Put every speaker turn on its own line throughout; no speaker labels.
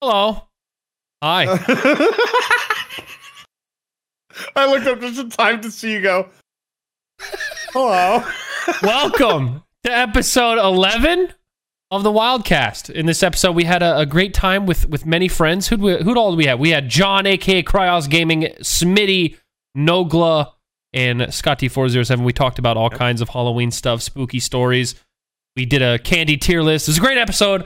Hello. Hi.
I looked up just in time to see you go. Hello.
Welcome to episode 11 of the Wildcast. In this episode, we had a, a great time with with many friends. Who'd, we, who'd all did we have? We had John, aka Cryos Gaming, Smitty, Nogla, and Scotty407. We talked about all kinds of Halloween stuff, spooky stories. We did a candy tier list. It was a great episode.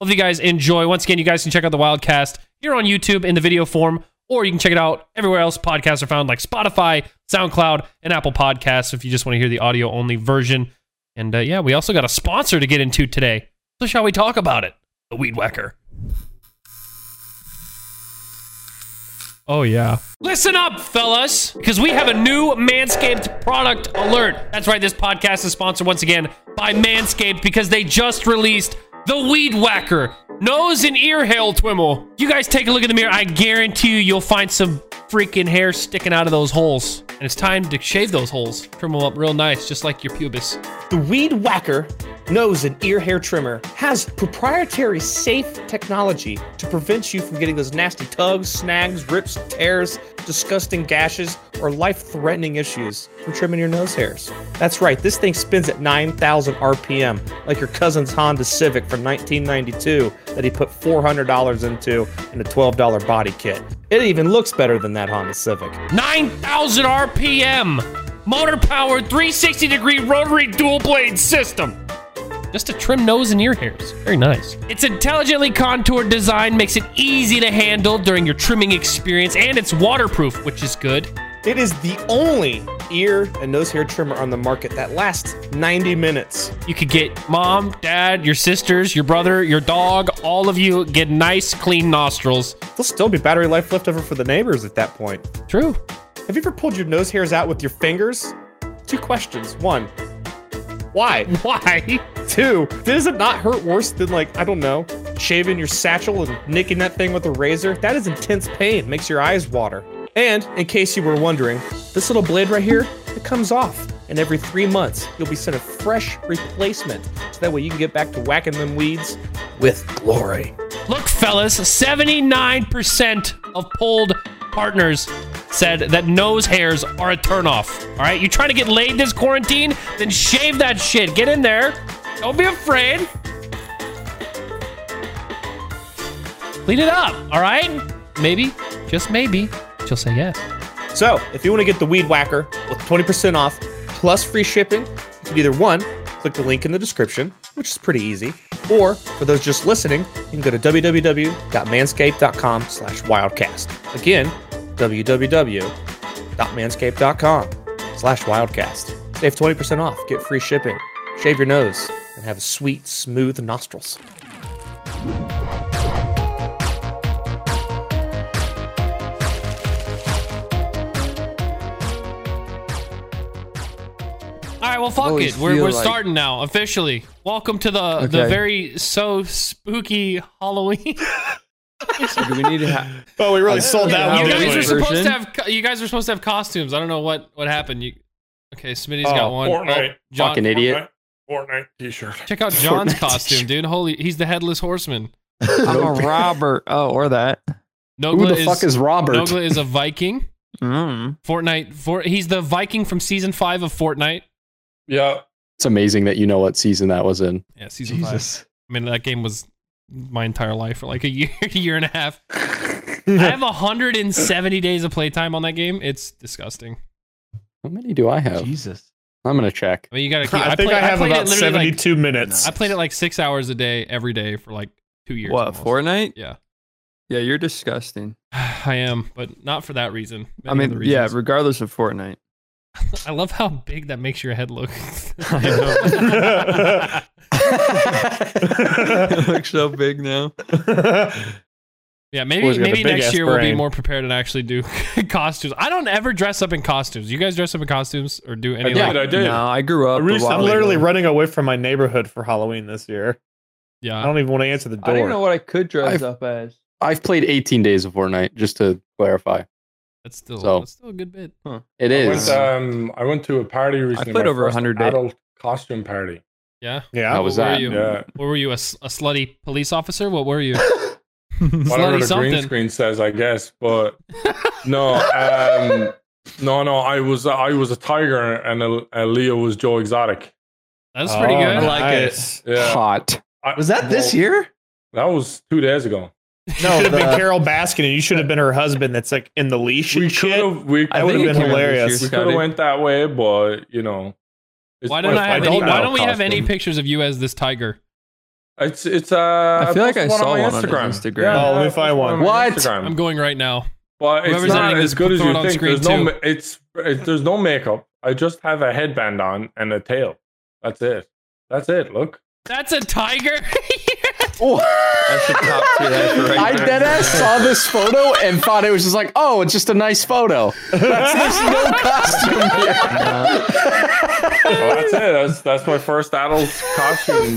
Hope you guys enjoy. Once again, you guys can check out the Wildcast here on YouTube in the video form, or you can check it out everywhere else podcasts are found, like Spotify, SoundCloud, and Apple Podcasts if you just want to hear the audio only version. And uh, yeah, we also got a sponsor to get into today. So shall we talk about it? The Weed Whacker. Oh yeah. Listen up, fellas, because we have a new Manscaped product alert. That's right, this podcast is sponsored once again by Manscaped because they just released the Weed Whacker nose and ear hail twimmel. You guys take a look in the mirror. I guarantee you, you'll find some freaking hair sticking out of those holes, and it's time to shave those holes. Trim them up real nice, just like your pubis.
The Weed Whacker nose and ear hair trimmer has proprietary safe technology to prevent you from getting those nasty tugs, snags, rips, tears, disgusting gashes, or life threatening issues from trimming your nose hairs. That's right, this thing spins at 9,000 RPM, like your cousin's Honda Civic from 1992 that he put $400 into in a $12 body kit. It even looks better than that Honda Civic.
9,000 RPM, motor powered 360 degree rotary dual blade system. Just to trim nose and ear hairs. Very nice. Its intelligently contoured design makes it easy to handle during your trimming experience, and it's waterproof, which is good.
It is the only ear and nose hair trimmer on the market that lasts 90 minutes.
You could get mom, dad, your sisters, your brother, your dog, all of you get nice, clean nostrils.
There'll still be battery life left over for the neighbors at that point.
True.
Have you ever pulled your nose hairs out with your fingers? Two questions. One, why?
Why?
Two, does it not hurt worse than, like, I don't know, shaving your satchel and nicking that thing with a razor? That is intense pain, makes your eyes water. And, in case you were wondering, this little blade right here, it comes off. And every three months, you'll be sent a fresh replacement. So that way you can get back to whacking them weeds with glory.
Look, fellas, 79% of polled partners said that nose hairs are a turnoff. All right, you trying to get laid this quarantine? Then shave that shit. Get in there. Don't be afraid. Clean it up, all right? Maybe, just maybe, she'll say yes.
So, if you want to get the Weed Whacker with 20% off plus free shipping, you can either one, click the link in the description, which is pretty easy, or for those just listening, you can go to www.manscaped.com slash wildcast. Again, www.manscaped.com slash wildcast. Save 20% off, get free shipping, shave your nose, and have sweet, smooth nostrils.
All right, well, fuck
always
it. We're,
feel
we're
like-
starting now officially. Welcome to the the
Okay.
very so spooky Halloween.
Do we need to ha-
Oh, we really sold that
Yeah,
one.
you guys
didn't
were
we?
version?
supposed to have co- you guys were supposed to have costumes. I don't know what what happened. You okay? Smitty's got
Oh,
one.
Fortnite.
Oh, John,
fucking idiot?
Fortnite t-shirt.
check out John's costume, dude. Holy, he's the headless horseman.
I'm a robber. Oh, or that.
Nogla
Who the
is
fuck is Robert?
Nogla is a Viking.
Mm.
Fortnite. For, he's the Viking from season five of Fortnite.
Yeah.
It's amazing that you know what season that was in.
Yeah, season five. I mean, that game was my entire life for like a year, year and a half. I have 170 days of playtime on that game. It's disgusting.
How many do I have?
Jesus.
I'm gonna check.
I mean, you gotta. Keep,
I think I,
played-
have
played it
about
literally, like-
72 minutes.
I played it like six hours a day every day for like two years.
What,
almost.
Fortnite?
Yeah.
Yeah, you're disgusting.
I am, but not for that reason.
I
Many
mean,
other
yeah,
reasons.
regardless of Fortnite.
I love how big that makes your head look.
it looks so big now.
yeah, maybe
Boy's got a
maybe
big
next
ass
year we'll be
brain.
more prepared and actually do costumes. I don't ever dress up in costumes. You guys dress up in costumes or do any
I did,
like
I did.
No, I grew up.
I'm
a
recently- I'm
while
literally
ago.
running away from my neighborhood for Halloween this year. I
yeah.
don't even want to answer the door.
what I could dress up as. I've played 18 days of Fortnite, just to clarify.
That's still
So-
that's still a good bit.
It
I
is.
went, um, I went to a party recently.
played
my
over
first
100 days.
Adult costume party.
Yeah.
yeah.
How was
What were
that?
you?
Yeah.
What were you a, s- a slutty police officer? What were you?
Whatever
Slutty
the green
something.
screen says, I guess. But no, um, no, no. I was I was a tiger, and uh, uh, Leo was Joe Exotic.
That's
Uh,
pretty
Oh,
good.
no.
like
Nice.
Yeah,
Hot.
I-
Was that this
well,
year?
That was two days ago.
No, should have been
the-
Carol Baskin, and you should have been her husband. That's like in the leash
We
and
could
shit.
have. We
That
could
would have been
have.
came out this
hilarious.
year,
We could have
Scotty.
went that way, but you know, it's
Why don't I
worth-
have
I
any?
don't
Why
know
don't we have any
costume.
pictures of you as this tiger?
It's it's uh.
I feel like I
posted
saw
my
one on Instagram.
Oh, let me
I
find
posted
one.
on my
What?
Instagram.
I'm going right now.
But it's
Whoever's
not
editing
as
this,
good as
throw it
you
on
think.
screen
There's no,
too.
ma- it's it, there's no makeup. I just have a headband on and a tail. That's it. That's it. Look.
That's a tiger.
That's the top tier effort right
I
there.
deadass saw this photo and thought it was just like, oh, it's just a nice photo. There's no costume here.
Oh, that's it. That's that's my first adult costume.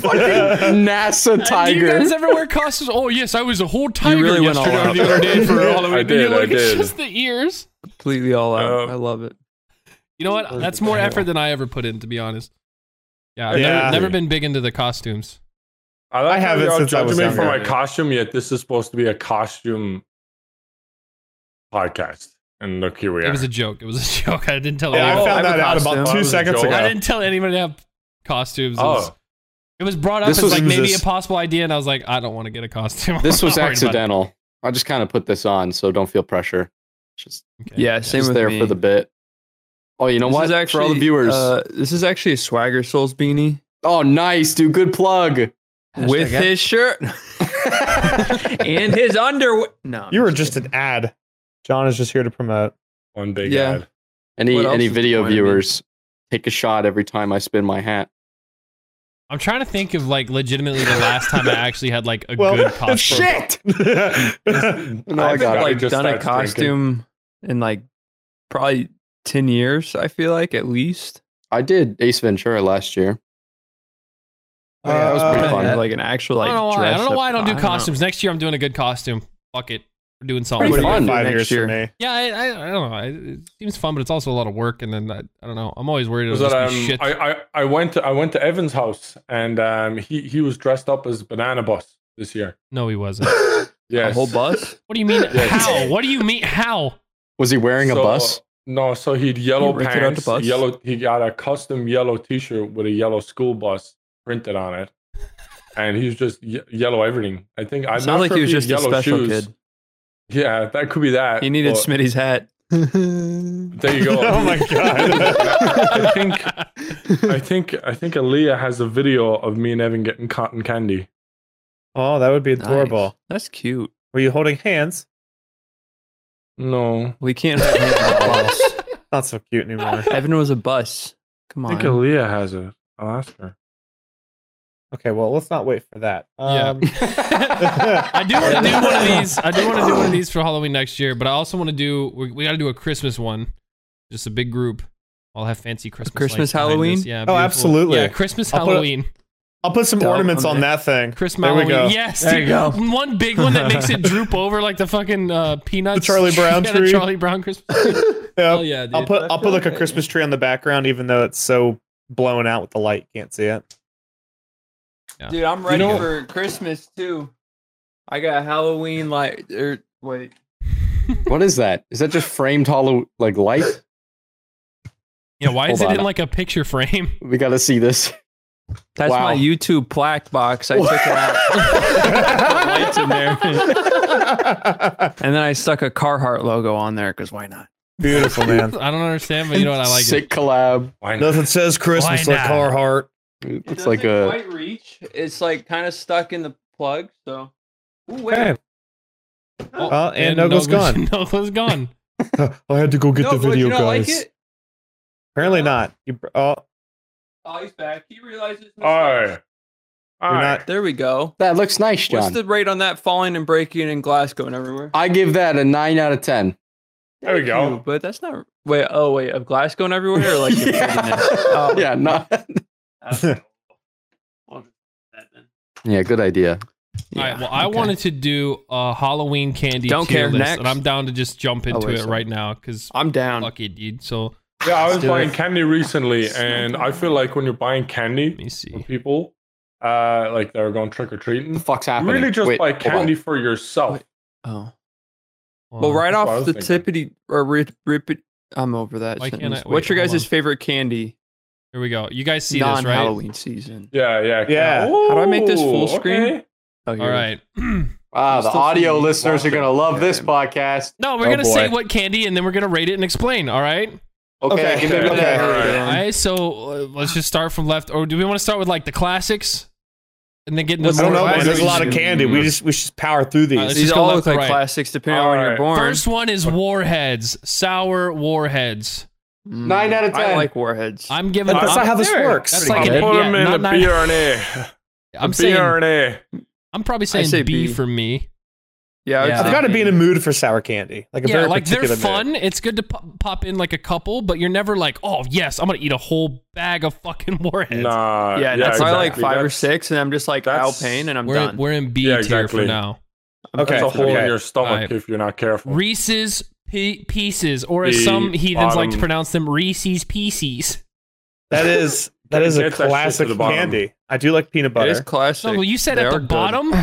NASA
Do you
tiger.
guys ever wear costumes? Oh yes, I was a whole tiger
really went all
yesterday or
out.
the other day for Halloween.
I did,
You're
I
like, it's
did.
just the ears.
Completely all out.
Uh,
I love it.
You know what?
Where's
That's
the
more
tail?
effort than I ever put in, to be honest. Yeah, I've
Yeah.
Never, never been big into the costumes.
I, like
I
how
haven't
you're
since I
judging
was
me for
younger.
my costume. Yet this is supposed to be a costume podcast, and look here we
It
are.
was a joke. It was a joke. I didn't tell.
Yeah, I
anyone.
found
I have
that
a
out
costume.
about
I
two
was a
seconds
Joe.
ago.
I didn't tell anybody to have costumes. It was-
oh,
It was brought up
This
as
was-
like maybe
this-
a possible idea, and I was like, I don't want to get a costume.
This was
I'm not worried about it.
accidental. I just kind of put this on, so don't feel pressure. Just,
Okay.
Yeah, same
just
with
there
me.
for the bit. Oh, you know
This
what?
is
for all the
actually,
viewers.
uh, this is actually a Swagger Souls beanie
oh, nice, dude. Good plug.
with his shirt and his underwear. No, I'm
You were
kidding.
just an ad. John is just here to promote.
one big
Yeah.
ad.
Any
What else
any
is the
video
point of me?
viewers, take a shot every time I spin my hat.
I'm trying to think of like legitimately the last time I actually had like a
Well,
good costume.
Shit! No, I
think
got it.
I
like
just
done
started drinking.
a costume in like probably ten years. I feel like at least.
I did Ace Ventura last year.
Oh,
Uh,
that was
pretty
Probably
fun.
had, Like an actual
I
like.
don't know why. I don't know why I don't do
costumes.
costumes. Next year I'm doing a good costume. Fuck it. We're doing something.
Pretty
What do you
fun.
got five years
Next year.
from me.
Yeah, I, I, I don't know. I, it seems fun, but it's also a lot of work. And then I, I don't know. I'm always worried it'll
was that
just
um,
be shit.
I, I I went to I went to Evan's house and um he he was dressed up as Banana Bus this year.
no, he wasn't.
Yes.
A whole bus.
What do you mean?
Yes.
How? What do you mean? How?
Was he wearing a
So,
bus?
No, so he'd yellow
rented out the
pants,
bus?
yellow. He got a custom yellow T-shirt with a yellow school bus printed on it, and he was just ye- yellow everything. I think I'm
Sounds
not
like
sure
he was
if
just a
yellow
special
shoes. uh,
kid.
Yeah, that could be that.
He needed
but
Smitty's hat.
There you go.
Oh my god.
I think I think I think Aaliyah has a video of me and Evan getting cotton candy.
oh, that would be adorable.
Nice. That's cute.
Were you holding hands?
No,
We can't have him on a bus.
Not so cute anymore.
Evan was a bus. Come
I
on.
think Aaliyah has it. I'll ask her.
Okay, well, let's not wait for that.
Yeah.
Um,
I do want to do one of these. I do want to do one of these for Halloween next year, but I also want to do. We, we got to do a Christmas one, just a big group. I'll have fancy Christmas.
Christmas
lights behind
Halloween?
us. Yeah.
Oh, absolutely.
Yeah, Christmas
I'll put a-
Halloween.
I'll put some
Dope
ornaments
on
on that thing.
Christmas
there we
Halloween.
go.
Yes. There you go. One big one that makes it droop over like the fucking uh, peanuts.
The Charlie Brown
yeah,
tree.
The Charlie Brown Christmas.
Yep.
Hell yeah, dude.
I'll put I'll put like a Christmas tree on the background, even though it's so blown out with the light, can't see it.
Dude, I'm ready
know-
for Christmas too. I got Halloween light. Er, wait.
what is that? Is that just framed hollow like light?
yeah. Why is
Hold
it
on.
in like a picture frame?
We gotta see this.
That's
Wow.
my YouTube plaque box. I took it out. Put lights in there. and then I stuck a Carhartt logo on there because why not?
Beautiful
I
man.
don't understand, but you know what? I like
Sick
it.
collab.
Why not?
Nothing says Christmas
Why
like
not?
Carhartt.
It looks like a
quite reach. It's like kind of stuck in the plug. So. Ooh, wait.
Okay.
Oh,
Uh, and Nogo's gone.
Nogo's gone.
I had to go get
No,
the
but
video,
you don't
guys.
like it?
Apparently not. You br- oh,
Oh, he's back. He realizes. his
Aye.
you're
Aye.
not.
mistake. There we go.
that looks nice, John.
What's the rate on that falling and breaking and glass going everywhere?
Um,
I give that a nine out of ten.
There we
Thank
go.
you, but that's not. Wait. Oh, wait. Of glass going everywhere, or like the prettiness? Oh,
yeah, not yeah, good idea.
All right. Well, I
okay.
wanted to do a Halloween candy
Don't
tier
care,
list,
next.
and I'm down to just jump
Oh,
into
wait,
it
sorry.
right now because
I'm down.
fuck it, dude. So
Yeah, I was
Let's do
buying
it.
candy recently, and I feel like when you're buying
let
candy
me
from
see.
people, uh, like they were going trick or
The
treating.
fuck's happening?
Really, just
Wait,
buy
hold on.
candy for yourself.
Wait. Oh. Well, right
That's what I was
off the
thinking.
tippity or rip, rip it. I'm over that.
Why can't
sentence.
I- wait,
What's your
hold
guys'
on.
favorite candy?
Here we go. You guys see
non
this, right?
Halloween season.
Yeah, yeah,
Yeah.
How do I make this full
Ooh,
screen?
okay.
Oh,
All
here it
right.
is.
no,
Wow, the
Still
audio
feeling
listeners are
lost.
gonna love
Yeah.
this podcast.
we're
Oh,
gonna
boy.
say what candy, and then we're gonna rate it and explain. All right.
Okay,
Okay,
give me
okay.
okay.
All right.
All right. So uh, let's just start from left, or do we want to start with like the classics, and then get into
Let's-
I
more
don't know,
Why
man.
do
There's a
we
lot of
just-
candy. We just we should power through
Uh, let's
These
just go
all
left
look
to
like
right.
classics depending on when
All
you're
right.
born.
First one is warheads, sour warheads.
Mm.
Nine out of
I
ten.
like warheads.
I'm giving.
That's
I'm-
not
how this
there.
works.
That's like
Pretty
I'll
an,
good.
put
yeah,
them in
not-
a
not-
B or an A.
I'm
a B or
saying
an A.
I'm probably saying
say
B,
B.
for me.
yeah, I would
Yeah.
say
I've got to
B.
be in a mood for sour candy, like a
yeah,
very
like they're
particular mood.
fun. It's good to pop, pop in like a couple, but you're never like, oh yes, I'm gonna eat a whole bag of fucking warheads.
Nah.
Yeah, that's why I like
exactly.
five or
That's-
six, and I'm just like
that's-
Alpane, and I'm
we're
done.
we're in B
Yeah,
tier for
exactly.
now.
Okay,
That's a hole in
okay.
your stomach
Alright.
if you're not careful.
Reese's pe- pieces, or as
The
some heathens like to
bottom-
pronounce them, Reese's pieces.
That is that is a
Get that shit to
classic
the bottom.
candy. I do like peanut
it is
butter.
classic.
No, well, you said
They
at the
are good.
bottom.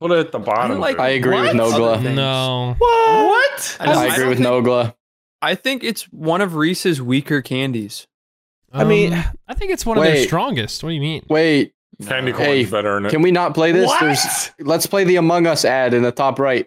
Put it at the bottom.
like-
I agree with
What?
Nogla.
Things.
No,
What?
just-
I agree
don't
with
think-
Nogla.
I think it's one of Reese's weaker candies.
I
mean-
Um, I think it's one of their
Wait.
strongest. What do you mean?
Wait,
Candy corn's
Hey,
better in it.
can we not play this?
What?
There's let's play the Among Us ad in the top right.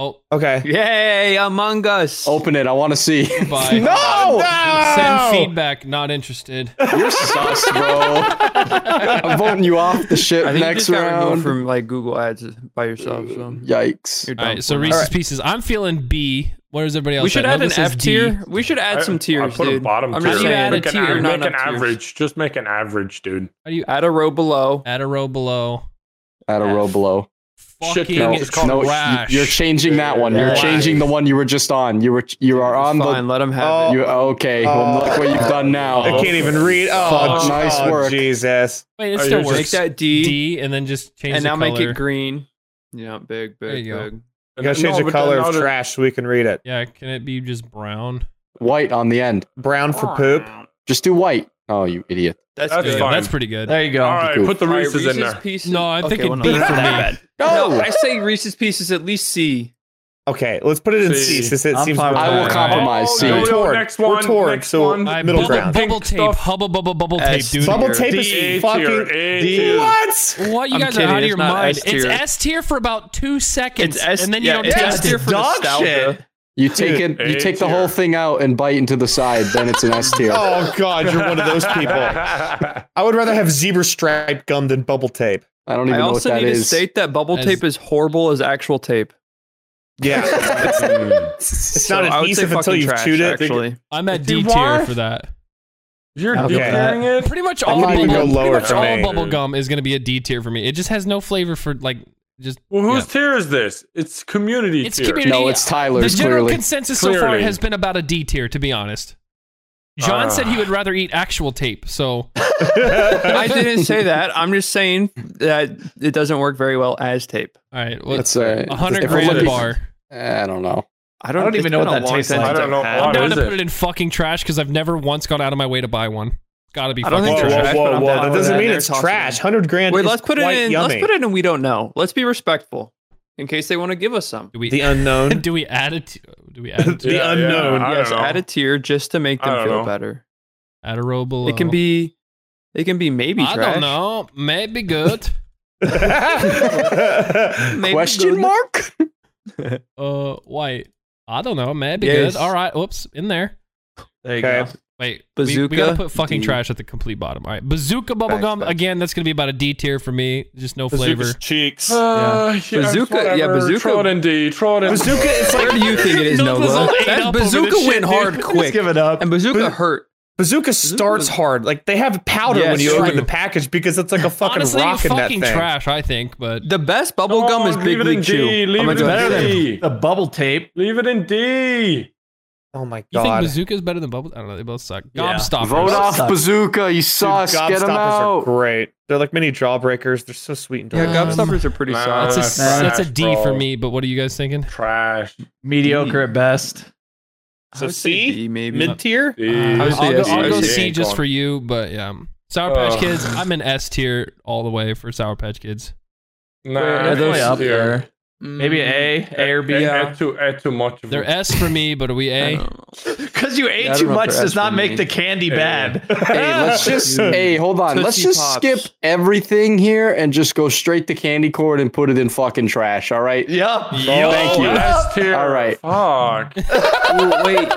Oh,
Okay.
Yay, Among Us.
Oh,
Open it. I want to see.
Bye.
no, Oh.
send feedback. Not interested.
you're sus, bro. I'm voting you off the ship
I think you
next
just got removed
round.
from like Google Ads by yourself. So
Yikes.
you're
All
done
right, so
for now.
Reese's pieces. I'm feeling B. What is everybody else?
We should
at?
add an
Nogla says D.
F tier. We should add
I-
some tiers,
I put
dude.
a bottom
I'm
tier.
just
How do you
saying,
add a
make an,
tier?
average-
Not
make an
enough tiers.
average. Just make an average, dude.
How do you
Add a row below.
add a row below?
At a row below.
Shit,
Fucking
no,
No,
it's called
no,
trash.
you're changing that one. You're
Trash.
changing the one you were just on. You were you are on
Fine,
the.
let them have
Oh,
it.
You okay? Well, look what you've done
I
now.
can't even read. Oh,
Fuck, nice
oh,
work.
Jesus.
Wait, it
Oh,
still
you're
works.
Make that D,
D and then just change
and
the
now
color.
make it green. Yeah, big,
There
big,
you go.
big.
I gotta change
No,
the
but then
color
now
of
that-
trash so we can read it.
Yeah, can it be just brown?
White on the end.
Brown for poop.
Just do white. Oh, you idiot.
That's,
That's
good.
Yeah,
fine.
that's pretty good.
There you go.
All right, put the
All right,
Reese's in there.
Pieces.
No, I
Okay,
think
well,
it'd
no,
be
that's
for
not
me.
bad.
No.
No, I say Reese's Pieces at least C.
Okay, let's put it in C
See,
since it
I'm
seems.
fine with
I
All
will
right.
compromise.
Oh,
See,
there we
We're
go.
torn.
Next
We're
one,
torn,
next
so
one.
All right,
middle
bubble,
ground.
bubble
Pink
tape,
stuff.
hubble bubble bubble tape,
S
dude.
Bubble
tier.
tape
D
is
tier,
fucking.
A
D.
tier.
What?
What you
I'm
guys
kidding,
are out of
it's
your
not
mind?
S
It's
tier.
S tier for about two seconds, and then you don't
it's
taste
S tier
it.
for
Dog
nostalgia.
shit.
you take it. You
A
take the
tier.
whole thing out and bite into the side. Then it's an S tier.
Oh God, you're one of those people. I would rather have zebra stripe gum than bubble tape.
I don't
I
even know what
also
that
need to
is.
state that bubble
As-
tape is horrible as actual tape.
Yeah, it's
So
not
I would say
adhesive until
fucking
you've
trash,
chewed it.
Actually,
I'm at
Do you
D tier
want-
for that.
You're
Okay.
declaring it?
Pretty much
I'm
all
not
bubble,
even
pretty
gonna lower
much
for
all
me.
bubble gum is gonna be a D tier for me. It just has no flavor for like just.
Well, whose
Yeah.
tier is this? It's community
It's
tier.
community.
no, it's
The
Tyler's
general
clearly.
consensus so far
Clearly.
has been about a D tier, to be honest. John
Ah.
said he would rather eat actual tape, so
I didn't say that. I'm just saying that it doesn't work very well as tape.
all right, well,
That's all right.
a hundred
if we're
gram
looking-
bar.
I don't know.
I don't,
I don't
it's
even know
been
what
a
that
long
tastes
time
like.
I
since
don't know.
I've had
What
I'm down
Oh, is
to put
it?
it in fucking trash because I've never once gone out of my way to buy one. Gotta be
I don't
fucking
think
trash.
so.
whoa,
trash, but
whoa,
I'm
whoa!
down
That
with
doesn't
that.
mean
They're
it's
toxic.
trash. Hundred grand.
Wait,
is
let's put it
quite
in.
Yummy.
Let's put it in. We don't know. Let's be respectful in case they want to give us some.
Do we
The unknown.
do we add it? to- Do we add it to
The unknown,
I
Yes,
don't know.
add a tier just to make
I
them
don't
feel
know.
better.
add a row below?
It can be. It can be maybe.
I
trash.
don't know. Maybe good.
Maybe
Question
good.
mark?
uh, white. I don't know. Maybe
Yes.
good. All right. Whoops. In there.
There you
Okay.
go.
Wait, we- we,
Bazooka,
gotta put fucking
D.
trash at the complete bottom. All right, bazooka bubblegum
Backspace.
again. That's gonna be about a D tier for me. Just no flavor.
Bazooka's cheeks.
Uh, yeah,
Bazooka- yeah,
whatever.
bazooka-
Throw it in D. Throw it in
Bazooka. It's
Where
like
do you think it is,
Those
Nova?
all ate
That
up over
bazooka
this shit,
went
dude.
hard
Let's
quick,
give it up.
and bazooka
Ba-
hurt.
Bazooka starts
Bazooka-
hard. Like they have powder
Yes,
when you open
true.
the package because it's like a fucking
Honestly,
rock in that
fucking
thing.
trash. I think, but
The best
No,
bubble gum is Big
leave it in
League
D.
Chew.
Leave
I'm
it
gonna go
in
with that.
D.
The bubble tape.
Leave it in D.
Oh my
you think
god!
bazooka is better than bubble? I don't know. They both suck.
Yeah.
Gobstoppers.
Vote off
Suck.
Bazooka. You
Dude,
sus. Get him
Gobstoppers are
out.
great. They're like mini jawbreakers. They're so sweet and
Yeah,
delicious.
gobstoppers are pretty
Nah,
solid.
That's a
Nah,
Um, that's a D
bro.
for me. But what are you guys thinking?
Trash.
Mediocre at best.
I
So
would say
C?
B, maybe.
Mid tier.
D.
Uh, I'll
Obviously,
go,
that's
I'll
easy.
go
Yeah,
C
ain't
just
going.
for you, but yeah. Sour Patch
Ugh.
Kids. I'm an S tier all the way for Sour Patch Kids.
Nah,
They're definitely
S
up
tier.
there.
Mm.
Maybe A, A or B.
Yeah, add too, add too much. Of
They're
it.
S for me, but are we A?
Because you ate
Yeah, I don't
too
know if
much
they're
does not
asking
make
me.
the candy
Yeah.
bad.
Hey, let's just hey, hold on. let's
Tootsie
just
Pops.
skip everything here and just go straight to candy corn and put it in fucking trash. All right.
Yup.
Thank you.
S tier.
All right.
Fuck.
Well, wait,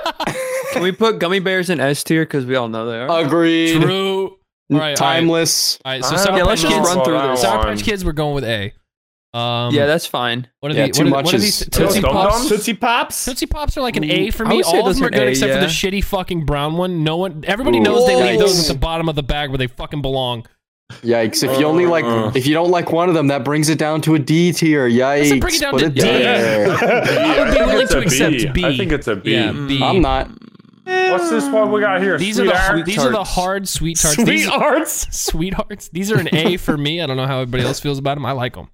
can we put gummy bears in S tier because we all know they
Oh.
are?
Agreed.
True. All right,
Timeless.
All right, so
I
Sour
don't
Patch
let's just
Kids.
know
run through
about
this.
that
Sour
one.
Patch Kids. We're going with A. Um,
yeah, that's fine.
What are
Yeah,
the,
too
what are,
much
what are
is-
these
Those
Tootsie
dum-dums?
Pops?
Tootsie Pops?
Tootsie Pops are like an A for
I
me.
would say
All of
those
them
are
are good
A,
except for the
yeah.
shitty fucking brown one. No one, everybody knows they leave those at the bottom of the bag where they fucking belong.
Yikes. If you only like
Uh.
if you don't like one of them, that brings it down to a D tier. Yikes.
Doesn't bring it down
Put
to
it
D.
there.
I
would be
think
willing
it's
to
a
accept B.
I think it's a B.
Yeah, B.
I'm not.
What's this one we got here?
These
Sweet
are the
Art?
these are the hard sweet tarts. These,
Sweethearts.
sweethearts. These are an A for me. I don't know how everybody else feels about them. I like them.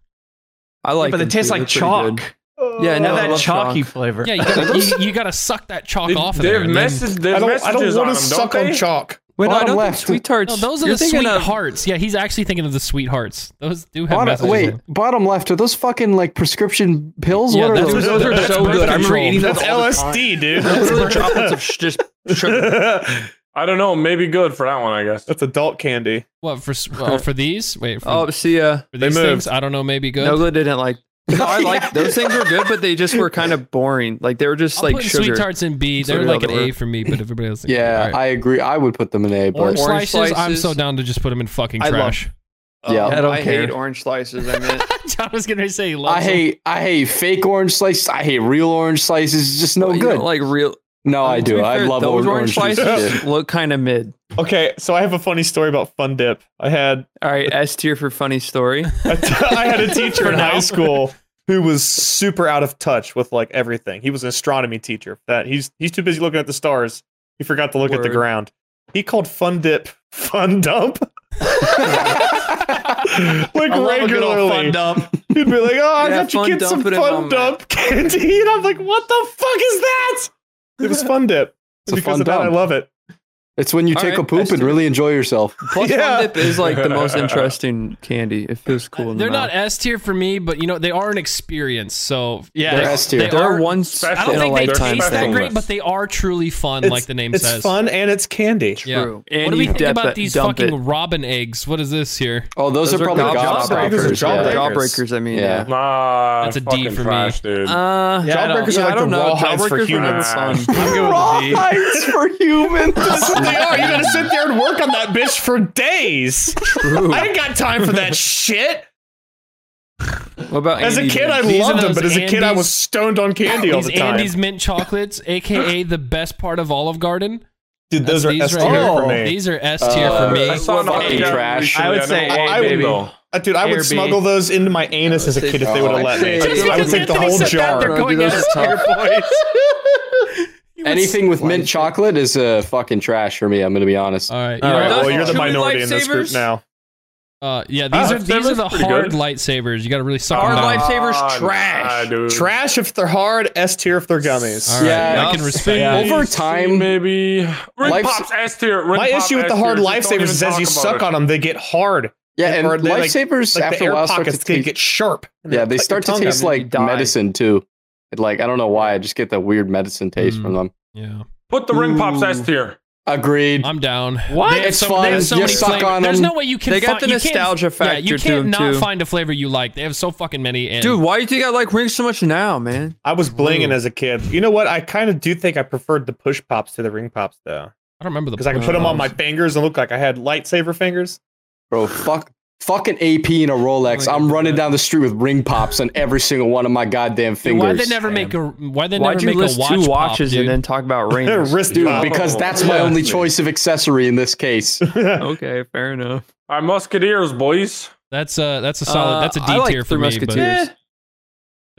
I like,
But
them
it tastes
too.
like
They're pretty
chalk.
good. Yeah,
And
no,
have
I
that
love
chalky
chalk.
flavor.
Yeah, you gotta, you, you gotta suck that chalk
They-
off of
they
there.
have
and then-
message, they
I
have
don't, I
messages
don't
on
want to
them,
suck
don't
on
they?
chalk.
Wait, no, I
Bottom
don't think
left.
sweet tarts.
no, those are
You're
the
thinking of-
sweethearts. Yeah, he's actually thinking of the sweethearts. Those do have
Bottom,
messages.
wait,
in them.
bottom left. Are those fucking like prescription pills?
Yeah,
what are
that's-
those?
Those are
That's
so
birth
good. I remember
control.
eating those
That's
all the time.
LSD, dude.
Those little droplets of sh- just sugar.
I don't know. Maybe good for that one, I guess.
That's adult candy.
What for? s- oh, for these? Wait, for,
Oh, see ya.
for
they
these
moved.
things? I don't know. Maybe good.
Nogla didn't like. No, I like those things were good, but they just were kind of boring. Like they were just
I'm
like
putting
sugar.
sweet tarts in B.
So
They're
they're
like an
all
A
over.
for me, but everybody else. thinks-
Yeah,
All right.
I agree. I would put them in A,
orange,
but
Orange
slices, I'm
slices.
so down to just put them in fucking
I love-
trash.
Yeah.
Um,
I don't
hate
care.
orange slices. I meant
John was gonna say he loves
I hate I hate fake orange slices. I hate real orange slices. It's just no
You
good.
don't like real.
no, I
mean, to
do.
be
I
fair,
love
those
orange, juice.
orange slices. look kind of mid.
Okay, so I have a funny story about Fun Dip. I had
All right, S tier for funny story.
I had a teacher in
now.
high school who was super out of touch with like everything. He was an astronomy teacher. That he's he's too busy looking at the stars. He forgot to look at the
Word.
ground. He called fun dip fun dump. like regularly,
fun dump.
he'd be like, "Oh, I
Yeah,
got your
Fun
kids some
Dump it in
fun
moment.
dump candy," and I'm like, "What the fuck is that?" It was fun dip.
It's a
because
fun
of that, I
dump.
love it.
It's when you
All
take a
right,
poop
let's
and
do it.
really enjoy yourself.
Plus,
Yeah.
Fun Dip is like the most interesting candy. It feels cool. In
They're
the mouth.
not S tier for me, but you know they are an experience. So yeah,
They're
they-
S tier.
they
They're
are-
one
special.
I don't
in
think
a
they
lifetime
taste that
thing.
great, but they are truly fun, like the name
it's
says.
fun and it's candy.
Yeah.
True.
What do we think
dip
about
it-
these
dump
fucking
it.
robin eggs? What is this here?
Oh, those, are, probably
gob-
gobstoppers.
jawbreakers.
yeah.
They're
Jawbreakers. I mean,
Yeah.
yeah.
Nah,
That's a D
fucking
for me.
trash, dude.
Uh,
Yeah, I don't-
Jawbreakers are like
I don't
the
know.
rawhides for
Jawbreakers are never
humans.
fun.
I'm going with D.
Rawhides for humans.
That's what they are. You gotta sit there and work on that bitch for days. I ain't got time for that shit.
What about
As a
Andy
kid, I
Dick?
These are
loved them, but
those
as a kid, I
Andes-
was stoned on candy all
These
the time.
Andes mint chocolates, aka the best part of Olive Garden.
Dude, those
That's
are
these
S
right
tier
here.
for me.
These are S tier
Uh,
for me.
I saw an
fucking
article
trash.
recently,
I would
don't
say
know
A,
why I would
baby.
though.
Uh, dude, I
A or
would
B.
smuggle those into my anus as a kid if they would have let me.
Just
Dude, I would
because
take the
Anthony
whole
said that,
jar.
they're
No,
going
dude, those
S
are
tier, boys. You would
Anything with mint chocolate is uh, fucking trash for me. I'm gonna be
Uh,
honest.
All right. You
All
know
right,
what?
Well, you're the
Truly
minority in this group
lifesavers?
now.
Uh, yeah, these
Ah,
are these are the
that's pretty
hard
good.
lightsabers. You got to really suck
Hard
them down.
life- Lifesavers
Ah,
trash.
nah, dude.
Trash if they're hard, S tier if they're gummies.
All right,
Yeah,
I can
I'll
respect.
Yeah.
Over
C,
time-
maybe. Ring
Life's-
pops S tier. Ring
My
Pop
issue with
S
the
tier,
hard
just don't
lifesavers
even
is as
talk
you
about
suck
it.
on them, they get hard.
Yeah, and
Or they, like-
lifesavers
Like the
after a
air
while start to
pockets they
taste.
get sharp. and
Yeah,
they'll cut
they
your
start to
tongue out.
taste like
die.
medicine too. It, like I don't know why. I just get that weird medicine taste
Mm.
from them.
Yeah,
Put the ring pops
Ooh.
S tier.
Agreed.
I'm down.
What?
They have
It's
so-
fun.
they have so
You
many
suck
flavor-
on
There's
them.
no way you can.
They got
fi-
the
you can't-
nostalgia
Yeah,
factor
you
to
can't
them
not
too.
find a flavor you like. They have so fucking many. And
Dude, why do you think I like rings so much now, man?
I was blinging as a kid. You know what? I kind of do think I preferred the push pops to the ring pops though,
I don't remember the.
because I could put them on my fingers and look like I had lightsaber fingers.
Bro, fuck fucking AP and a Rolex.
Oh my
I'm running
God.
down the street with ring pops on every single one of my goddamn
Dude,
fingers.
why they never make a? Why they
Why'd
never
you
make
list
a watch
two
pop,
watches
dude?
and then talk about rings?
Wrist
Dude,
pop.
because that's my
Yeah.
only choice of accessory in this case.
okay, fair enough.
Our musketeers, boys.
That's a that's a solid.
Uh,
that's a D
I like
tier for
Three
me. But
Musketeers. Eh,
Eh,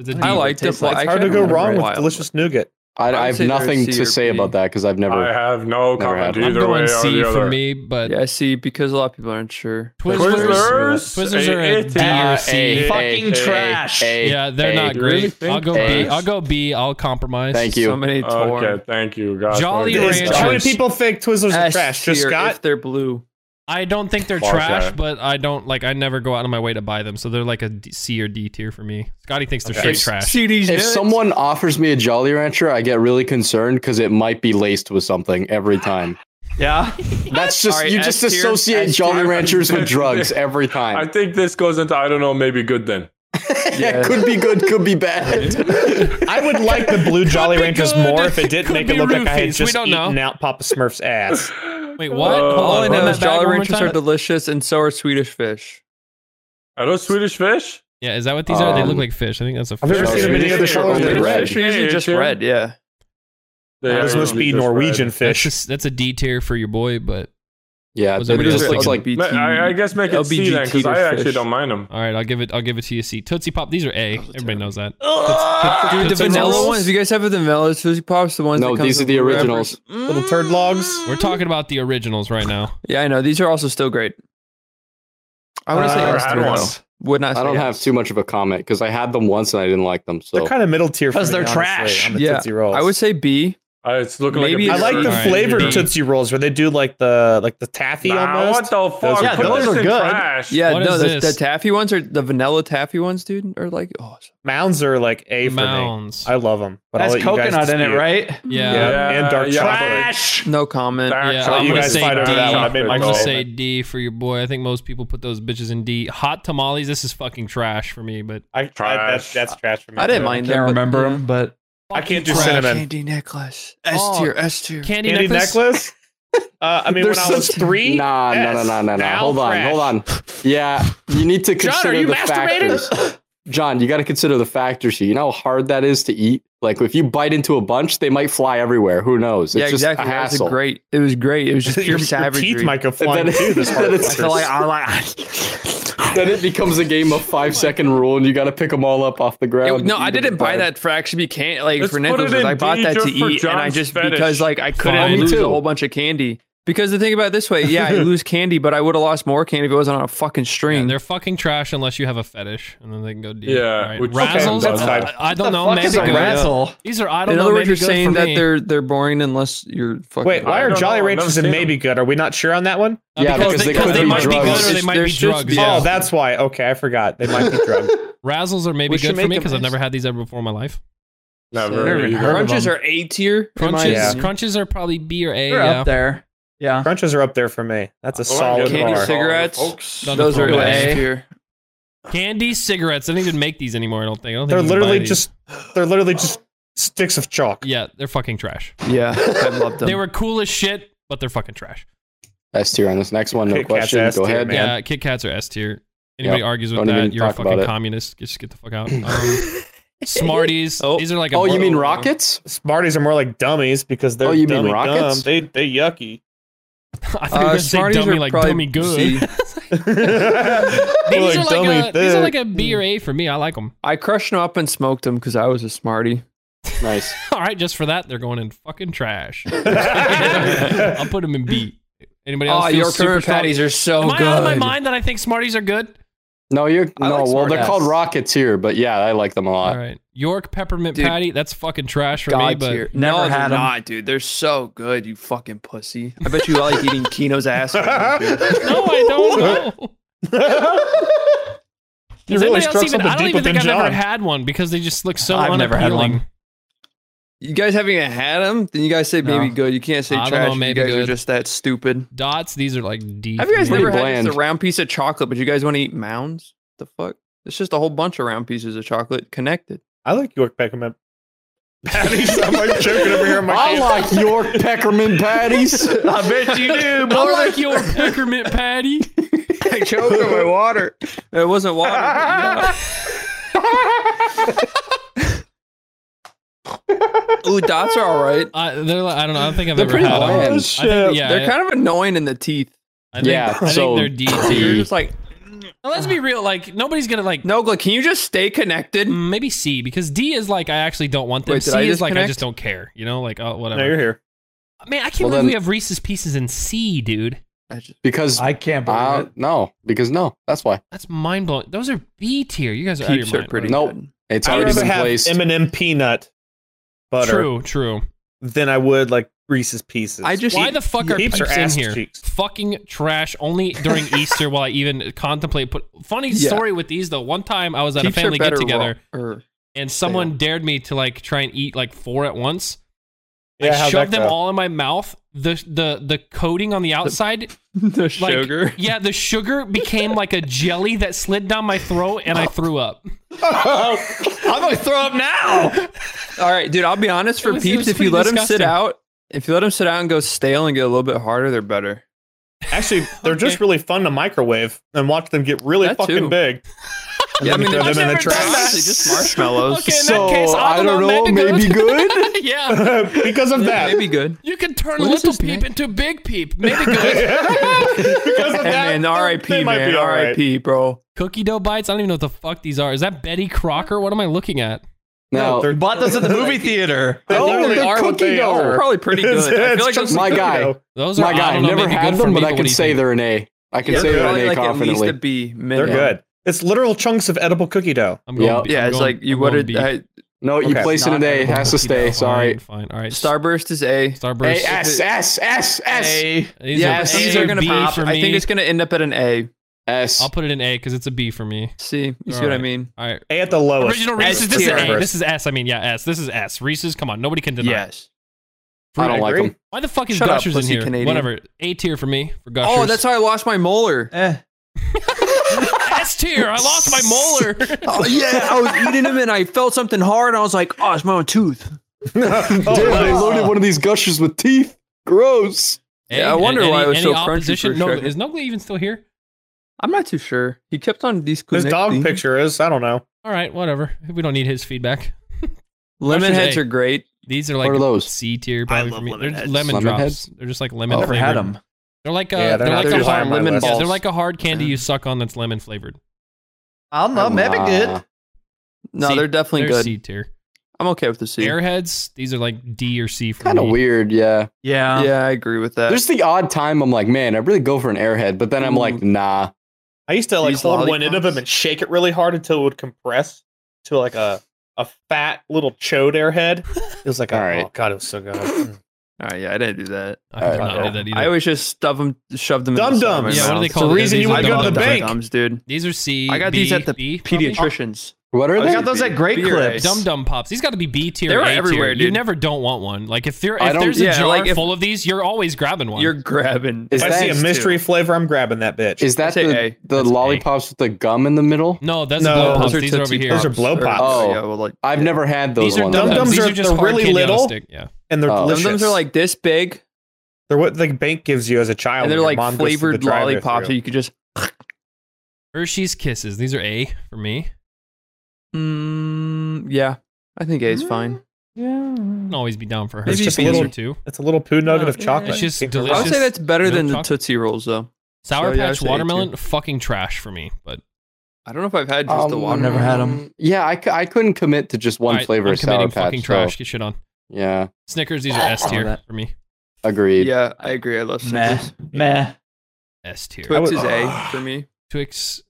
it's a D.
I liked it.
tastes like-
I
It's hard to
can't
go
remember
wrong
why I
with
liked
delicious nougat.
I,
I
I
would
have
say they're
nothing
C or
to say
B.
about that because I've
I
never.
have no
Never
comment
had
I'm
either way
going
or
C
the
for
other.
me, but
Yeah, I see, because a lot of people aren't sure.
Twizzlers,
Twizzlers are
A-
a
A
D
tier.
or
Uh,
C.
A,
Fucking
A,
trash.
A, A,
Yeah, they're
A.
not great.
Really?
I'll go B.
Thanks.
I'll go B. I'll compromise.
Thank you.
So many torn.
Okay, thank you, guys.
Jolly
Thank you.
Is-
Ranchers.
How many people think Twizzlers are
S
trash? Just
tier
Scott.
If they're blue.
I don't think they're
Far
trash,
side.
but I don't like. I never go out of my way to buy them, so they're like a D- C or D tier for me. Scotty thinks they're straight trash.
CDs.
If someone offers me a Jolly Rancher, I get really concerned because it might be laced with something every time.
Yeah.
That's just
Alright,
you
S
just
tier,
associate
S
Jolly
tier.
Ranchers with drugs every
I
time.
think this goes into I don't know, maybe good then.
Yeah, could be good, could be bad.
I would like the blue Jolly
be
Ranchers
good.
more if it didn't
Could
make it
be
look
roofies.
like I had
We
just
don't know.
eaten out Papa Smurf's ass.
Wait, what?
Uh,
Hold
all
on,
Oh, I
run
know
that
is
back
Jolly
one more
Ranchers are
time.
delicious, and so are Swedish fish.
Are those Swedish fish?
Yeah, is that what these are? They look
Um,
like fish. I think that's a
I've
fish.
never
No,
seen them in any
Swedish
other
fish are
Oh,
color
only
than
red.
red.
Fish,
Usually
yeah,
just
yeah.
red, yeah.
They
Those
are
must
usually
be
just
Norwegian
red.
That's,
fish.
just, that's a D tier for your boy, but
Yeah,
Was
maybe
everybody
it just
else
looks
thinking
like
BT.
Ma- I, I guess make it C then, because
LBGT
I
fish.
actually don't mind them.
all right, I'll give it. I'll give it to you. C Tootsie Pop. These are A.
Those are
Everybody knows that.
Dude, the
Tootsie
vanilla
Rolls?
ones. You guys have the vanilla Tootsie Pops? The ones
no.
that comes
These are
with
the
blue wrappers?
originals.
Little turd logs.
Mm. We're talking about the originals right now.
Yeah, I know. These are also still great. I would
Uh,
not say
I
yes
had
to it,
one.
though. Would not.
I
say
don't
yes.
have too much of a comment because I had them once and I didn't like them. So
They're kind of middle tier for
'Cause
me,
they're
honestly,
trash.
on the
Yeah,
Tootsie Rolls.
I would say B.
Uh, it's looking
Maybe
like
I
a
like
picture.
the
Alright,
flavored
B.
Tootsie Rolls where they do like the like the taffy
Nah,
almost.
what the fuck?
Yeah,
Put
those
this
are
in
good.
Trash.
Yeah,
What
no,
is
the, the
this?
taffy ones are the vanilla taffy ones, dude. Are like oh, so-
Mounds are like A for me.
Mounds.
I love them. But I'll
That's
let you guys
coconut in it,
dispute.
right?
Yeah.
Yeah,
and dark
yeah,
chocolate.
Trash.
no comment.
Dark
Yeah,
chocolate.
I'm
you
gonna
guys
say
fight over
D.
that one. I made my
I'm gonna
call.
say D for your boy. I think most people put those bitches in D. Hot tamales. This is fucking trash for me, but
I, I, that's,
Trash.
that's trash for me.
I didn't
too.
mind
Can't
them, but-
remember them, but
I can't do
Trash.
cinnamon.
Candy necklace.
Oh.
S tier. S tier.
Candy,
Candy
necklace.
necklace? Uh, I mean,
There's
when I was
such-
three.
Nah, no, no, no, no, no.
Now
Hold on,
trash.
hold on. Yeah, you need to
John, are
consider
you
the
masturbating?
factors. John, you got to consider the factors here. You know how hard that is to eat. Like if you bite into a bunch, they might fly everywhere. Who knows? It's
Yeah,
just
exactly.
a
That was
hassle.
a great. It was great. It was just
Your,
pure
your
savagery.
teeth might go
And
flying
then-
too. This
then it's-
I feel like I like.
then it becomes a game of
Oh
five second rule, and you got to pick them all up off the ground.
It- no,
and
I
eat 'em
didn't buy
fine.
that for actually can't like
Let's
for
put it
nickels. 'cause
in
I bought
D
that to
just for
eat, and I
John's
just
fetish.
because like I couldn't
Fine. Me
lose
too.
a whole bunch of candy. Because the thing about it this way, yeah, I lose candy, but I would have lost more candy if it wasn't on a fucking
Yeah,
string.
they're fucking trash unless you have a fetish, and then they can go deep.
Yeah, which- Okay,
Razzles.
that's fine.
I- I don't know. Maybe
is a
good.
razzle.
These are I don't
in
know.
other
maybe
words, you're
good
saying
for
that
me.
they're they're boring unless you're fucking.
Wait, why
I
are
don't
Jolly
know. I've
Ranchers
never
and
seen
Maybe good? Are we not sure on that one?
Uh,
Yeah,
because,
because
they,
they could
because they
be
might be
drugs.
good or they
There's-
might be
there's just-
drugs.
Yeah.
Oh, that's why. Okay, I forgot. They might be drugged.
Razzles are maybe
We should
good for me
make
because I've
them
never had these ever before in my life.
Never.
Never even
either.
heard of
crunches
them.
are A tier. in my
Crunches,
Yeah.
crunches are probably B or A.
They're
Yeah.
up there. Yeah.
Crunches are up there for me. That's a
Oh,
solid
candy
bar.
cigarette. cigarettes.
Folks.
Done.
Those are
They're
A
A.
tier.
Candy cigarettes. They don't even make these anymore. I don't think. I don't think
They're
you can buy
literally
these.
just they're literally just sticks of chalk.
Yeah, they're fucking trash.
Yeah, I love them.
They were cool as shit, but they're fucking trash.
S tier on this next one. No
Kit Kat's
question.
S
Go
tier,
ahead.
man.
Yeah, Kit Kats are S tier. Anybody
Yep.
argues with
Don't
that,
even
you're a
talk about
fucking
it.
communist. Just get the fuck out. Um, Smarties.
Oh.
These are like. A
Oh, you mean
bro-
rockets?
Smarties are more like dummies because they're
Oh, you mean
dummy
rockets?
dumb. They they yucky.
I
Uh,
thought you were gonna say dummy like dummy good.
C.
These,
These
are like a, these are like a B or A for me. I like them.
I crushed them up and smoked them because I was a smarty.
Nice.
All right, just for that, they're going in fucking trash.
a
I'll put them in B. Anybody else?
Oh,
feel
your
super
current
strong?
patties are so
Am I
good.
out of my mind that I think Smarties are good?
No, you're
I
no. well,
like
they're
Smarties.
called rockets here, but yeah, I like them a lot.
All right, York peppermint
Dude.
patty. That's fucking trash for me.
God
But
tier.
Never
no,
had
they're
'em.
not, dude. They're so good, you fucking pussy. I bet you like eating Kino's ass. right now, dude.
no, I don't know. Does
really
anybody else
struck
even?
something
I don't
deep
even think I've
within
ever
John.
had one because they just look so
I've never had
unappealing.
one.
You guys haven't even had them? Then you guys say maybe
No.
good. You can't say
I don't
trash.
know, maybe
you guys
good.
are just that stupid.
Dots. These are like D.
Have you guys
for me.
Pretty
never had
bland.
just a round piece of chocolate, but you guys want to eat mounds? The fuck? It's just a whole bunch of round pieces of chocolate connected.
I like York peppermint patties. I'm like joking over here. on my
I
face.
like York peppermint patties.
I bet you do,
I like your peppermint patty.
I choked on my water. It wasn't water. but yeah. Ooh, dots are all right.
Uh, they're like, I don't know. I don't think I've
They're
ever
pretty
had
bland.
them. I think, yeah,
They're kind of annoying in the teeth.
I think,
Yeah,
I think
so-
they're D
You're
tier.
just like,
Now, let's be real. Like nobody's gonna like.
no, Glenn, can you just stay connected?
mm, Maybe C because D is like I actually don't want them.
Wait, did
C
I
is like I
disconnect?
just don't care. You know, like oh whatever.
No, you're here.
Man, I can't
Well,
believe
then-
we have Reese's Pieces in C, dude.
I just-
because
I can't believe
uh,
it.
no, because no, that's why
That's mind blowing. Those are B tier. You guys are out of your
Peeps are
mind.
pretty
Nope.
good.
it's
I'd
already
rather
been
have
placed.
M&M peanut butter
True, true.
than I would like Reese's Pieces.
I just
Why
eat-
the fuck are
Keeps her
peeps in
ass
here?
cheeks.
Fucking trash. Only during Easter while I even contemplate. Put funny
Yeah.
story with these though. One time I was at
Keeps
a
her
family
better
get together
raw- or-
and someone dared me to like try and eat like four at once.
Yeah,
I
how'd
shoved
that
them
go?
all in my mouth. The the the coating on the outside,
the
like
sugar.
yeah, the sugar became like a jelly that slid down my throat, and I threw up.
I'm gonna throw up now. All right, dude. I'll be honest for
was- it
peeps.
was
If you
pretty
let them sit
disgusting.
out, if you let them sit out and go stale and get a little bit harder, they're better.
Actually, they're just really fun to microwave and watch them get really
That
fucking
too.
big.
Yeah, I mean,
throw
they're
them in the
just,
trash.
honestly just marshmallows.
Okay, in
so
that case, I
I
don't,
don't know,
man,
maybe good.
yeah,
because of that.
Maybe good.
you can turn
What is
little
his
peep
name?
into big peep. Maybe good.
because of that.
And
they-
man, RIP,
they might
man,
be all right.
RIP, bro.
Cookie dough bites. I don't even know what the fuck these are. Is that Betty Crocker? What am I looking at?
No,
they're-
Bought those at the movie theater.
They
Oh,
literally
they're
are what
cookie
they
dough.
are.
Probably pretty
oh, It's-
good. I
it's
feel like those
cookie
My guy.
dough.
Those are
my
I
guy.
don't know,
Never
maybe
had
good for
them,
me,
but I
what
can
do you
say
think?
they're an A. I can
Yeah,
say
they're
they're
probably
an A
like at least
confidently.
a B.
They're
Minimum.
good. It's literal chunks of edible cookie dough.
I'm going.
Yeah.
B-
Yeah,
I'm
it's
going-
like you
I'm going
would
B.
have
No, you
Okay.
place it an A.
edible
Has to
cookie
stay.
dough.
Sorry.
Alright, Fine. All right.
Starburst is A.
Starburst.
A S S S S
Hey,
These
yeah,
are,
some of
these
these
are
are gonna
B
pop.
for me.
I think it's gonna end up at an A.
I'll
S.
put it in A because it's a B for me.
See, you see what I
Alright.
mean?
All right.
A at the
Oh,
lowest.
Original
S
Reese's. This is
tier.
A. This is S. I mean, yeah, S. This is S. Reese's. Come on, nobody can deny. it.
Yes.
I don't like
agree.
them.
Why the fuck is
Shut up,
Gushers in
pussy
here?
Canadian.
Whatever. A tier for me for Gushers.
Oh, that's how I lost my molar.
eh.
S tier. I lost my molar.
Oh, yeah, I was eating them and I felt something hard. And I was like, oh, it's my own tooth.
Oh,
Dude, I
nice.
loaded one of these gushers with teeth. Gross.
Yeah, I wonder why it was so crunchy for a
opposition? No,
second.
is Nogli even still here?
I'm not too sure. He kept on these
His dog picture is. I don't know.
All right, whatever. We don't need his feedback.
Lemon
Gushers
heads
A.
are great.
These are like
What are those?
C tier probably
love
for me.
lemon
they're
heads.
lemon,
Lemon
drops.
heads?
They're just like lemon
I've never
flavored.
had them.
They're like uh,
Yeah,
they're,
they're not-
like
They're
a
just
hard
on my
lemon.
list.
Yeah, they're
balls.
like a hard candy
Yeah.
you suck on that's lemon flavored.
I'm, I'm having good.
No,
C-
they're definitely
They're
good.
C tier.
I'm okay with the C.
Airheads, these are like D or C for
Kind of
me.
weird, yeah.
Yeah.
yeah, I agree with that.
There's the odd time I'm like, man, I really go for an airhead, but then I'm like, nah.
I used to like
These
hold one end of
lollipops.
them and shake it really hard until it would compress to like a a fat little chode airhead. It was like,
All
oh,
right.
god, it was so good.
All right, yeah, I didn't do that.
I do
Alright,
not
yeah.
do that
I
either.
always just stuff them, shove them. in the
Dum-dums.
side of my
Yeah, what do
mouth.
they
It's
call
the
it?
reason
These
you
are
would go to the
dum-dums.
bank.
Dum-dums, dude.
These are C.
I got these
B-
at the
B, probably?
pediatricians.
What are
I
they?
got those at Great
Beer
Clips.
Dum Dum Pops. These got to be B tier.
They're
A tier.
everywhere,
You
dude.
never don't want one. Like if there
I
if
don't-
there's a
yeah,
jar
like, if-
full of these, you're always grabbing one.
You're grabbing.
Is
I
that,
see a mystery flavor. I'm grabbing that bitch.
is that
That's a
the,
A.
the
That's A.
lollipops with the gum in the middle?
no, those
No,
are blow
those
pops.
are
these are over
Tootsie
here.
those Oh, are
Pops.
blow
Or-
pops.
Oh.
yeah, well, like
I've never had those
These are
ones.
Dum
Dum-Dums
Dums. These
are-
are just
they're
hard
really
candy on a
little.
stick, Yeah.
and they're
Oh.
delicious.
Dum-dums are like this big,
they're what the bank gives you as a child.
and
when
they're
your
like
mom goes to the
flavored
drive-thru.
lollipops that you could just.
Hershey's Kisses. These are A for me.
Mm, yeah, I think A is
Mm.
fine.
Can always be down for
Maybe
Hershey's.
just a
These
little-
are two.
It's a little poo nugget
No,
of
Oh,
chocolate.
It's just
Came from-
I would
delicious.
say that's better
Milk
than the
chocolate?
Tootsie Rolls, though.
Sour
So, yeah, I'd
Patch
say A tier.
watermelon, fucking trash for me. But
I don't know if I've had just the
Um,
water.
never had 'em.
Yeah, I, cou- I couldn't commit to just one
Alright,
flavor
I'm
of Sour
committing
Patch.
fucking
so,
trash. Get shit on.
yeah,
Snickers. These are S
All
tier
that.
for me.
agreed.
Yeah, I agree. I love
Meh.
Snickers.
Meh.
S tier.
I
Twix
would-
is A for me.
Twix.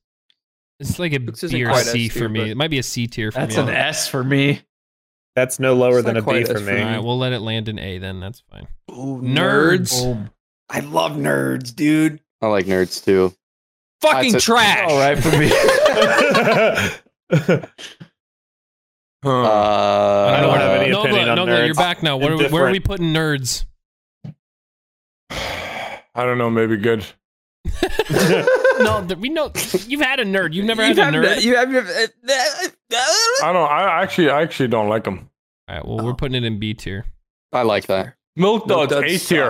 It's like a
Twix
B
isn't
or
quite
C
S tier,
for me.
but-
It might be a C tier for me.
That's
I
an
don't know.
S for me.
That's no lower
It's
than
not
a B
quite
for
as
me.
All
for
right, we'll let it land in A then. That's fine.
Ooh,
Nerds.
Boom.
I love nerds, dude. I like nerds too.
Fucking
That's a-
trash.
All right for me.
Uh,
I don't have any
Nogla,
opinion on
Nogla, you're
nerds.
back now. What are we, where are
Indifferent.
we putting nerds?
I don't know, maybe good.
no, th- we know you've had a nerd. You've never had a nerd.
You have uh, your.
I don't. I actually, I actually don't like them.
All right,
Oh.
well, we're putting it in B tier.
I like that.
Milk duds,
duds
A tier.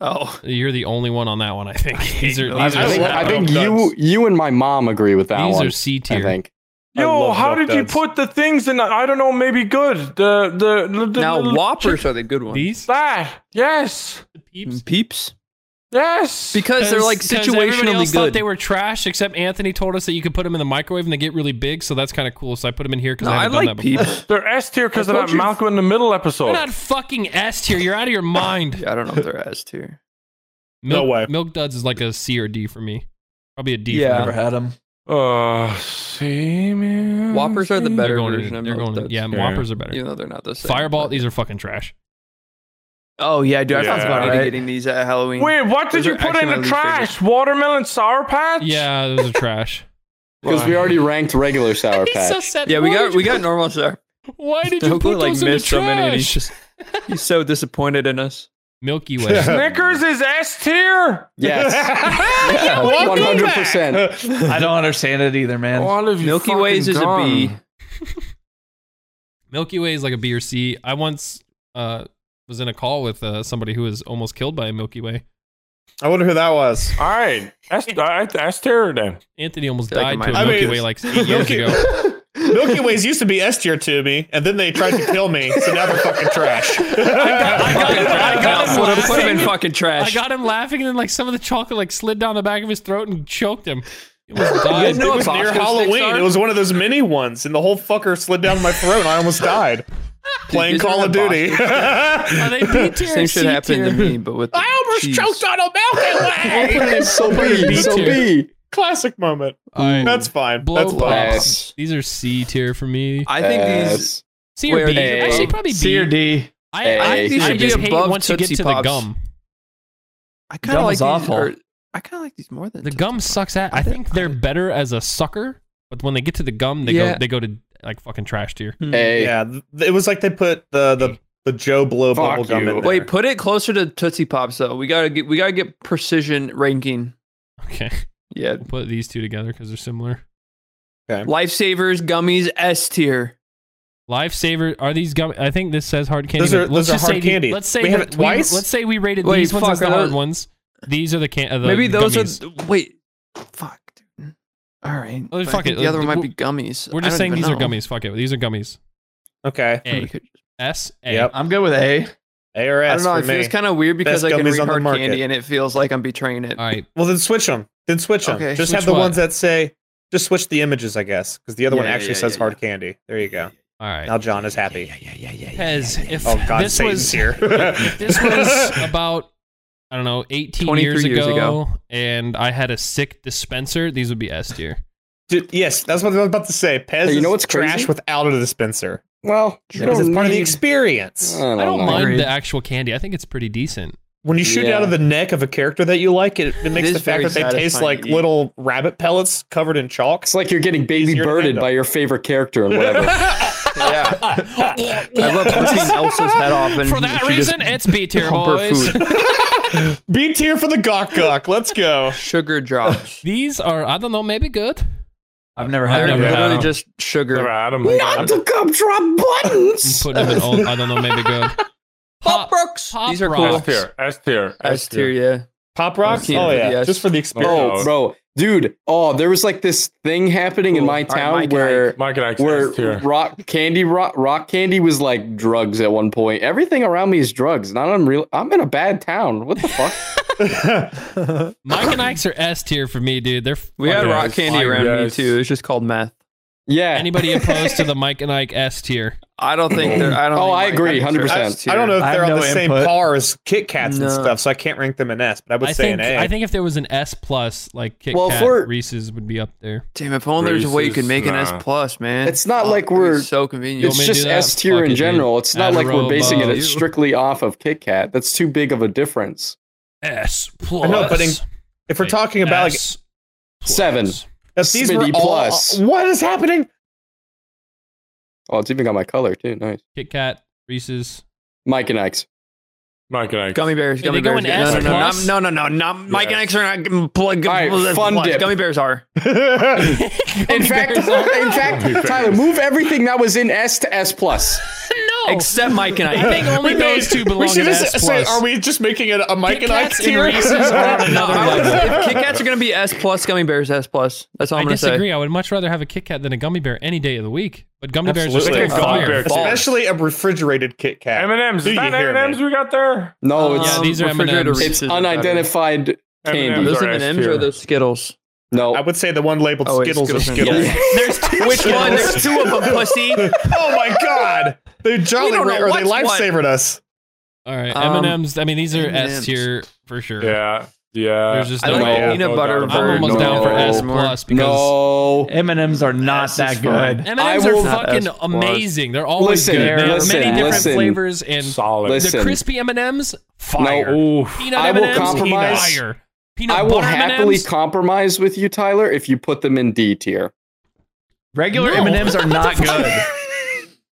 uh, suck. Oh,
You're the only one on that one, I think. these are
milk.
these
I
are,
think,
love
I think
milk
you
duds.
you and my mom agree with that
these
one.
are C
I
tier.
think.
I
Yo,
love
how
milk
did you
duds.
put the things in? that- I don't know, maybe good. The the, the, the
now
little
Whoppers are the good ones.
These
That yes,
peeps.
Peeps,
yes.
because they're like
everybody else
situationally
thought
good.
they were trash, except Anthony told us that you could put them in the microwave and they get really big, so that's kind of cool. So I put them in here because
no,
I
I,
haven't done
like
that before.
Peeps.
they're S tier because
I
of
told
that
you.
Malcolm in the Middle episode.
You're not fucking S tier. You're out of your mind.
yeah, I don't know if they're S tier.
Milk,
No way.
Milk Duds is like a C or D for me. Probably a D.
Yeah.
For
Never
me.
had them.
Uh, see, man.
Whoppers are the
see?
better
They're going.
version
To,
of
they're
milk
going. To,
duds.
yeah,
Yeah.
Whoppers are better.
You know they're not the same.
Fireball.
but-
These are fucking trash.
Oh yeah, I do. I
Yeah.
yeah, about
Right.
getting these at Halloween.
Wait, what did
Those
you
are
put
actually
in
my
the
least
trash? Watermelon Sour Patch?
Yeah, those are trash.
Because we already ranked regular Sour Patch.
sad.
Yeah, we
Why
got
did
we
you-
got normal sir.
Why did you
Doku
put
like
those in the
missed so many, and he's
trash?
just he's so disappointed in us.
Milky Way.
Snickers is S tier.
yes.
welcome
One hundred percent.
I don't understand it either, man.
All of you
Milky
fucking
Ways is a
gone.
B.
Milky Way is like a B or C. I once uh, was in a call with uh, somebody who was almost killed by a Milky Way.
I wonder who that was.
All right, S, all right, S tier then.
Anthony almost
Feel like
died to
it might
a
be.
Milky
I mean,
Way like eight years
Milky-
ago.
Milky Ways used to be S tier to me, and then they tried to kill me, so now they're fucking trash.
I got him, I got him
Would have put him in
laughing.
fucking
I
trash.
got him laughing, and then like some of the chocolate like slid down the back of his throat and choked him. He almost died.
it was
what
near
Oscar sticks
Halloween.
are?
It was one of those mini ones, and the whole fucker slid down my throat, and I almost died playing
these
Call
are
of Duty.
Are they B tier? or
Same shit
C
happened to
tier?
me, but with I almost choked on.
So
in B
B. So
tier.
B.
Classic moment. That's fine.
Blow
That's
up.
fine.
Yes.
These are C tier for me.
I think these.
Yes.
C or
Wait, are
B.
they
Actually,
above?
probably B.
C or D.
I,
A.
I,
These
I
should
be
just hate
above
once you get
Tootsie
to the
Pops.
gum.
I kind of
Gum
like
is
these.
awful.
Or, I kind of like these more than
The
Tootsie
gum
Pops.
sucks at. I
I thi-
think they're better as a sucker, but when they get to the gum, they
Yeah.
go they go to like fucking trash tier.
A.
Yeah, th- it was like they put the the, the Joe Blow
Fuck
bubblegum in there.
you.
Wait, put it closer to Tootsie Pops though. We gotta get we gotta get precision ranking.
Okay,
Yeah,
we'll put these two together because they're similar.
lifesavers, gummies, S tier.
Lifesaver are these gum? I think this says hard candy.
Those are-
but let's
those are
just
hard
say the-
candy.
let's say
We have
that
it twice?
let's say we rated
Wait,
these ones
fuck,
as the
are
hard
those-
ones. These are the can. Uh, the
Maybe those
gummies.
are th- wait. Fuck. Dude. All right.
Oh,
but I
fuck
think
it.
The other one
Uh,
might be gummies.
We're
I
just
don't
saying
even
these are
know.
gummies. Fuck it. These are gummies.
Okay.
A S A.
Yep.
I'm good with A.
A or
I
S
don't know.
for
It feels
me.
kind of weird because
Best
I can
gummies
read
on the
hard
market.
candy and it feels like I'm betraying it.
All right.
well, then switch them. Then switch them.
Okay,
just
switch
have the
what?
ones that say. Just switch the images, I guess, because the other
Yeah,
one
yeah,
actually
yeah,
says
yeah,
hard candy. There you go.
All right.
Now John is happy.
Pez, if
Oh God,
this
Satan's
was
here.
this was about I don't know 18
23
years ago,
years ago.
and I had a sick dispenser. These would be S tier.
Dude, yes, that's what I was about to say. Pez,
Hey, you
is
know what's
trash
crazy?
without a dispenser
Well, you
because it's
don't
part of the
need-
experience.
I
Uh, Oh
don't,
I don't
know.
mind
Agreed.
the actual candy. I think it's pretty decent.
when you shoot it
Yeah.
out of the neck of a character that you like, it, it makes
is
the fact
very
that they taste
satisfying
like
to eat.
little rabbit pellets covered in chalk.
It's like you're getting baby
Easier to
birded
handle.
by your favorite character and whatever.
Yeah. I love ripping Elsa's head off and
For that
she just
reason, it's B tier,
pump her
boys.
food.
B tier for the gawk gawk. Let's go.
sugar drops.
These are I don't know, maybe good.
I've never
I've
had
They're
never
it.
had-
literally
Yeah.
just
Never
sugar.
had 'em.
Not the gumdrop
I'm
buttons.
putting them in all. I don't know, maybe good. Pop,
Brooks.
Pop
These are
Rocks.
S
cool.
tier. S tier.
S tier, yeah.
Pop rocks.
Okay,
Oh yeah,
yes.
just for the experience.
Oh, bro, dude. Oh, there was like this thing happening in my
All right,
town
Mike,
where
Mike and Ike's
where
S tier.
rock candy rock, rock candy was like drugs at one point. Everything around me is drugs. Not unreal. I'm in a bad town. What the fuck?
Oh.
Mike and Ike's are S tier for me, dude. They're
We had
fucking
rock candy
fire.
around me
Yes.
too. It's just called meth.
Yeah.
Anybody opposed to the Mike and Ike S tier?
I don't think they're. I don't.
Oh,
think
I
Mike
agree,
Ike's are
100%.
S tier.
I don't know if
I
they're
have
on
no
the same
input.
par as Kit Kats
No.
and stuff, so I can't rank them in S, but I would
I
say
think
an A.
I think if there was an S plus, like Kit
Well, if
Kat,
we're-
Reese's would be up there.
Damn, if only there's a way you could
Reese's,
make an
nah.
S plus, man.
It's not like
it'd be
we're-
so convenient.
want
It's
me to
just
do that?
S
Fuck
tier
it,
in
dude.
general. It's not like
Adderall
we're basing
above.
it strictly off of Kit Kat. That's too big of a difference.
S plus.
I know, but in- if we're talking about like,
S
Seven.
plus.
if these were
Smitty
all-
plus.
what is happening?
Oh, it's even got my color too. Nice.
Kit Kat, Reese's.
Mike and Ike's.
Mike and Ike's.
Gummy bears,
Yeah, they
gummy
go
bears.
in
yeah.
S
No, no, no, not-
plus.
no, no, no, no. Mike and
Yes.
X are not gum- plug.
All right,
plus.
fun dip.
Gummy bears are.
In fact, in fact, Tyler, move everything that was in S to S plus.
No,
Except Mike and
I
I.
think only those two belong
we should
in S
just
plus.
say, are we just making it a Mike
Kit
and Ike's
Kats and
tier?
Reese's are on
no,
another
I would-
level.
if Kit Kats are gonna be S plus, gummy bears S plus. That's all
I
I'm gonna
disagree.
say.
I would much rather have a Kit Kat than a gummy bear any day of the week. But gummy
Absolutely.
bears are
Like
still
a
gummy
fire.
bear.
Especially a refrigerated Kit Kat.
M&M's.
Do
Is
you
that
hear me?
M&M's we got there?
No,
Um,
it's
Yeah, these are
refrigerator
M&Ms.
it's
Reese's are better.
unidentified candy.
M&Ms
Those
are
M and
S
M's
tier.
or those Skittles.
I
No.
would say the one labeled
Oh, wait,
Skittles or
Skittles
Skittles.
and- There's two. Which one? There's two of them, pussy.
oh my god! They
We
Jolly
don't know
Rancher, they
what's what.
lifesavered us.
All right,
Um,
M and M's. I mean, these are S
M&Ms.
tier for sure.
Yeah. Yeah.
There's just
I
no
like
way.
peanut
Yeah.
butter
I'm
I'm
bird
almost
no.
down for S
more.
plus because
No.
M&M's are not that good.
M&Ms
I
are
will-
fucking
S plus.
amazing. They're always
Listen,
good. They have
listen,
many different
listen.
flavors and
solid.
Listen.
the crispy M&Ms fire.
Oof.
Peanut
I will
M&Ms
compromise.
fire. Peanut
I will
butter
happily
M&Ms?
compromise with you, Tyler, if you put them in D tier.
Regular
No.
M&M's are not good.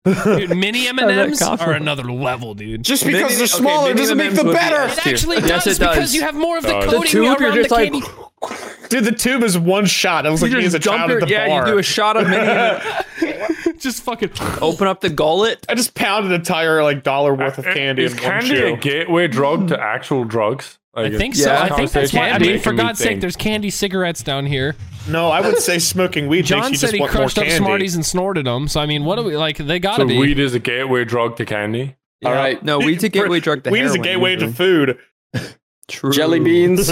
Dude, mini M and M's
How's that
are another level, dude.
Just because
Maybe-
they're
okay,
smaller
maybe
doesn't
the
make them
M&Ms would be
better.
It actually
Yes,
does
it does.
because you have more of the
Does. The
coating
tube,
around
you're just
the
like-
candy.
Dude, the tube is one shot. I was like, me as a child at the
yeah,
bar.
you do a shot of mini, and
just fucking.
open up the gullet.
I just pounded an entire like dollar worth of candy
Uh, Is
in one
candy a
chew.
gateway drug to actual drugs? Like,
I think
it's-
so.
Yeah.
I think that's why. I
Conversation
mean, for
making me
God's sake,
think.
there's candy cigarettes down here.
No, I would say smoking weed
John
makes you
said
just
he
want more
crushed up
candy.
Smarties and snorted them. So I mean, what do we like? They gotta
So
be.
weed is a gateway drug to candy.
All right.
No, weed's a gateway drug to
weed is a
heroin,
gateway
usually.
to food.
True.
Jelly beans.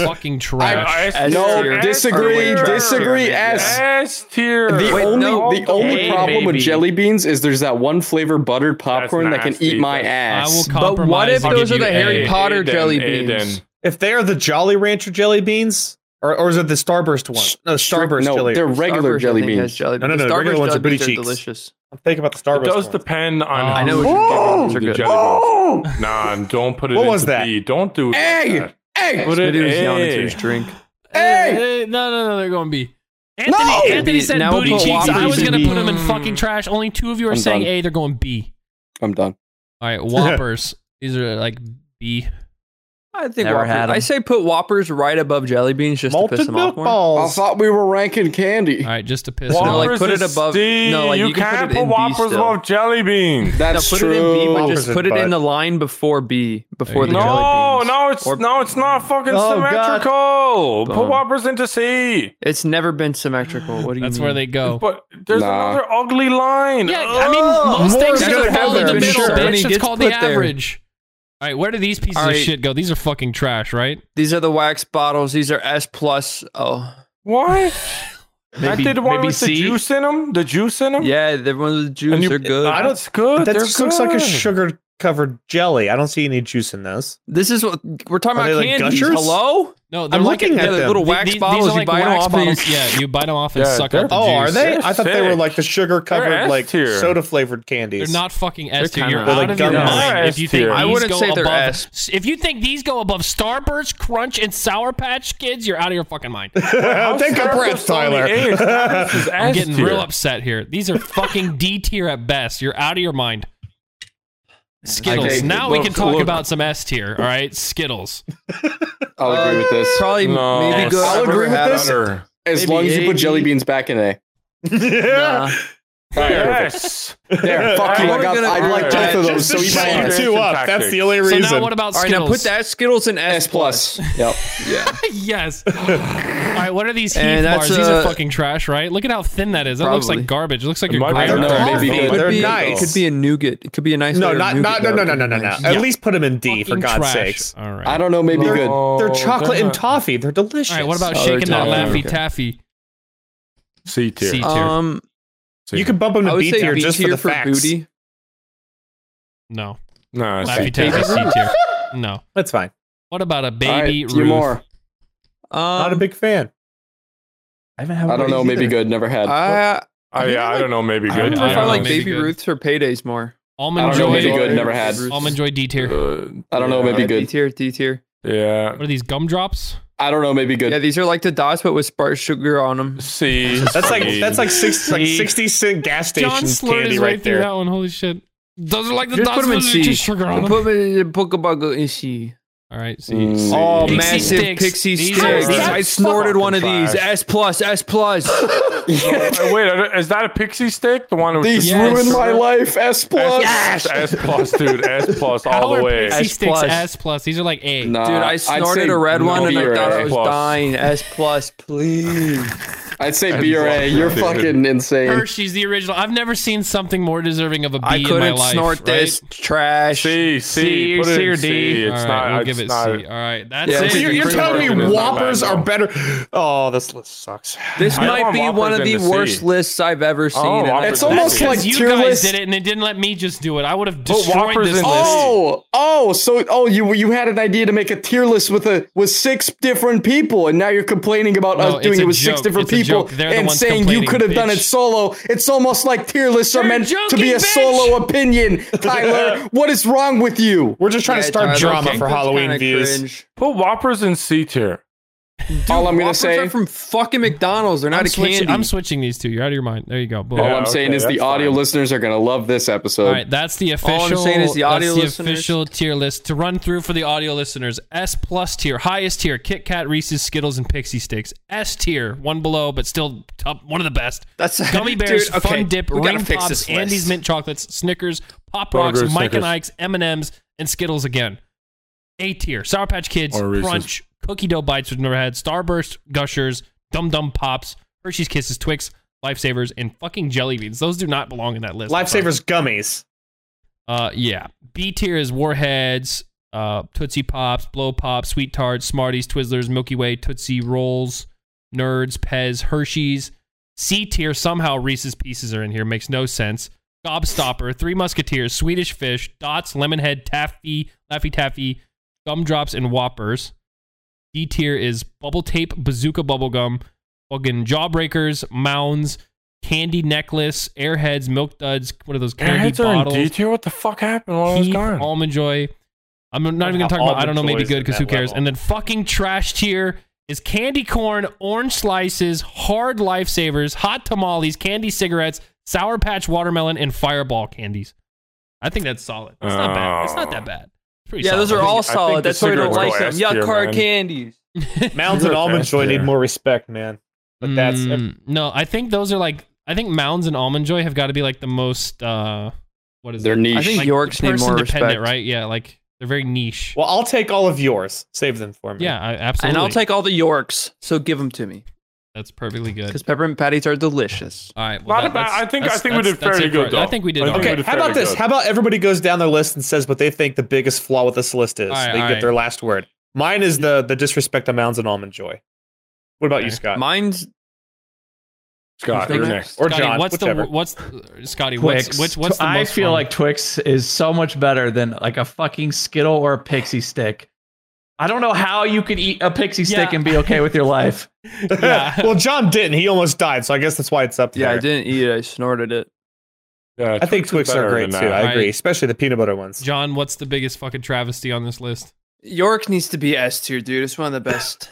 fucking trash.
S
No,
tier.
disagree,
S tier.
disagree, S.
S tier.
The
Wait,
only
no.
the only
Hey,
problem with
baby.
jelly beans is there's that one flavor buttered popcorn that can
nasty.
eat my
I
ass.
will
But
compromise.
what if
and
those
give
are the
you
Harry
A.
Potter jelly
Aiden,
beans?
If they are the Jolly Rancher jelly beans, or, or is it the Starburst one? No, Starburst
no,
jelly.
they're regular
Starburst, I
jelly
think, has
beans.
Jelly
No, no,
beans.
no, the
Starburst
regular ones are
jelly
booty
beans
cheeks.
delicious.
I'm thinking about the
It
Starburst.
does
one.
depend on
Oh.
how
I
know what
you
you're
get into
doing. Those are
the
good.
jelly
Oh,
beans. Nah, and don't put it
What
into
was that?
B. Don't do it. like
egg,
that.
egg.
Put it
Smitty was yawning
A.
through his drink.
Hey!
Eh, No, no, no. They're going to be. Anthony,
No!
Anthony said
Now we'll
booty
put
cheeks. I
Whoppies
was
in
gonna
B.
put them in fucking trash. Only two of you are
I'm
saying
done.
A. They're going B.
I'm done.
All right, Whoppers. These are like B.
I think
Never
Whoppers.
had 'em.
I say put Whoppers right above jelly beans just to piss
Malted
them off
milk
more.
I
balls.
thought we were ranking candy.
All right, just to piss.
Whoppers
them
So, no,
off.
like, put it
is
above-
D.
no, like,
you,
you can put
can't
it
put
in B
Whoppers
still.
above jelly beans.
No,
That's
put
true.
it in B, but just
Whoppers
put it
in
in
butt.
the line before B, before
you
the
go.
No,
jelly beans.
no, it's
Or-
no, it's not fucking
Oh, God.
symmetrical. Put
Boom.
Whoppers into C.
It's never been symmetrical. What do you
That's
mean?
where they go.
But there's
Nah.
another ugly line.
Yeah, I mean, most
more
things
is
are gonna
gonna
fall
happen.
in the
I'm
middle,
sure.
Money
bitch. It's
gets
called the
put there.
average. All right, where do these pieces
All
of
right.
shit go? These are fucking trash, right?
These are the wax bottles. These are S plus. Oh,
What? Aren't
Maybe-
they the one
maybe
with the
C?
juice in them? The juice in them?
yeah, the ones with juice
you-
are good.
I don't, it's good.
That
They're
just looks like a
good.
sugar covered jelly. I don't see any juice in those.
This is what we're talking
Are
about.
they like
candies.
gushers?
Hello?
No,
I'm
like-
looking
Yeah,
at
the
them.
little
the-
wax
these-
bottles.
these are
you
like
buy them
wax
off and you-
bottles. Yeah, you bite them off and
Yeah,
suck
they're-
up. the
Oh, are
juice.
they?
They're
I thought they were
sick.
like the sugar covered
S
like
tier.
soda flavored candies.
They're not fucking S
They're
tier. You're
kinda-
out
They're
of
like
your
gummies.
They're
mind if
S
you think
tier.
these
I
wouldn't
go
say they're
above.
S.
If you think these go above Starburst, Crunch, and Sour Patch Kids, you're out of your fucking mind.
How
Take a
Starburst
breath,
only
Tyler.
is- Starburst is
I'm
S
getting
tier.
real upset here. These are fucking D tier at best. You're out of your mind. Skittles.
Okay,
now we
look,
can talk
look.
about some S tier. All right, Skittles.
I'll
Uh,
agree with this.
Probably
No,
maybe good.
I'll
I've
agree
never
with
had
this.
them.
Better.
As
maybe
long as you put
A.
jelly beans back in A.
Nah.
Yes.
There, fuck you. I, got,
gonna-
I like both of
Just
those, so
to
eat my
shut you
ass.
ass.
two up.
Tactics.
That's the only
So
reason.
now what about
All right,
Skittles?
now put that Skittles in S,
S plus. Yep.
Yeah.
yes. All right, what are these Heath
And that's,
bars? These are
uh,
fucking trash, right? Look at how thin that is. That looks
Probably.
like garbage. It looks like
It
you're
might be
I don't
grinding
know.
it.
They're
Maybe
awful.
it-
They're
Could be-
nice.
It could be a nougat. It could be a nice.
no,
layer of
not
nougat
not no
that
no
would
no
be
no no no.
nice.
At
Yeah.
least put them in D for
Fucking trash.
God's sakes.
All right.
I don't know. Maybe good.
They're
No,
chocolate and
not-
toffee. They're delicious.
All right, what about
Oh,
shaking that
they're
Laffy
tiny. Okay.
Taffy?
C tier.
C.
Um,
C
you can bump them
I
to
would
B
say
tier
B
just for
tier
the
for
facts.
booty.
No.
Nah,
Laffy
C
Taffy
tier.
C tier. No.
That's fine.
What about a
All right,
baby
a
Ruth?
few more.
Um,
Not a big fan.
I haven't had
I don't
one
know.
of these
Maybe
either.
good. Never had.
I,
Oh,
I think
yeah,
I
I don't know. Maybe
I
good.
don't
prefer
know,
I
like
maybe
Baby
good.
Ruth's or Paydays more.
Almond
I don't know, maybe
Joy.
good, never had.
Almond Joy D tier.
I don't know. Maybe
Yeah, D
good.
tier, D tier.
Yeah.
What are these gumdrops?
I don't know. Maybe
Yeah,
good.
these are like the dots, but with spark sugar on them.
C.
That's like that's like six like
C.
sixty cent gas station
John slurred
candy
his way
right,
through that
there.
one. Holy shit. Those are like the
Just
dots
put them in
with
C.
the sugar on them.
Put them in Pokebug and C.
All right, see.
Mm.
Oh,
Pixie
massive
sticks.
pixie
These
sticks.
are- These
I
are
snorted one of
fucking
these.
trash.
S plus, S plus.
Uh, Wait, are- is that a pixie stick? The one with
These
the
Yes.
ruined my life. S plus.
S, S plus, dude. S plus all
Our
the way.
Pixie
S
sticks
plus.
S plus. These are like A.
Nah,
Dude, I
I'd
snorted
say
a red one and
B
I
or
thought
A.
I was
Plus.
dying. S plus, please.
I'd say BRA. You're fucking insane.
Hershey's the original. I've never seen something more deserving of a B
I
in my
couldn't
life.
snort
right?
this trash.
C, C,
C,
put it
C
in
or D.
C.
All
It's
right,
not.
We'll
it's
give it
not,
C. All right, that's
Yeah,
it.
it's a
You're, you're
Pretty
telling
American
me
is not
Whoppers
bad,
are
though.
better. Oh, this list sucks.
This
I
might
want
be one
Whoppers
of the
in the
worst
C.
lists I've ever seen. and I-
Whoppers
It's almost
in the
like
C.
you
tier
guys
list-
did it, and it didn't let me just do it. I would have
But
destroyed
Whopper's
this
in
list.
this.
Oh, oh, so oh, you you had an idea to make a tier list with a with six different people, and now you're complaining about
No,
us
it's
doing
a
it with
joke.
six
It's
different
a
people
joke. They're the
and
ones
saying you
complaining,
could have done it
bitch.
solo. It's almost like tier lists are
You're
meant to
joking,
be a
bitch.
solo opinion, Tyler. what is wrong with you?
We're just trying to
Yeah,
start
Tyler,
drama
okay.
for
That's
Halloween
kinda
views.
cringe.
Put Whoppers in C tier.
All I'm gonna
Whoppers
say.
are from fucking McDonald's. They're not
I'm
a candy.
switching, I'm switching these two. You're out of your mind. There you go. Boom.
all
Yeah,
I'm saying
okay,
is the
that's
audio
fine.
listeners are gonna love this episode.
All right, that's the official.
All I'm saying is the audio
that's the
listeners-
official tier list to run through for the audio listeners. S plus tier, highest tier: Kit Kat, Reese's, Skittles, and Pixie Sticks. S tier, one below, but still top, one of the best.
That's
Gummy bears,
Dude, okay,
Fun Dip,
we gotta
Ring
fix
Pops,
this list.
Andes mint chocolates, Snickers, Pop
Burger,
Rocks, Mike and
Snickers.
Ike's, M and M's, and Skittles again. A tier: Sour Patch Kids,
Or Reese's.
Crunch, Cookie Dough Bites we've never had, Starburst, Gushers, Dum Dum Pops, Hershey's Kisses, Twix, Lifesavers, and fucking Jelly Beans. Those do not belong in that list. I'm sorry.
Lifesavers gummies.
Uh, yeah. B tier is Warheads, uh, Tootsie Pops, Blow Pops, Sweet Tarts, Smarties, Twizzlers, Milky Way, Tootsie Rolls, Nerds, Pez, Hershey's. C tier somehow Reese's Pieces are in here. Makes no sense. Gobstopper, Three Musketeers, Swedish Fish, Dots, Lemonhead, Taffy, Laffy Taffy, Gumdrops, and Whoppers. D tier is Bubble Tape, Bazooka Bubblegum, fucking Jawbreakers, Mounds, Candy Necklace, Airheads, Milk Duds, what are those candy
Airheads are in
bottles?
D tier. What the fuck happened? Why was
Keith,
gone?
Almond Joy. I'm not even gonna talk about. I don't know. Maybe good because who cares? And then fucking trash tier is candy corn, orange slices, hard lifesavers, hot tamales, candy cigarettes, sour patch watermelon, and fireball candies. I think that's solid. It's not bad. It's not that
Oh.
bad. It's pretty
Yeah,
solid.
those are all
I think
solid.
the
That's why I don't
cigarettes
like
go
them.
S
Yuck
tier,
hard
man.
candies.
Mounds and
You're a
almond
fast
joy need
player.
more respect, man. But that's
Mm, no. I think those are like. I think Mounds and Almond Joy have got to be like the most. uh What is
They're
it?
niche.
I think Yorks need more
person-dependent,
respect,
right? Yeah, like they're very niche.
well. I'll take all of yours. Save them for me.
yeah, I,
And
absolutely.
I'll take all the Yorks. So give them to me
that's perfectly good.
because peppermint patties are delicious.
All right.
Not a bad-
that's-
I think-
that's-
I think we
that's-
did
that's
fairly
it for
good,
it. I
though.
think we did.
I think
okay.
we
Okay,
Dude,
how about
very
this?
good.
How about everybody goes down their list and says what they think the biggest flaw with this list is?
Alright,
they get
alright.
their last word. Mine is the the disrespect of Mounds and Almond Joy. What about you,
Okay.
Scott?
Mine's
Uh, Scott,
Who's
you're
next?
next.
or
Scotty,
John,
what's
whichever.
the what's uh, Scotty?
Twix.
What's what's, what's the
I
most
feel
fun?
like Twix is so much better than like a fucking Skittle or a Pixie stick. I don't know how you could eat a Pixie stick
Yeah.
and be okay with your life.
Yeah.
well, John didn't. He almost died, so I guess that's why it's up
yeah,
there.
I didn't eat it. I snorted it.
Yeah,
I think Twix are great too. I agree,
Right.
especially the peanut butter ones.
John, what's the biggest fucking travesty on this list?
York needs to be S tier, dude. It's one of the best.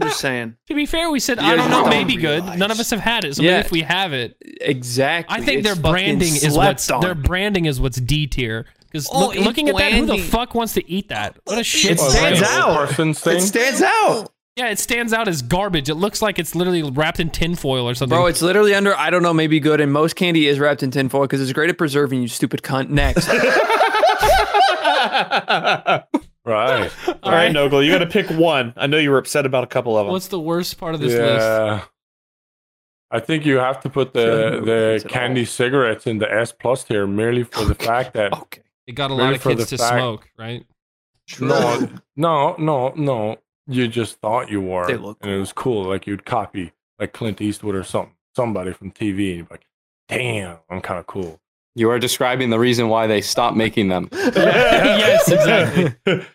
Just saying.
To be fair, we said
Yeah,
I don't
you
know,
don't
maybe good.
realize.
None of us have had it, so
Yeah.
maybe if we have it,
Exactly.
I think
It's
their
fucking
branding is
slept
what's
on.
their branding is what's D tier. Because
Oh, it's
looking at that, who the
blanding.
fuck wants to eat that? What a shit!
It stands
brand.
out.
Person's
It
thing.
stands out.
Yeah, it stands out as garbage. It looks like it's literally wrapped in tinfoil or something.
Bro, it's literally under I don't know, maybe good, and most candy is wrapped in tinfoil because it's great at preserving, you stupid cunt. Next.
Right.
All right, Noggle, you got to pick one. I know you were upset about a couple of them.
what's the worst part of this list?
yeah. I think you have to put the
Shouldn't notice
the
at
candy cigarettes in the S plus tier merely for the fact that
okay.
It got a
Really
lot of
for
kids
the
to
fact-
smoke, right?
no, no, no, no. You just thought you were,
They look
and it was cool. Like you'd copy like Clint Eastwood or something, somebody from TV, and you'd be like, "Damn, I'm kind of cool."
you are describing the reason why they stopped making them.
yes, exactly.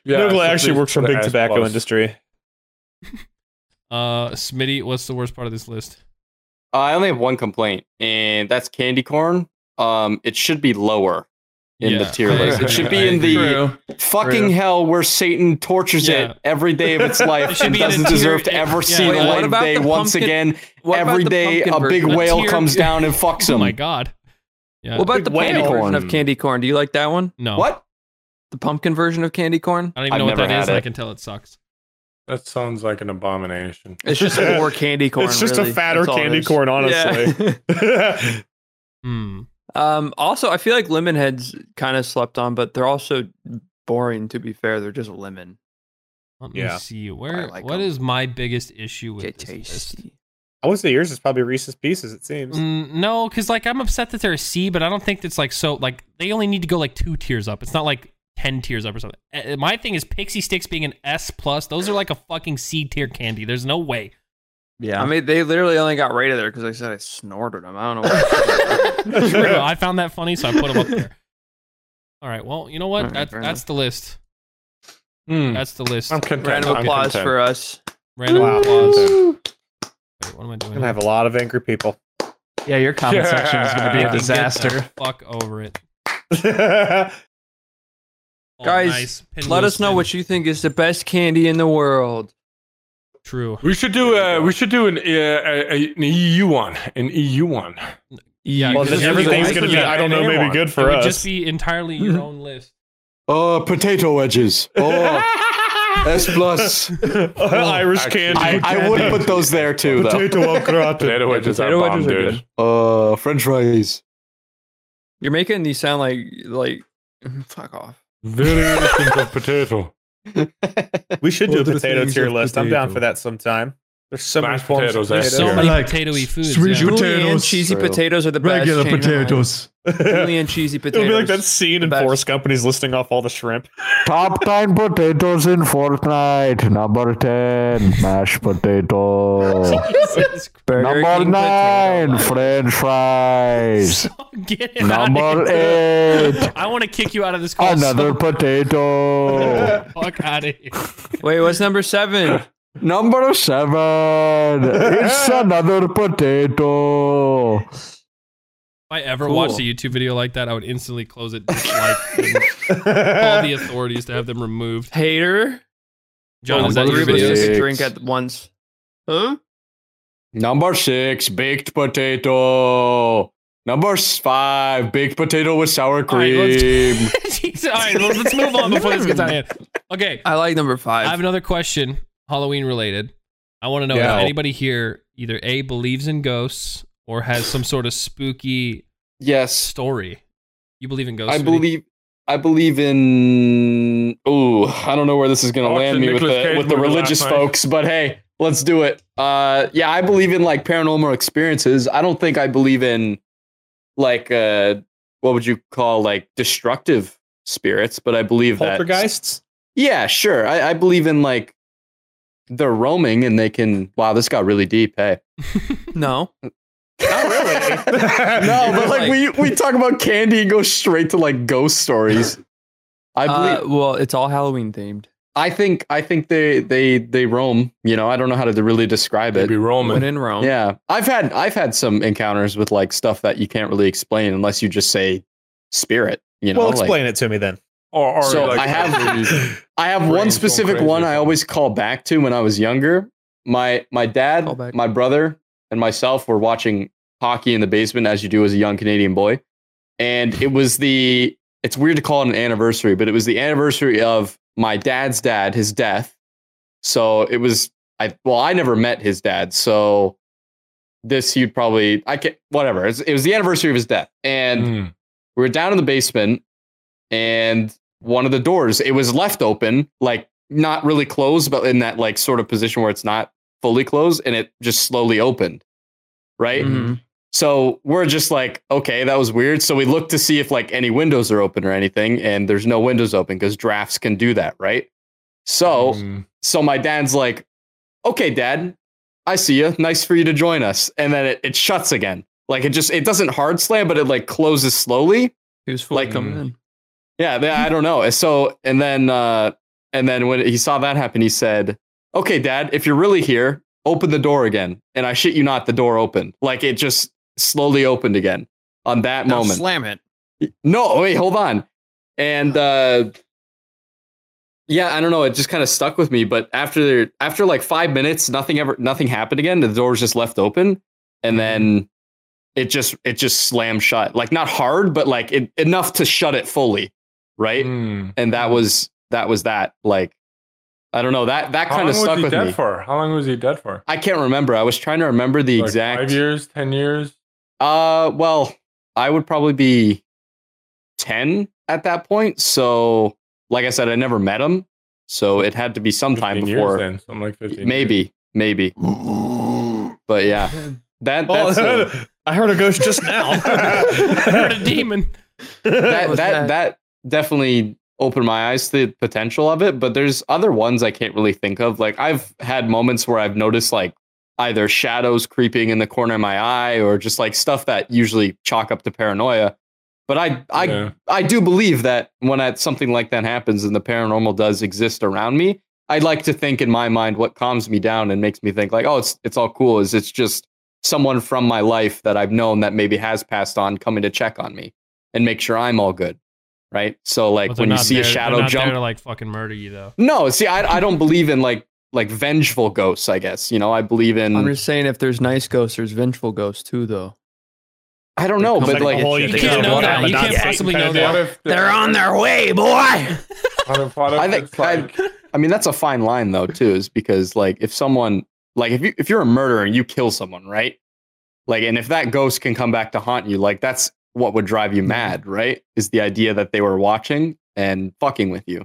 Noggle
so
actually
please
works for
put
big
S
tobacco
plus.
industry.
Uh, Smitty, what's the worst part of this list?
Uh, I only have one complaint, and that's candy corn. Um, it should be lower in the
Yeah.
tier list. It should
I
be in the fucking
True.
hell where Satan tortures
Yeah.
it every day of its
It
life
should
and
be in a
doesn't
tier-
deserve to
it-
ever
yeah,
see
wait,
the
what
light of
about
day
the
once
pumpkin-
again.
What about
every
the
day a
pumpkin
big
version?
whale
tier-
comes down and fucks
Oh
him.
my god. Yeah. Hmm.
What about the
Wait,
candy
whale.
version of candy corn? Do you like that one?
no.
What?
The pumpkin version of candy corn?
I don't even
I've
know what
never
that is.
had
and I
it.
can tell it sucks.
That sounds like an abomination.
It's just more candy corn.
it's just
really.
a fatter
That's all it
candy
is.
corn, honestly.
Yeah.
Hmm.
um, also, I feel like lemon heads kind of slept on, but they're also boring. To be fair, they're just lemon.
Let me
Yeah.
see. Where?
like
what
'em.
is my biggest issue with
Get
this list?
tasty.
I would say yours is probably Reese's Pieces. It seems.
Mm, no, because like I'm upset that they're a C, but I don't think that's like so. Like they only need to go like two tiers up. It's not like ten tiers up or something. Uh, My thing is Pixie Sticks being an S plus. Those are like a fucking C tier candy. There's no way.
I
Yeah.
mean, they literally only got rated there because I said I snorted them. I don't know. What
True. I found that funny, so I put them up there. All right. Well, you know
All
what?
right,
that's
fair
that's the list.
Mm.
That's the list.
Hmm. I'm content.
Random
I'm
applause
content.
for us.
Random
Wow.
applause. Wait, what am I doing?
I'm gonna have a lot of angry people.
Yeah, your comment section is going to be
Yeah.
a disaster.
Fuck over it, Oh,
Guys,
nice. Pin
Let
wheel
us know
spin.
what you think is the best candy in the world.
True.
We should do uh we should do an uh, a, a, an EU one an EU one.
Yeah.
well,
because
then
it's
everything's
like-
gonna be. I don't know. Maybe good
it
for
would
us.
just be entirely your own list.
Oh, potato wedges. Oh, S plus.
Irish
Actually,
candy.
I, I would put those there too, though.
potato al gratin.
Potato wedges
potato
are bomb,
wedges are
dude.
good.
Uh, French fries.
You're making these sound like like fuck off.
Very interesting of potato.
We should do a
What are the
potato
things
tier
of
list. I'm down
potato?
for that sometime. There's so many
Mashed
forms
potatoes,
of
eh?
There's so
Yeah.
many
Like
potatoey foods.
sweet
yeah.
potato-
Julian
Potatoes.
cheesy
True.
potatoes are the
regular
best. change my mind.
potatoes.
It'll
Julian cheesy potatoes.
be like that scene in
The best.
Forrest Company's listing off all the shrimp.
Top 10 potatoes in Fortnite. Number 10, mashed potato.
Jesus
Burger
Number
King potato.
9, french fries.
Christ. Get it out
Number
of here.
8,
I want to kick you out of this call.
another
so
potato.
fuck out of here.
Wait, what's number seven?
Number 7, it's another potato.
If I ever
Cool.
watched a YouTube video like that, I would instantly close it, dislike, and call the authorities to have them removed.
Hater.
John, is that
Number
your
Three of us
video?
six.
took a drink at once. Huh?
Number six, baked potato. Number s- five, baked potato with sour
All right, let's-
cream.
Jeez, all right, well, let's move on before this gets out of hand. Okay,
I like number
I
five.
have another question, Halloween related. I want to know
Yeah.
if anybody here either A, believes in ghosts or has some sort of spooky
yes,
story. You believe in ghosts?
I
Smitty?
believe. I believe in. Ooh, I don't know where this is
I
gonna
watched
land
the
me with
Nicolas
the
Cage
with the
movie last
religious
night.
folks, but hey, let's do it. Uh, yeah, I believe in like paranormal experiences. I don't think I believe in like uh, what would you call like destructive spirits, but I believe that
Poltergeists.
Yeah, sure. I, I believe in like they're roaming and they can. Wow, this got really deep. Hey,
no.
not Oh, really. no, but like we we talk about candy and go straight to like ghost stories. I believe.
Uh, well, it's all Halloween themed.
I think. I think they they they roam. You know, I don't know how to really describe it.
Maybe Roman.
When in Rome.
Yeah, I've had I've had some encounters with like stuff that you can't really explain unless you just say spirit. You know,
Well,
like-
explain it to me then.
Or, or
So
like
I have- I have one
Brain's going
specific
crazy.
one I always call back to when I was younger. My my
Call
dad,
back.
my brother, and myself were watching hockey in the basement as you do as a young Canadian boy. And it was the it's weird to call it an anniversary, but it was the anniversary of my dad's dad, his death. So it was I well, I never met his dad, so this you'd probably I can whatever. It was, it was the anniversary of his death. And
Mm.
we were down in the basement and one of the doors it was left open like not really closed but in that like sort of position where it's not fully closed and it just slowly opened right
Mhm.
so we're just like okay that was weird so we look to see if like any windows are open or anything and there's no windows open because drafts can do that right so
Mm.
so my dad's like, okay, dad, I see you. Nice for you to join us. And then it, it shuts again. Like it just, it doesn't hard slam, but it like closes slowly.
He was fully
Like,
coming in.
Yeah. th- I don't know. So, and then, uh, and then when he saw that happen, he said, okay, dad, if you're really here, open the door again. And I shit you not, the door opened. Like it just slowly opened again on that
Now
moment.
Slam it.
No, wait, hold on. And uh yeah, I don't know. It just kind of stuck with me. But after after like five minutes, nothing ever nothing happened again. The door was just left open,
Mm-hmm.
and then it just it just slammed shut. Like not hard, but like it, enough to shut it fully, right?
Mm.
And that was that was that. Like I don't know that that
How
kind
long
of
was
stuck
he
with
dead
me.
for? How long was he dead for?
I can't remember. I was trying to remember the
Like
exact
five years, ten years.
uh, well, I would probably be 10 at that point. So, like I said, I never met him. So it had to be sometime
15 years
before.
then, something like fifteen. years.
Maybe, maybe. But yeah, that that's a-
Oh, I heard a ghost just now.
Heard a demon.
that that that definitely opened my eyes to the potential of it. But there's other ones I can't really think of. Like I've had moments where I've noticed like either shadows creeping in the corner of my eye or just like stuff that usually chalk up to paranoia. But I I
Yeah.
I do believe that when I, something like that happens and the paranormal does exist around me, I'd like to think in my mind what calms me down and makes me think like, oh, it's it's all cool. Is it's just someone from my life that I've known that maybe has passed on coming to check on me and make sure I'm all good, right? So like
But they're
when you
not
see
there-
a
they're
shadow
not
jump,
there to like fucking murder you though.
no, see, I I don't believe in like like vengeful ghosts. I guess you know I believe in
I'm just saying, if there's nice ghosts, there's vengeful ghosts too, though.
I don't know,
It's
but
a
like
hole
You
dig
can't
out
know
of
that.
one
You
out of
can't
the
possibly
Kinda
know
the
that.
other-
their way, boy.
What if- what if
I think-
it's like-
I mean, that's a fine line though, too, is because like if someone like if you if you're a murderer and you kill someone, right? Like, and if that ghost can come back to haunt you, like that's what would drive you mad, right? Is the idea that they were watching and fucking with you.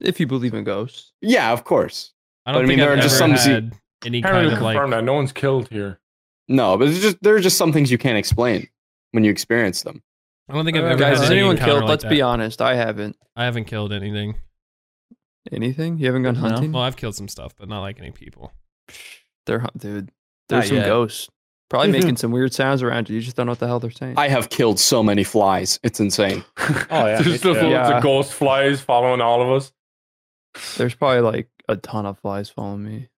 If you believe in ghosts,
Yeah, of course.
I don't
But
think
I mean, there
I've
are just
ever
some-
had any
Can't
kind
really
of
confirm
like.
that. No one's killed here.
No, but it's just there are just some things you can't explain when you experience them.
I don't think I've
Uh,
ever
guys,
had
has
any
anyone
encounter
killed?
Like
Let's
that.
be honest, I haven't.
I haven't killed anything.
Anything? You haven't gone
No.
hunting?
Well, I've killed some stuff, but not like any people.
They're hun- dude. There's
Not
some
yet.
ghosts. Probably making some weird sounds around you. You just don't know what the hell they're saying.
I have killed so many flies. It's insane.
Oh, yeah,
There's just
yeah.
loads
Yeah.
of ghost flies following all of us.
There's probably like a ton of flies following me.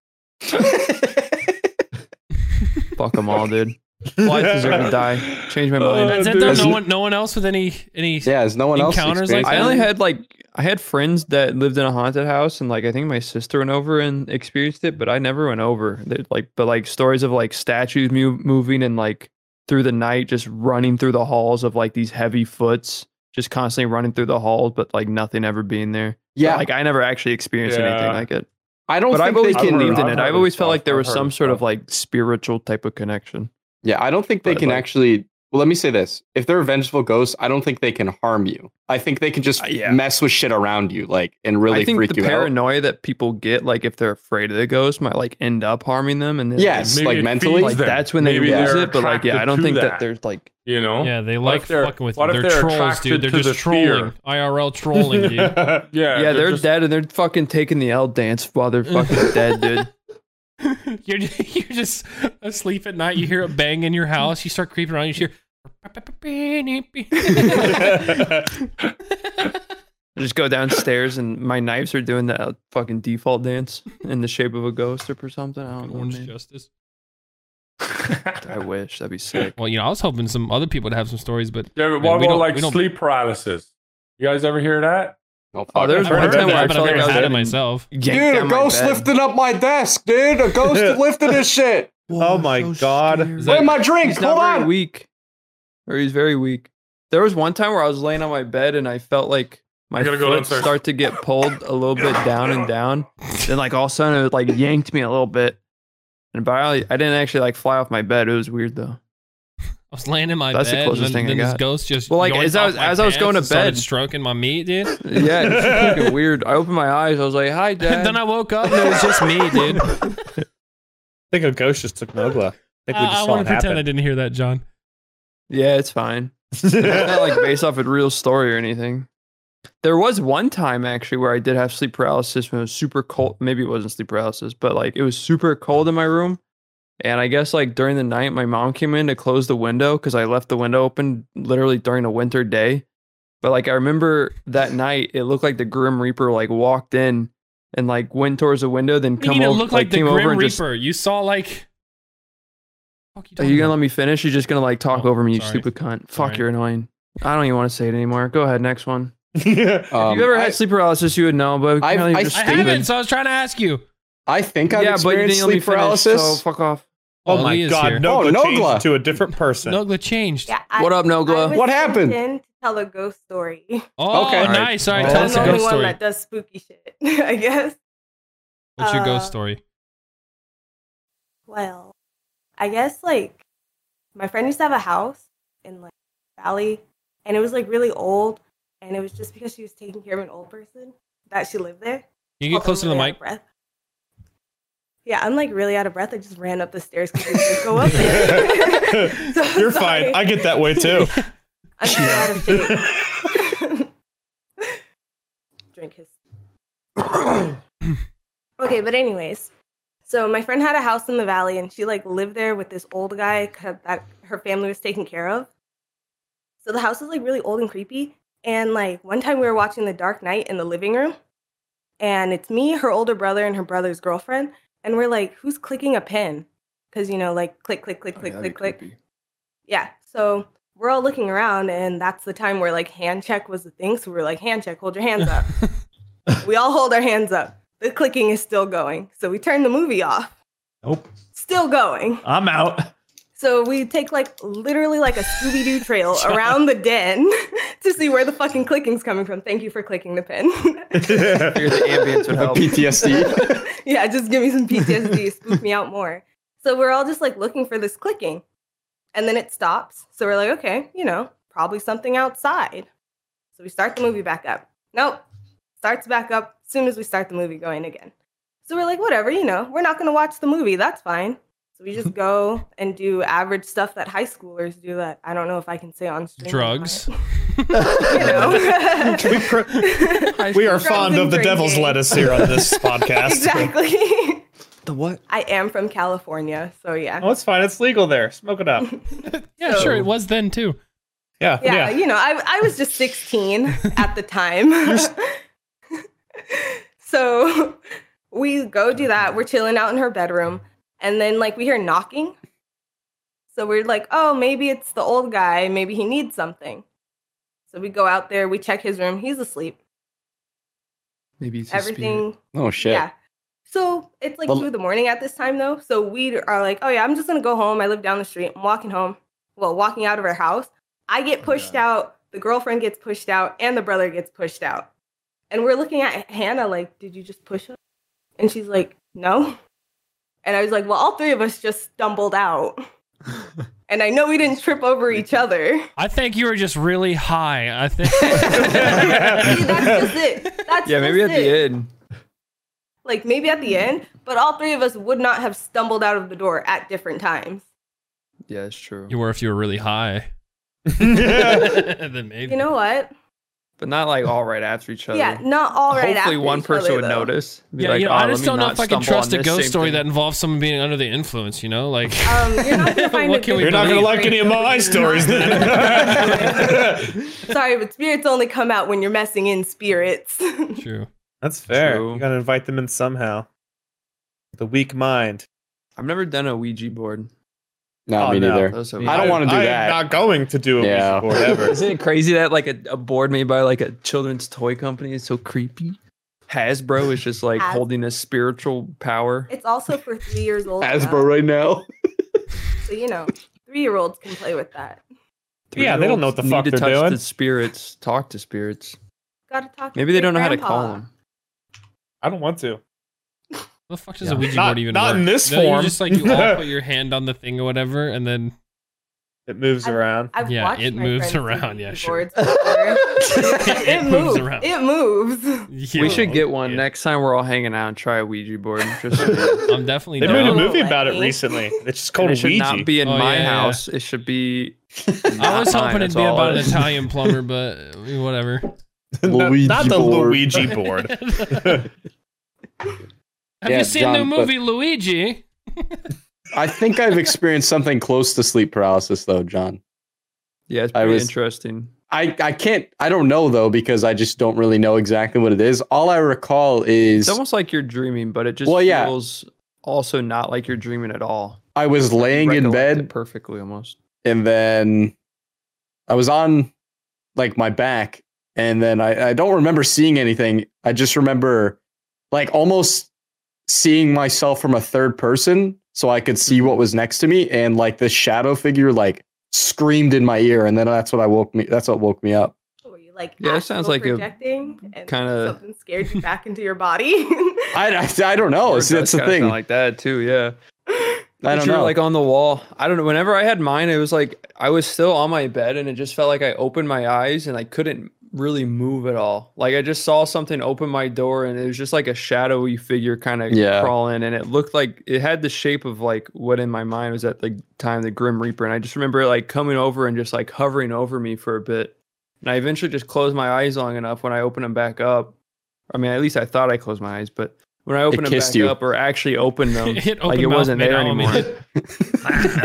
Fuck them all, dude. Flies deserve to die. Change my
Oh, Uh,
mind.
That's it though.
dude.
No one, no one else with any any.
yeah, is no one else
Encounters like
experienced
I
that?
only had like I had friends that lived in a haunted house, and like I think my sister went over and experienced it, but I never went over. They, like, but like stories of like statues mu- moving and like through the night, just running through the halls of like these heavy foots, just constantly running through the halls, but like nothing ever being there. But,
Yeah,
like I never actually experienced
Yeah.
anything like it.
I don't
But
think
I've always
they can
heard-
believed in
I've
it. I've
heard
always
of
felt
stuff.
like there
I've
was
heard
some
of
sort of
stuff.
like spiritual type of connection.
Yeah, I don't think they
But,
can
like-
actually. Well, let me say this: if they're vengeful ghosts, I don't think they can harm you. I think they can just
Uh, yeah.
mess with shit around you, like and really
I think
freak
the
you out.
paranoia that people get, like if they're afraid of the ghost, might like end up harming them. And then, like,
Yes,
Maybe
like
it
mentally.
feeds
like
them.
that's when they
Maybe
lose
they're
it. But like, yeah, I
attracted
don't
to
think that.
that.
there's like
You know?
Yeah, they
What
like
if they're-
fucking with
what
them.
if
They're,
they're
trolls,
attracted
dude. They're
to
just
the
trolling.
fear?
IRL trolling you.
Yeah,
yeah, they're,
just-
dead and they're fucking taking the L dance while they're fucking dead, dude.
you're you're just asleep at night. You hear a bang in your house. You start creeping around. You hear.
I just go downstairs and my knives are doing that fucking default dance in the shape of a ghost or something. I don't know.
Orange
man.
justice.
I wish that'd be sick.
Well, you know, I was hoping some other people would have some stories, but
Yeah, but
Man,
what
we
about
don't-
like
we don't-
sleep paralysis? You guys ever hear that?
Oh,
Oh,
fuck.
there's
I've
one
heard
time
of
where I
that, but
felt
I've
like
never
I was
had
dead
it
and
myself.
yanked
dude, a
down my
ghost
bed.
lifted up my desk, dude. A ghost lifted this shit.
Oh my God.
Is
Where
that-
my drink?
He's not
Hold
very
on.
weak, or he's very weak. There was one time where I was laying on my bed and I felt like my
I gotta go
foot
downstairs.
start to get pulled a little bit down and down. Then like all of a sudden it like yanked me a little bit, and but I, I didn't actually like fly off my bed. It was weird though.
I was laying in my
That's the
bed.
closest
and
thing
then,
I
then this
got.
ghost just
Well, like,
yoinked
as I
off
was-
my
as I was
pants
going to
and started
bed-
stroking my meat, dude.
Yeah, it was fucking weird. I opened my eyes. I was like, "Hi, Dad."
then I woke up and it was just me, dude. I,
I think a ghost just took Nogla. I think we just
I
saw
want
it
to pretend I
happen.
didn't hear that, John.
yeah, it's fine. It's not like based off a real story or anything. There was one time actually where I did have sleep paralysis when it was super cold. Maybe it wasn't sleep paralysis, but like it was super cold in my room. And I guess like during the night, my mom came in to close the window because I left the window open literally during a winter day. But like I remember that night, it looked like the Grim Reaper like walked in and like went towards the window, then
You
come
need to
over,
look like, the
came over
Grim
and just.
Reaper. You saw like. Fuck
Are
talking
you
about?
gonna let me finish? You're just gonna like talk
Oh,
over me, you
sorry.
stupid cunt. Fuck,
Sorry.
you're annoying. I don't even want to say it anymore. Go ahead, next one.
Um,
if you've ever
I-
had sleep paralysis, you would know, but
I've-
apparently
I-
you're just
I
Steven.
haven't, so I was trying to ask you.
I think I've
yeah, but you
experienced
didn't let me
sleep
finish,
paralysis.
so fuck off.
oh my
Leah's
God,
here.
Nogla,
Oh,
changed
Nogla.
into a different person.
Nogla changed.
Yeah, I,
what up,
I was
Nogla?
What happened?
sent In to tell a ghost story.
Oh,
Okay.
nice. All right,
Oh,
tell
I'm
us
the
a
okay.
only
ghost
one
story.
that does spooky shit, I guess.
What's your ghost
uh,
story?
Well, I guess like my friend used to have a house in like Valley, and it was like really old, and it was just because she was taking care of an old person that she lived there.
Can you get
Hold on,
closer to the
I'm really
mic?
out of breath. Yeah, I'm like really out of breath. I just ran up the stairs because we did go up there. So I'm
You're
sorry.
fine. I get that way too.
I'm so out of shape. Drink his. okay, but anyways, so my friend had a house in the valley, and she like lived there with this old guy 'cause that her family was taking care of. So the house is like really old and creepy. And like one time we were watching The Dark Knight in the living room, and it's me, her older brother, and her brother's girlfriend, and we're like, who's clicking a pen? Because you know, like click, click,
Oh,
click, click, click, click. Yeah. So we're all looking around, and that's the time where like hand check was the thing. So we were like, hand check, hold your hands up. we all hold our hands up. The clicking is still going. So we turn the movie off.
Nope.
Still going.
I'm out.
So we take like literally like a Scooby Doo trail around the den to see where the fucking clicking's coming from. Thank you for clicking the pin.
I figured the ambience would help.
PTSD.
yeah, just give me some PTSD, spook me out more. So we're all just like looking for this clicking. And then it stops. So we're like, okay, you know, probably something outside. So we start the movie back up. Nope. Starts back up as soon as we start the movie going again. So we're like, whatever, you know, we're not going to watch the movie. That's fine. So we just go and do average stuff that high schoolers do that I don't know if I can say on stream.
Drugs.
You know?
We, pr- we are fond of the devil's
drinking.
lettuce here on this podcast.
exactly.
The what?
I am from California, so yeah.
Oh, it's fine. It's legal there. Smoke it up.
Yeah, sure. It was then too.
Yeah,
yeah,
yeah.
you know, I I was just 16 at the time. so we go do that. We're chilling out in her bedroom, and then like we hear knocking. So we're like, oh, maybe it's the old guy. Maybe he needs something. So we go out there. We check his room. He's asleep.
Maybe it's
Everything.
Oh shit.
Yeah. So it's like
Well-
two in the morning at this time though. So we are like, oh yeah, I'm just gonna go home. I live down the street. I'm walking home. Well, walking out of her house, I
Oh,
get pushed out. The girlfriend gets pushed out, and the brother gets pushed out. And we're looking at Hannah like, did you just push us? And she's like, no. And I was like, well, all three of us just stumbled out. and I know we didn't trip over each other.
I think you were just really high. I think.
See, that's just it. That's
Yeah, maybe at
just
the
it.
end.
like maybe at
Hmm.
the end, but all three of us would not have stumbled out of the door at different times.
Yeah, it's true.
you were if you were really high. then maybe.
You know what?
But not like all right after each other.
Yeah, not all right.
Hopefully,
after
one
each
person
other,
would
though.
notice. Be
yeah,
like,
you know,
"Oh,
I
let
just
me
don't know
not
if I can
stumble on
trust a
this
ghost
same
story
thing."
that involves someone being under the influence. You know, like
Um, you're not gonna find
What
a
can we
good
You're not gonna
Believe.
like any of my stories then.
Sorry, but spirits only come out when you're messing in spirits.
true.
That's fair.
True.
You gotta invite them in somehow. The weak mind.
I've never done a Ouija board.
Not
Oh,
me
no.
neither.
Those are
I don't
weird.
want to do
I
that.
am not going to do a
Yeah.
yeah. board ever.
Isn't it crazy that like a, a board made by like a children's toy company is so creepy? Hasbro is just like
Has-
holding a spiritual power.
it's also for three years old. and
Hasbro
up,
right now.
so you know, three year olds can play with that.
Yeah, they don't know what the
Need
fuck
to
they're
touch
doing.
the spirits, talk to spirits.
Gotta talk. To
Maybe they
your
don't know how to
grandpa.
call them.
I don't want to.
What the fuck does a
Yeah.
Ouija
Not-
board even
not
work?
in this
No, you
form.
just like you all put your hand on the thing or whatever, and then
It moves
I-
around.
I've
Yeah,
watched
it
my
moves
friends do
around, yeah,
Ouija
sure.
boards before. it,
It moves
moves.
around.
It moves.
we should get one next time we're all hanging out and try a Ouija board. Just
I'm definitely.
They
down.
made a
No.
movie about it
Like-
recently. It's just
And
called
it should
Ouija.
not be in
Oh,
my
yeah, yeah.
house. It should be.
I was hoping it'd be about an
an
Italian plumber, but uh, whatever.
No,
Luigi
not the
board.
Luigi board.
Have
Yeah,
you seen the
John, but-
movie Luigi?
I think I've experienced something close to sleep paralysis though, John.
Yeah, it's
I
pretty
was-
interesting.
I, I can't I don't know though because I just don't really know exactly what it is. All I recall is
It's almost like you're dreaming, but it just
Well, yeah.
feels also not like you're dreaming at all.
I was laying in
Recollect it
bed
perfectly almost.
and then I was on like my back and then I, I don't remember seeing anything. I just remember like almost seeing myself from a third person so I could see what was next to me and like this shadow figure like screamed in my ear and then that's what I woke me that's what woke me up.
Were you like
Yeah, that sounds
astral
like a
projecting and
kinda-
something scared you back into your body.
I, I, I don't know.
Or it
See, that's
does
the
kinda sound
thing.
Like that too, yeah.
I don't
you were
know.
like on the wall. I don't know. Whenever I had mine, it was like I was still on my bed, and it just felt like I opened my eyes and I couldn't really move at all. Like I just saw something open my door and it was just like a shadowy figure kind of
Yeah.
crawl in and it looked like it had the shape of like what in my mind was at the time the Grim Reaper and I just remember it like coming over and just like hovering over me for a bit. And I eventually just closed my eyes long enough when I opened them back up. I mean, at least I thought I closed my eyes, but when I opened them
kissed
back
you.
up or actually opened them,
It opened
like it
mouth
wasn't
made
there
out on me.
anymore.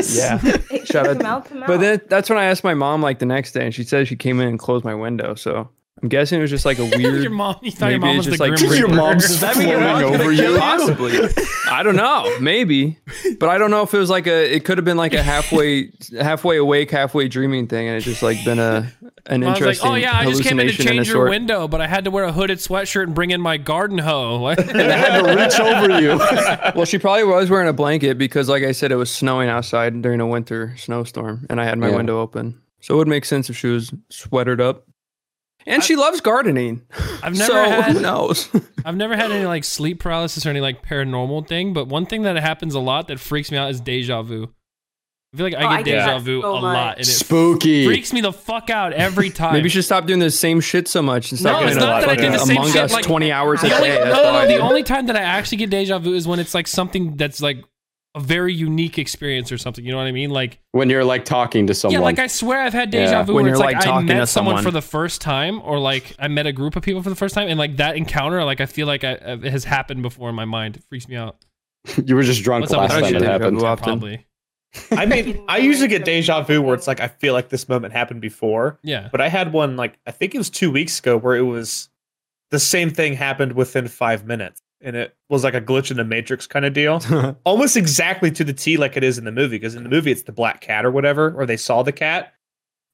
yeah.
It
Shout
goes
out-
mouth to mouth.
But then that's when I asked my mom like the next day, and she said she came in and closed my window. So I'm guessing it was just like a weird.
your mom, you thought
maybe
your mom
it's
was the
just like-
Grim
Did your
Reaper.
Does that mean your mom's gonna kill you?
Possibly. I don't know. Maybe, but I don't know if it was like a. It could have been like a halfway, halfway awake, halfway dreaming thing, and it's just like been a an
Mom's like,
interesting
oh yeah, I just came in to
hallucination in a
change your
sort.
window, but I had to wear a hooded sweatshirt and bring in my garden hoe. Like,
I had to reach over you.
Well, she probably was wearing a blanket because, like I said, it was snowing outside during a winter snowstorm, and I had my
Yeah.
window open. So it would make sense if she was sweatered up. And she loves gardening.
I've never
so
had
who knows?
I've never had any like sleep paralysis or any like paranormal thing, but one thing that happens a lot that freaks me out is deja vu. I feel like
Oh,
I
I
get
get
deja
that
vu
so
a
much.
lot, and it
Spooky.
freaks me the fuck out every time.
Maybe you should stop doing the same shit so much and
No,
stop
it's
playing
not that I
fucking
do the same
Among
shit,
Us
like-
20 hours a
The only,
day.
no,
That's
no,
all I
no. The
do.
only time that I actually get deja vu is when it's like something that's like a very unique experience or something. You know what I mean? Like,
When you're like talking to someone.
yeah, like I swear I've had deja
Yeah.
vu
When
where it's
you're,
like,
like,
I
talking
met
to
someone.
someone.
for the first time, or like I met a group of people for the first time, and like that encounter, like I feel like I, uh, it has happened before in my mind. It freaks me out.
you were just drunk
What's up with
last
that
time it
shit?
happened.
Often.
Probably,
I mean, I usually get deja vu where it's like I feel like this moment happened before,
yeah.
but I had one like I think it was two weeks ago where it was the same thing happened within five minutes, and it was like a glitch in the matrix kind of deal, almost exactly to the T like it is in the movie. Because in the movie, it's the black cat or whatever, or they saw the cat.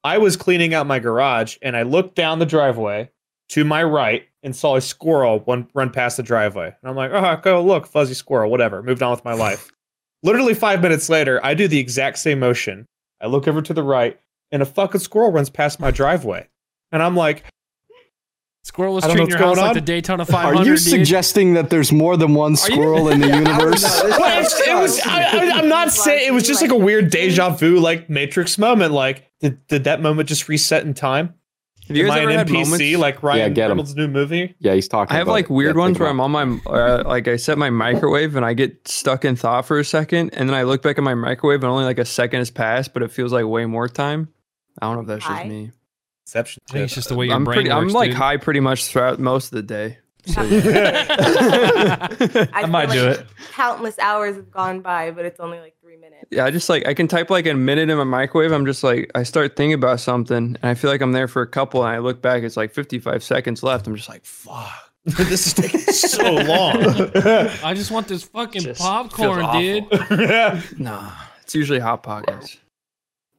I was cleaning out my garage and I looked down the driveway to my right and saw a squirrel one run past the driveway, and I'm like, oh, go look, fuzzy squirrel, whatever. Moved on with my life. Literally five minutes later, I do the exact same motion. I look over to the right, and a fucking squirrel runs past my driveway. And I'm like,
Squirrel was
I don't know
treating your
what's
house
going
like
on.
the Daytona 500.
Are you
dude.
suggesting that there's more than one squirrel in the universe?
Well, it's- it was. I, I, am not saying it was just like a weird deja vu, like Matrix moment. Like, did, did that moment just reset in time?
Have you
Am
guys
I
ever
an
had
NPC
moments?
like Ryan
get 'em.
Reynolds' new movie?
Yeah, he's talking.
I have
about
like
it.
weird
Yeah,
ones
think
where I'm
about
on my uh, like I set my microwave and I get stuck in thought for a second, and then I look back at my microwave and only like a second has passed, but it feels like way more time. I don't know if that's just
Hi.
me.
Inception.
I think it's just the way your
I'm
brain
pretty.
works.
I'm like
dude.
high pretty much throughout most of the day.
I,
I might
feel
do
like
it.
Countless hours have gone by, but it's only like three minutes.
Yeah, I just like I can type like a minute in my microwave. I'm just like I start thinking about something, and I feel like I'm there for a couple, and I look back, it's like 55 seconds left. I'm just like, fuck.
this is taking so long.
I just want this fucking
Just feels
popcorn,
awful.
dude.
Nah, it's usually hot pockets.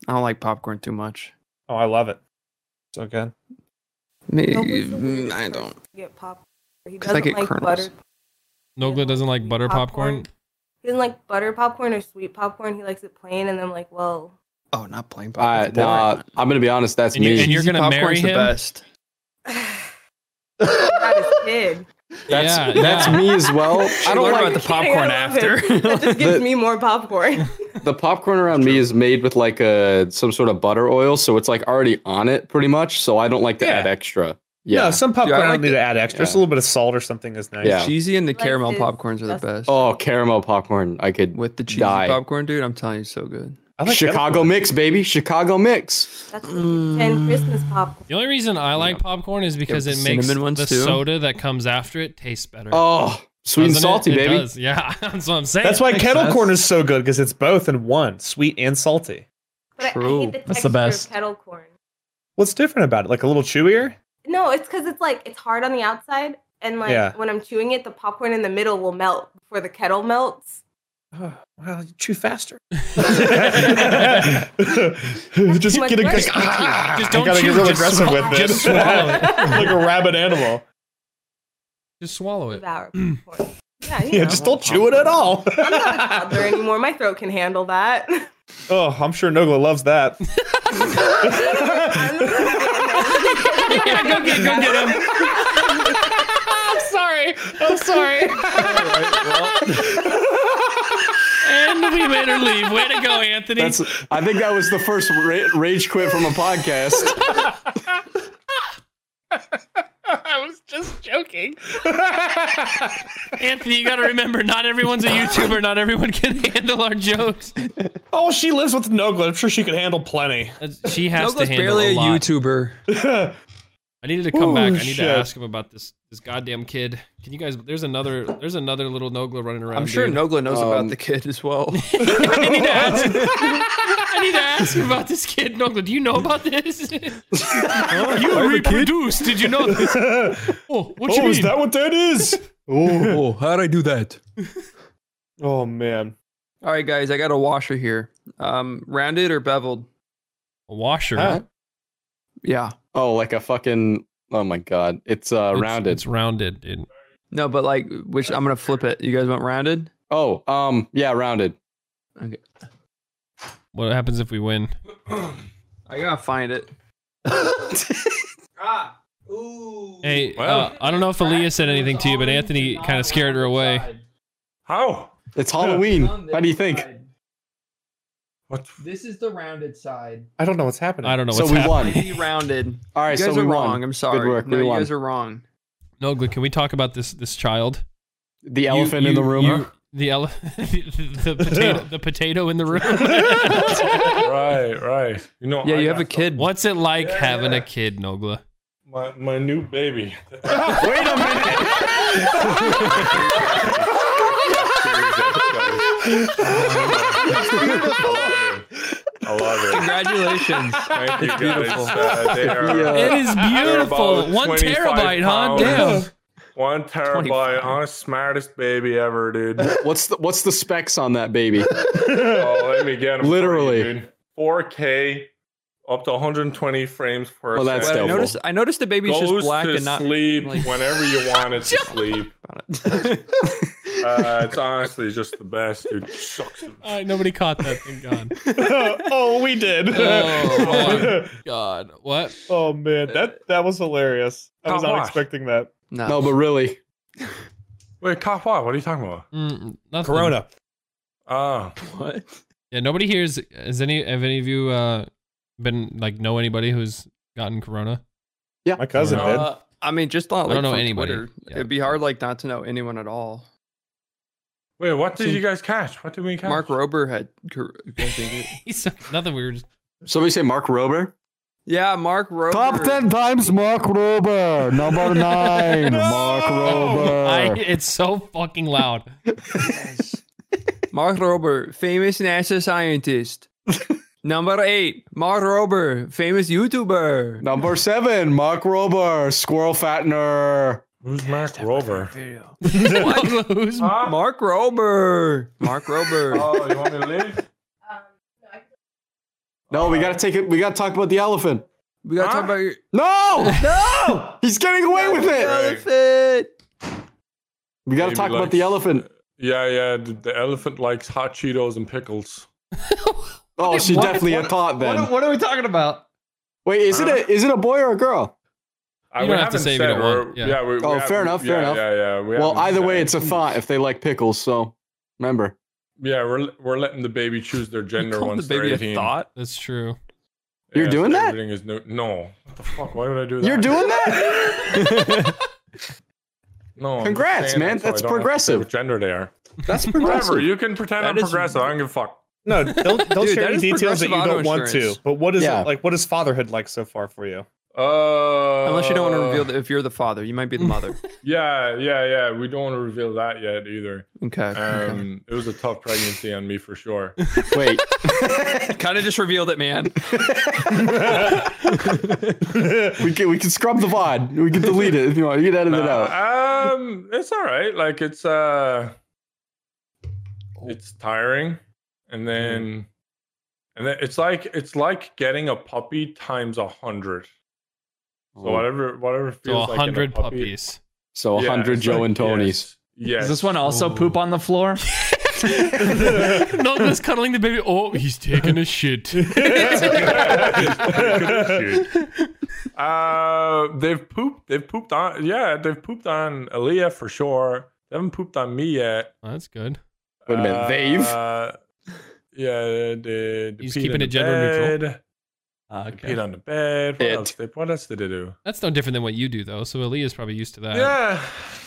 I don't like popcorn too much.
oh, I love it. So good.
Me,
No, but it's so weird
Mm, I
for
don't.
him to Get pop. He
'Cause I
doesn't
get
like
kernels.
butter.
Nogla doesn't like butter popcorn.
He doesn't like butter popcorn or sweet popcorn. He likes it plain, and I'm like, well,
Oh, not plain
it. Uh,
popcorn.
nah, I'm gonna be honest. That's
And you-
me.
and you're gonna
Popcorn's
marry
the
him?
best.
not his kid.
that's
yeah,
that's
yeah.
me as well. I don't
learned
like
about the
Kidding, I
popcorn
love it.
after.
That just gives
The-
me more popcorn.
the popcorn around me is made with like a some sort of butter oil, so it's like already on it pretty much. So I don't like to
Yeah.
add extra.
Yeah,
Yeah.
some popcorn
Dude, I
I
like
don't need to add extra.
Yeah.
Just a little bit of salt or something is nice.
Yeah.
Cheesy and the
Like
caramel
this.
popcorn popcorns are the
That's-
best.
oh, caramel popcorn. I could
With the cheesy
die.
popcorn, dude, I'm telling you, so good.
I like
Chicago mix, baby. Chicago mix.
That's and
Mm.
Christmas popcorn.
The only reason I like popcorn is because
Yeah,
it
the
makes
cinnamon ones
the
too.
soda that comes after it taste better.
Oh, sweet and
Doesn't it?
salty,
It
baby.
does. Yeah, that's what I'm saying.
That's why
Makes
kettle
sense.
corn is so good because it's both in one, sweet and salty.
But I, I
True.
hate the
That's
texture
the best.
of kettle corn.
What's different about it? Like a little chewier?
No, it's because it's like it's hard on the outside, and like
Yeah.
when I'm chewing it, the popcorn in the middle will melt before the kettle melts.
Oh, well, you chew faster. just
Like,
get a,
what?
like, ah,
Just don't
I gotta
chew,
get real
just
aggressive
swallow-
with it.
just swallow it.
like a rabid animal.
Just swallow it.
Devour popcorn. Yeah, you
Yeah,
know.
just don't chew it at all.
I'm not a toddler anymore. My throat can handle that.
oh, I'm sure Nogla loves that.
I'm the toddler.
yeah, go get, go get him. I'm sorry. I'm sorry. and we made her leave. Way to go, Anthony.
That's. I think that was the first ra- rage quit from a podcast.
was just joking.
Anthony, you got to remember, not everyone's a YouTuber. Not everyone can handle our jokes.
oh, she lives with Nogla. I'm sure she could handle plenty.
She has to
Douglas
handle
barely
a
a,
lot.
YouTuber.
I needed to come
Ooh,
back. I need
shit.
to ask him about this this goddamn kid. Can you guys? There's another. There's another little Nogla running around.
I'm sure
dude.
Nogla knows about
Um,
the kid as well.
I need to ask. I need to ask you about this kid, Nogla. Do you know about this? you reproduced. Did you know this? Oh, what you
oh, is
mean?
that what that is?
oh, how'd I do that?
oh man.
All right, guys, I got a washer here. Um, rounded or beveled?
a washer.
Huh?
Yeah.
Oh, like a fucking. Oh my god, it's uh
It's-
rounded.
It's rounded, dude.
No, but like, which I'm gonna flip it. You guys want rounded?
oh, um, yeah, rounded.
What happens if we win?
I gotta find it. Ah,
Hey,
Well.
uh, I don't know if Aaliyah said anything to you, but Anthony kind of scared her away.
How?
It's Halloween. How do you think?
What?
This is the rounded side.
I don't know what's happening.
I don't know
So
what's
we
happening.
won.
Be rounded.
All right,
you guys
so we
are wrong.
won.
I'm sorry.
Good work.
No,
we
you
won.
guys are wrong.
Nogla, can we talk about this this child?
The
You-
elephant in
you-
the room.
you- the ele- the potato the potato in the room.
right, right. You know.
Yeah,
I
you have a
got
kid.
What's it like
Yeah,
having
yeah.
a kid, Nogla?
My my new baby.
Wait a minute.
I love it.
Congratulations.
Thank you guys.
beautiful.
Uh, they are
Yeah.
It is beautiful.
about
One
25
terabyte, huh?
pounds.
Damn.
one terabyte.
25.
I'm the smartest baby ever, dude.
What's the what's the specs on that baby?
Oh, let me get 'em for you,
Literally.
dude. 4K, up to 120 frames per
Well, that's
second.
I
doubtful.
noticed. I noticed the baby's
Goes
just black
to
and not.
sleep
like-
whenever you want it to sleep. Uh, it's honestly just the best, dude. Sucks.
All right, nobody caught that. Thank God.
oh, we did.
Oh, God, what?
Oh, man, that that was hilarious. I was
Top
not
notch.
expecting that.
No.
No, but really,
Wait, cop what? What are you talking about?
Mm, nothing.
Corona.
Ah,
What?
Yeah, nobody here is. Has any? Have any of you uh, been like know anybody who's gotten Corona?
My cousin did.
Uh, I mean, just not.
I
Like,
don't know
from
anybody.
Twitter.
Yeah.
It'd be hard, like, not to know anyone at all.
wait, what did you guys catch? What did we catch?
Mark Rober had. cor- I think it-
He's nothing. We were just
somebody say Mark Rober.
Yeah, Mark Rober.
Top 10 times Mark Rober. Number 9, Mark
Uh.
I,
Rober.
it's so fucking loud.
Mark Rober, famous NASA scientist. Number eight, Mark Rober, famous YouTuber.
Number seven, Mark Rober, squirrel fattener.
Who's Mark Rover?
Who's-
Huh?
Mark Rober. Mark Rober.
Oh, you want me to leave?
Um, no, I-
No, we gotta take it. We gotta talk about the elephant.
we gotta
Huh?
talk about your
No, no, he's getting away with it.
elephant.
We gotta
Baby
talk about
likes-
the elephant.
Yeah, yeah. The, the elephant likes hot Cheetos and pickles.
Oh, she
What-
definitely a tot then.
What, what are we talking about?
Wait, is it a is it a boy or a girl?
I
You
Uh, we
don't have to
haven't
say if
said
you don't
we're-
want, yeah.
we, we
Oh,
haven't-
fair enough, fair
yeah,
enough.
Yeah, yeah. we
well,
haven't
either way,
said-
it's a font if they like pickles. So remember,
Yeah, we're we're letting the baby choose their gender
Called
once
the baby
they're
a
18.
thought.
That's true.
Yeah,
You're doing
so
that?
Everything is new. No. What the fuck? Why would I do that?
you're doing that.
No. I'm just
Congrats,
saying
man.
that so
That's
I don't have to say
progressive.
What gender they are?
That's
Whatever.
progressive.
You can pretend
That
I'm
is-
progressive. I don't give a fuck.
No, don't don't
Dude,
share
that
any
is
details that
progressive
you
auto
don't want to.
insurance.
But what is
Yeah.
it like? What is fatherhood like so far for you?
Uh,
Unless you don't want to reveal that if you're the father, you might be the mother.
Yeah, yeah, yeah. We don't want to reveal that yet either.
Okay.
Um, it was a tough pregnancy on me for sure.
Wait,
kind of just revealed it, man.
we can we can scrub the vod. We can delete it if you want. You can edit it
Nah,
out.
Um, it's all right. Like it's uh,
Oh.
it's tiring, and then,
Mm-hmm.
and then it's like it's like getting a puppy times a hundred. So whatever whatever
So
feels like in a
hundred
puppy.
puppies.
So
Yeah,
hundred
it's
Joe
like-
and Tonys.
Yes. yes.
Does this one also poop on the floor?
Nogla's cuddling the baby. Oh, he's taking a shit.
uh, they've pooped. They've pooped on. Yeah, they've pooped on Aaliyah for sure. They haven't pooped on me yet.
Oh, that's good.
Wait a minute, they've?
Uh, yeah, the, the
He's
peed
keeping
in
it gender neutral. Ah,
bed. Peed
Okay.
on the bed. What
It.
else? They- What else did they do?
That's no different than what you do, though. So Aaliyah's probably used to that.
yeah,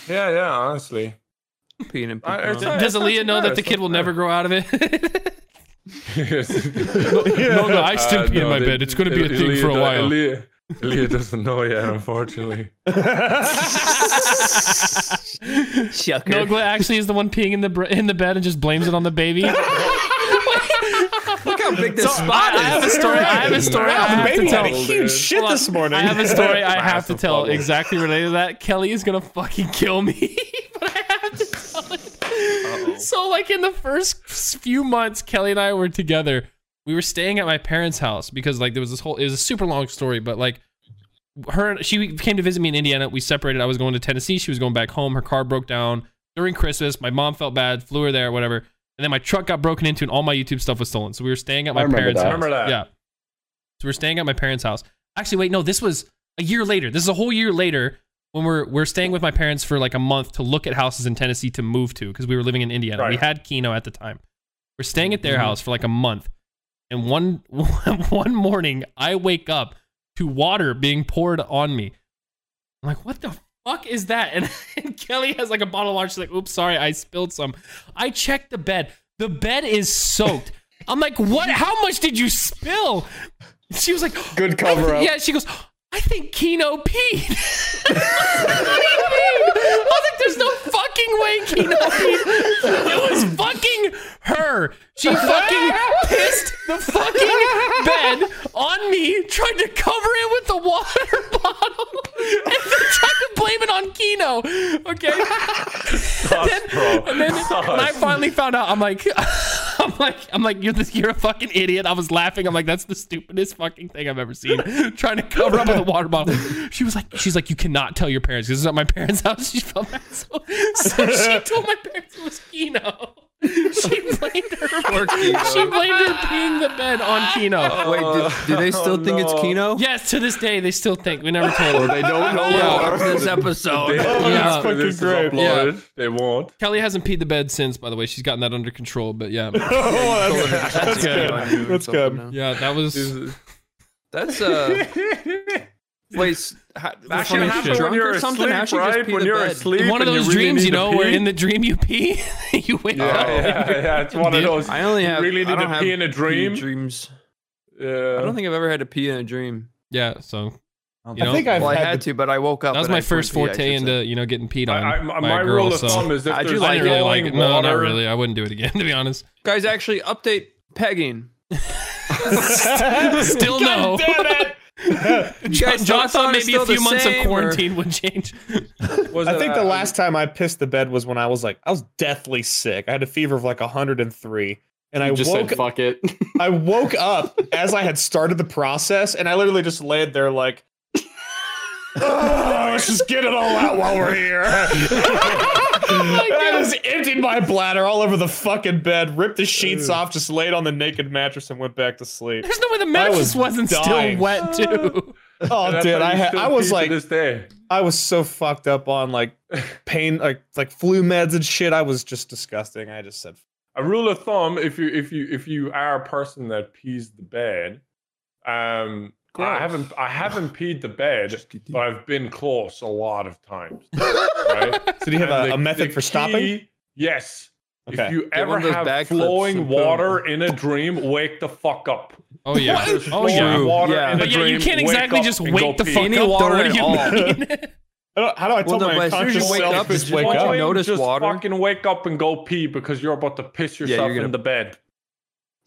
yeah, yeah. Honestly,
Peeing and
I-
pooping
it's
on-
not-
Does Aaliyah
not
know
bad,
that the
it's
kid
not
will never
bad.
grow out of it?
Uh, no,
no, I still pee in my bed. It's gonna be a thing for a while.
Leah, Leah doesn't know yet, unfortunately.
Shucker.
Nogla actually is the one peeing in the br- in the bed and just blames it on the baby. I
Look how big this spot is.
I have a story. I have a story. I
Wow, the
have to
baby had a
tell.
huge shit
Hold
this
on.
morning.
I have a story I have to
Massive
tell
bubble.
exactly related to that. Kelly is gonna fucking kill me, but I have to tell it. So, like in the first few months, Kelly and I were together. We were staying at my parents' house because like there was this whole. It was a super long story, but like her and she came to visit me in Indiana. We separated. I was going to Tennessee. She was going back home. Her car broke down during Christmas. My mom felt bad. Flew her there. Whatever. And then my truck got broken into, and all my YouTube stuff was stolen. So we were staying at my
I remember
parents'
that.
house.
Remember that.
Yeah. So we're staying at my parents' house. Actually, wait, no, this was a year later. This is a whole year later when we're we're staying with my parents for like a month to look at houses in Tennessee to move to because we were living in Indiana. We
Right.
had Keno at the time. We're staying at their house for like a month, and one one morning I wake up to water being poured on me. I'm like, what the fuck is that? And, and Kelly has like a bottle of water. She's like, oops, sorry, I spilled some. I checked the bed. The bed is soaked. I'm like, what? How much did you spill? She was like,
Good
I thi-
cover up.
Yeah, she goes, I think Kino peed. what do you mean? I was like, there's no fucking way Kino peed. It was fucking her. She fucking pissed the fucking bed on me, tried to cover it with the water bottle, and then tried to blame it on Kino. Okay. And then,
bro.
and then
Sus.
when I finally found out, I'm like, I'm like, I'm like, you're this, you're a fucking idiot. I was laughing. I'm like, that's the stupidest fucking thing I've ever seen. Trying to cover up with a water bottle. She was like, she's like, you cannot tell your parents. 'cause This is at my parents' house. She felt bad. So, so she told my parents it was Kino. She blamed her. She blamed her peeing the bed on Kino.
Wait, do, do they still
Oh,
think it's
no.
Kino?
Yes, to this day they still think we never told
Or
her.
they
Oh,
don't know
Yeah,
yeah.
this
Oh,
episode.
Oh,
Yeah.
When this is uploaded, They won't.
Kelly hasn't peed the bed since, by the way. She's gotten that under control. But yeah,
Oh, that's,
That's
that's
good.
good. That's good.
yeah, that was.
That's uh. Wait, s- how,
That
from
should happen
drunk
when you're
or something.
asleep,
how she
right?
just pee
when
the
you're
bed?
asleep,
one of
and
those
you really
dreams, you
need to
know, where
pee?
in the dream you pee, you wake
yeah,
up.
yeah, yeah, it's one of
Oh. Dude,
those.
I only have.
really
I
need
don't
to
have
pee in a dream.
dreams.
yeah.
I don't think I've ever had to pee in a dream.
Yeah, so
I
you know,
think I've
well, I
had,
had
the-
to, but I woke up.
that was
and I
my
couldn't
first
pee, I
forte
should
into
say.
you know getting peed
I,
on
I, my
by a
rule
girl.
of
So
thumb is if
I do
there's
I
like
didn't really like
boiling
it.
water,
No, not really. I wouldn't do it again, to be honest.
Guys, actually, update pegging.
Still no.
You guys,
John
thoughts on
thought
it
maybe
still
a few
the
months of
same, or-
quarantine would change.
Was
I
it,
think the
uh,
last time I pissed the bed was when I was like, I was deathly sick. I had a fever of like 103. And I
You just
woke
said fuck it.
I woke up as I had started the process, and I literally just laid there like, "Ugh, let's just get it all out while we're here.
Oh
And I just emptied my bladder all over the fucking bed, ripped the sheets off, just laid on the naked mattress, and went back to sleep.
There's no way the
I
mattress
was
wasn't
dying.
still wet too.
Oh,
that's
dude,
how
I
you
had,
still
I was
pee to
like,
this day.
I was so fucked up on like pain, like like flu meds and shit. I was just disgusting. I just said,
a rule of thumb if you if you if you are a person that pees the bed um I haven't I haven't peed the bed, but I've been close a lot of times. Right?
"So do you have
And
a,
the-
a method
the
for stopping?"
key- Yes. If
Okay.
you
one
ever
of those bag
have
clips
flowing
and put 'em-
water in a dream, wake the fuck up.
Oh yeah.
There's
Oh yeah.
flowing water
Yeah.
in a
But yeah, you
dream,
can't
wake
exactly
up
just
and
wake
go
the
pee.
fuck
Any
up.
water
What
at
do you
all.
mean?
I don't- How do I tell
Well, no,
my
but as soon as you
unconscious
wake
self
up,
to
it's
just wake
one
up?
thing. Notice
just
water.
fucking wake up and go pee because you're about to piss
you're
yourself
gonna-
in the bed.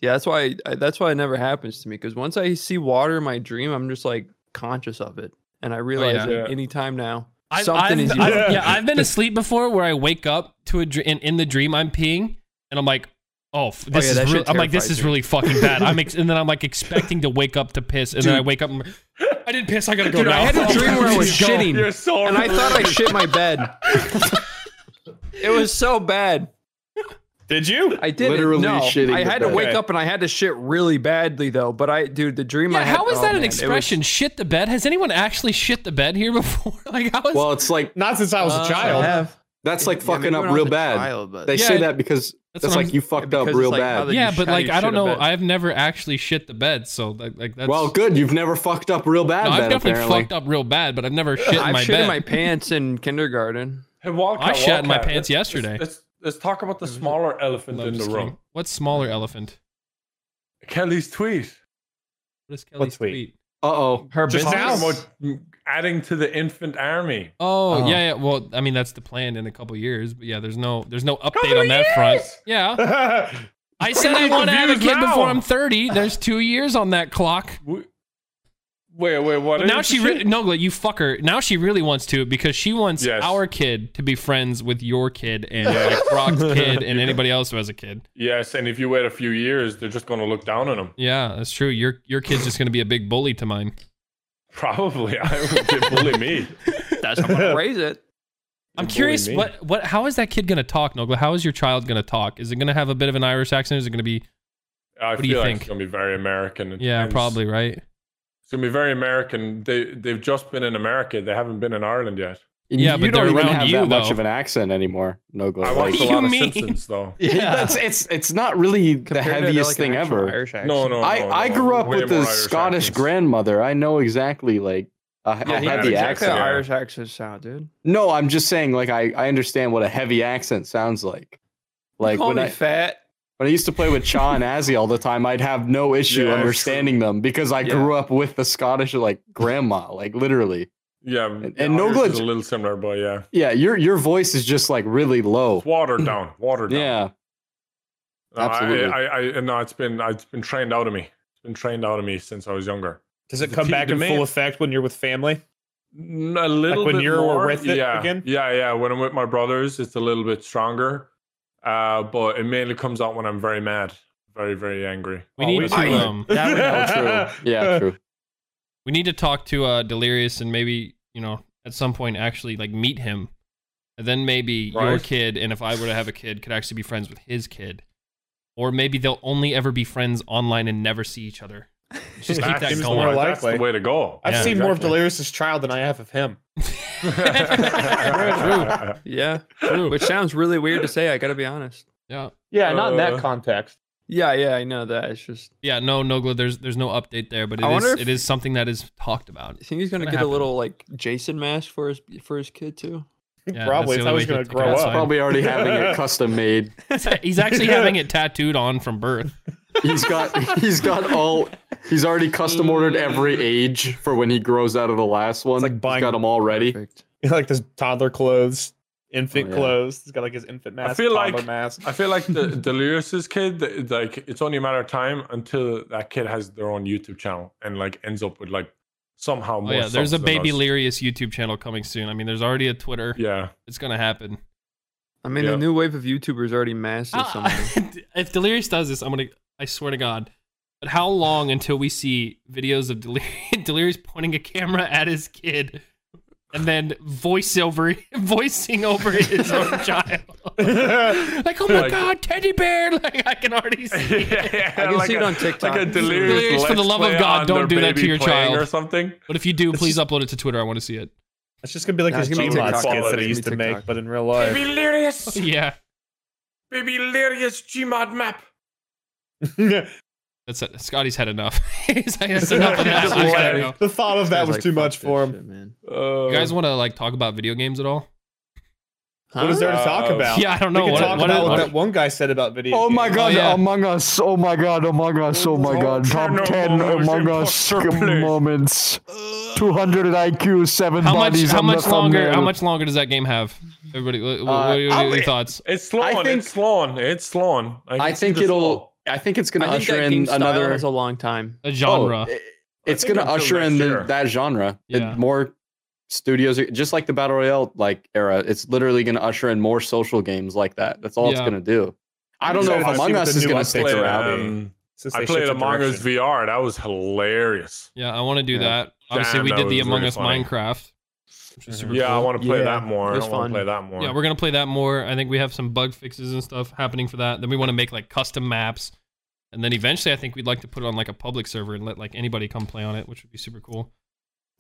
Yeah, that's why. I, that's why it never happens to me. Because once I see water in my dream, I'm just like conscious of it, and I realize
Oh, yeah.
that any time now
I've,
something
I've-
is.
I've-
used.
yeah, I've been asleep before where I wake up to a dr- in, in the dream I'm peeing and I'm like, oh, f-
yeah,
this
that
is
shit
real- I'm like this
terrifies
is
me.
really fucking bad. I'm ex- and then I'm like expecting to wake up to piss and then I wake up. and I'm like, I didn't piss. I gotta go
Dude,
now. Oh,
I had a dream where I was shitting,
You're so
and I thought I shit my bed. it was so bad.
Did you?
I did
Literally
no,
shitting
I
the
had to
bed.
wake
Okay.
up and I had to shit really badly though. But I, dude, the dream. I
Yeah,
had,
how is
oh,
that an
man, it was-
expression? Shit the bed? Has anyone actually shit the bed here before? Like, how is
Well, it's like
Not since I was a
Uh,
child.
That's like
Yeah,
fucking
maybe when I
up
was
real
a
bad.
child, but-
They
Yeah,
say
it-
that because that's,
what
like
I'm-
you fucked up
because
real
it's like how
bad.
they-
yeah,
you
but
shit-
like
you
I don't
shit
know.
a bed.
I've never actually shit the bed, so like, like that's
well, good. You've never fucked up real bad.
No, I've
then,
definitely
apparently.
fucked up real bad, but I've never shit in
I've
my
shit in
bed.
my pants in kindergarten.
Hey, Wildcat,
I shat in my
Wildcat,
pants
let's-
yesterday.
Let's, let's, let's talk about the smaller elephant
No,
in
I'm
the
just
room.
kidding. What smaller elephant?
Kelly's tweet.
What is Kelly's
tweet?
Uh oh.
Her
Just
business.
now?
Talking about adding to the infant army.
Oh,
Uh-huh.
Oh.
yeah, yeah. Well, I mean that's the plan in a couple years, but yeah, there's no there's no update
Couple
on that front.
years?
Yeah.
That's
I said I want to have a
confused
kid before
now.
I'm 30. There's 2 years on that clock.
We- Wait, wait, what?
But now
is
she
the
re-
shit?
no, like, you fucker. Now she really wants to because she wants
Yes.
our kid to be friends with your kid and like Brock's kid and anybody else who has a kid.
Yes, and if you wait a few years, they're just going to look down on him.
Yeah, that's true. Your your kid's just gonna be a big bully to mine.
Probably. I would they bully me.
That's how I'm gonna raise it.
I'm
bully
curious
me.
what what how is that kid gonna talk, Nogla? How is your child gonna talk? Is it gonna have a bit of an Irish accent? Is it gonna be
I
What do
feel
you
like
think?
it's going to be very American. and
Yeah,
tense.
probably, right?
It's going to be very American. They, they've just been in America. They haven't been in Ireland yet.
Yeah,
you
but
don't
they're
even
around
have
you,
that much
though.
of an accent anymore. No glow.
I watched a
do
lot
you
of
mean?
Simpsons, though.
That's it's it's not really the
Compared to,
heaviest
like, an
thing
actual
ever.
Irish accent.
No, no,
I,
no,
I
no.
grew up
Way
with
more
a
Irish
Scottish
accents.
grandmother. I know exactly like a, a
Yeah, he
heavy
knows exactly
accent.
how
accent.
Irish accents sound, dude.
No, I'm just saying like I, I understand what a heavy accent sounds like. Like
Call
when
me
I,
fat.
when I used to play with Cha and Azzy all the time, I'd have no issue
Yeah,
understanding them because I
Yeah.
grew up with the Scottish like grandma, like literally.
Yeah.
and
the
no
Irish
glitch.
is a little similar, but yeah.
Yeah, your your voice is just like really low.
It's watered down. Watered down.
Yeah.
No,
Absolutely.
I, I, I, no, it's been, it's been trained out of me. It's been trained out of me since I was younger.
Does it
The
come
tea
back in
demand-
full effect when you're with family?
N- A little
when
bit
you're
more.
with it
yeah.
again?
Yeah, yeah. When I'm with my brothers, it's a little bit stronger. Uh, but it mainly comes out when I'm very mad, very, very angry.
We need
Always.
to
I-
um
Oh, true. Yeah, true.
we need to talk to uh Delirious and maybe, you know, at some point actually like meet him. And then maybe your
Right.
kid and if I were to have a kid could actually be friends with his kid. Or maybe they'll only ever be friends online and never see each other. Just keep that
That's the
going.
way- That's the
Likely.
way to go.
I've
Yeah,
seen more of Delirious' child than I have of him.
True.
Yeah,
True.
which sounds really weird to say. I gotta be honest.
Yeah.
Yeah, not in that
Uh,
context.
Yeah, yeah, I know that. It's just
Yeah, no, Nogla, there's there's no update there, but it
I
is
wonder if-
it is something that is talked about.
I think he's gonna,
Gonna
get
happen.
a little like Jason mask for his for his kid too.
Yeah, that's
Probably. It's
the
how
only
he's
way
going
to
to
take
grow
it
up.
outside.
Probably already having it custom made.
he's actually having it tattooed on from birth.
He's got he's got all he's already custom ordered every age for when he grows out of the last one.
like
he's
buying-
got them all ready.
Perfect.
like his toddler clothes, infant
Oh, yeah.
clothes. He's got like his infant mask,
feel
toddler
like-
mask.
I feel like the Delirious kid, th- like it's only a matter of time until that kid has their own YouTube channel and like ends up with like somehow
Oh
more.
yeah, there's a
subs than
baby
us.
Lirius YouTube channel coming soon. I mean, there's already a Twitter.
Yeah,
It's gonna happen.
I mean,
Yeah.
the new wave of YouTubers already mastered
Ah. Uh,
something.
if Delirious does this, I'm gonna. I swear to God. But how long until we see videos of Delirious, Delirious pointing a camera at his kid, and then voiceover voicing over his own child? like, oh my
Like-
God, teddy bear! Like I can already see. It.
I
can see it on TikTok.
Like a delirious,
Delirious, for the
let's
love of
play
God,
on
don't
their
do that to
baby
your
playing
child.
or something.
But if you do,
It's
please
just-
upload it to Twitter. I want to see it.
It's just gonna be like
Nah,
his
it's gonna be
G-Mod
TikTok
skits that
quality.
he used
It's
to
gonna be
make,
TikTok.
but in real life.
Baby Lirius,
Yeah,
Baby Lirius Gmod map.
that's it. Scotty's had enough. He's like, that's enough of that.
Just
I gotta
let it
go.
the thought of that
Guys,
was
like,
too
fuck
much
this
for him.
shit, man.
Uh,
You guys want to like talk about video games at all?
What is there to talk
Uh,
about?
Yeah, I don't know.
we can
What,
talk
what-
about what,
what-
that one guy said about video.
Oh my
games.
god,
Oh, yeah.
Among Us. Oh my god, Among Us. Oh my god. Top
Turn
10
over,
Among Us
imposter, please.
moments.
Uh,
200 IQ, 7
how much?
bodies
How
on
much
the
longer?
thumbnail.
How much longer does that game have? Everybody, what, what, what are your-
I'll
your
be-
thoughts?
It's Sloan.
think-
It's Sloan. It's Sloan. can
I
see
think
the
it'll I think it's gonna
I think
usher
that
in
game another
another
is a long time.
A
Oh,
genre.
it- it's
I think
going to
until
usher in
next
the,
year.
that genre. It-
Yeah.
more studios, are, just like the battle royale like era, it's literally going to usher in more social games like that. That's all it's
Yeah.
going to do. I don't
excited
know if
to see
Among
what
Us
the
is
new
going to
update
stick
slow.
is.
around.
Um,
Since
I
they
played
shifted
Among Us
direction.
VR. That was hilarious.
yeah, I want to do
Yeah.
that. Obviously,
Damn,
we
that
did the
was
Among
really
Us
funny.
Minecraft. which was super
yeah, I
cool.
want to play
Yeah,
that more.
it
I
was
want
fun.
to play that more.
Yeah, we're gonna play that more. I think we have some bug fixes and stuff happening for that. Then we want to make like custom maps, and then eventually, I think we'd like to put it on like a public server and let like anybody come play on it, which would be super cool.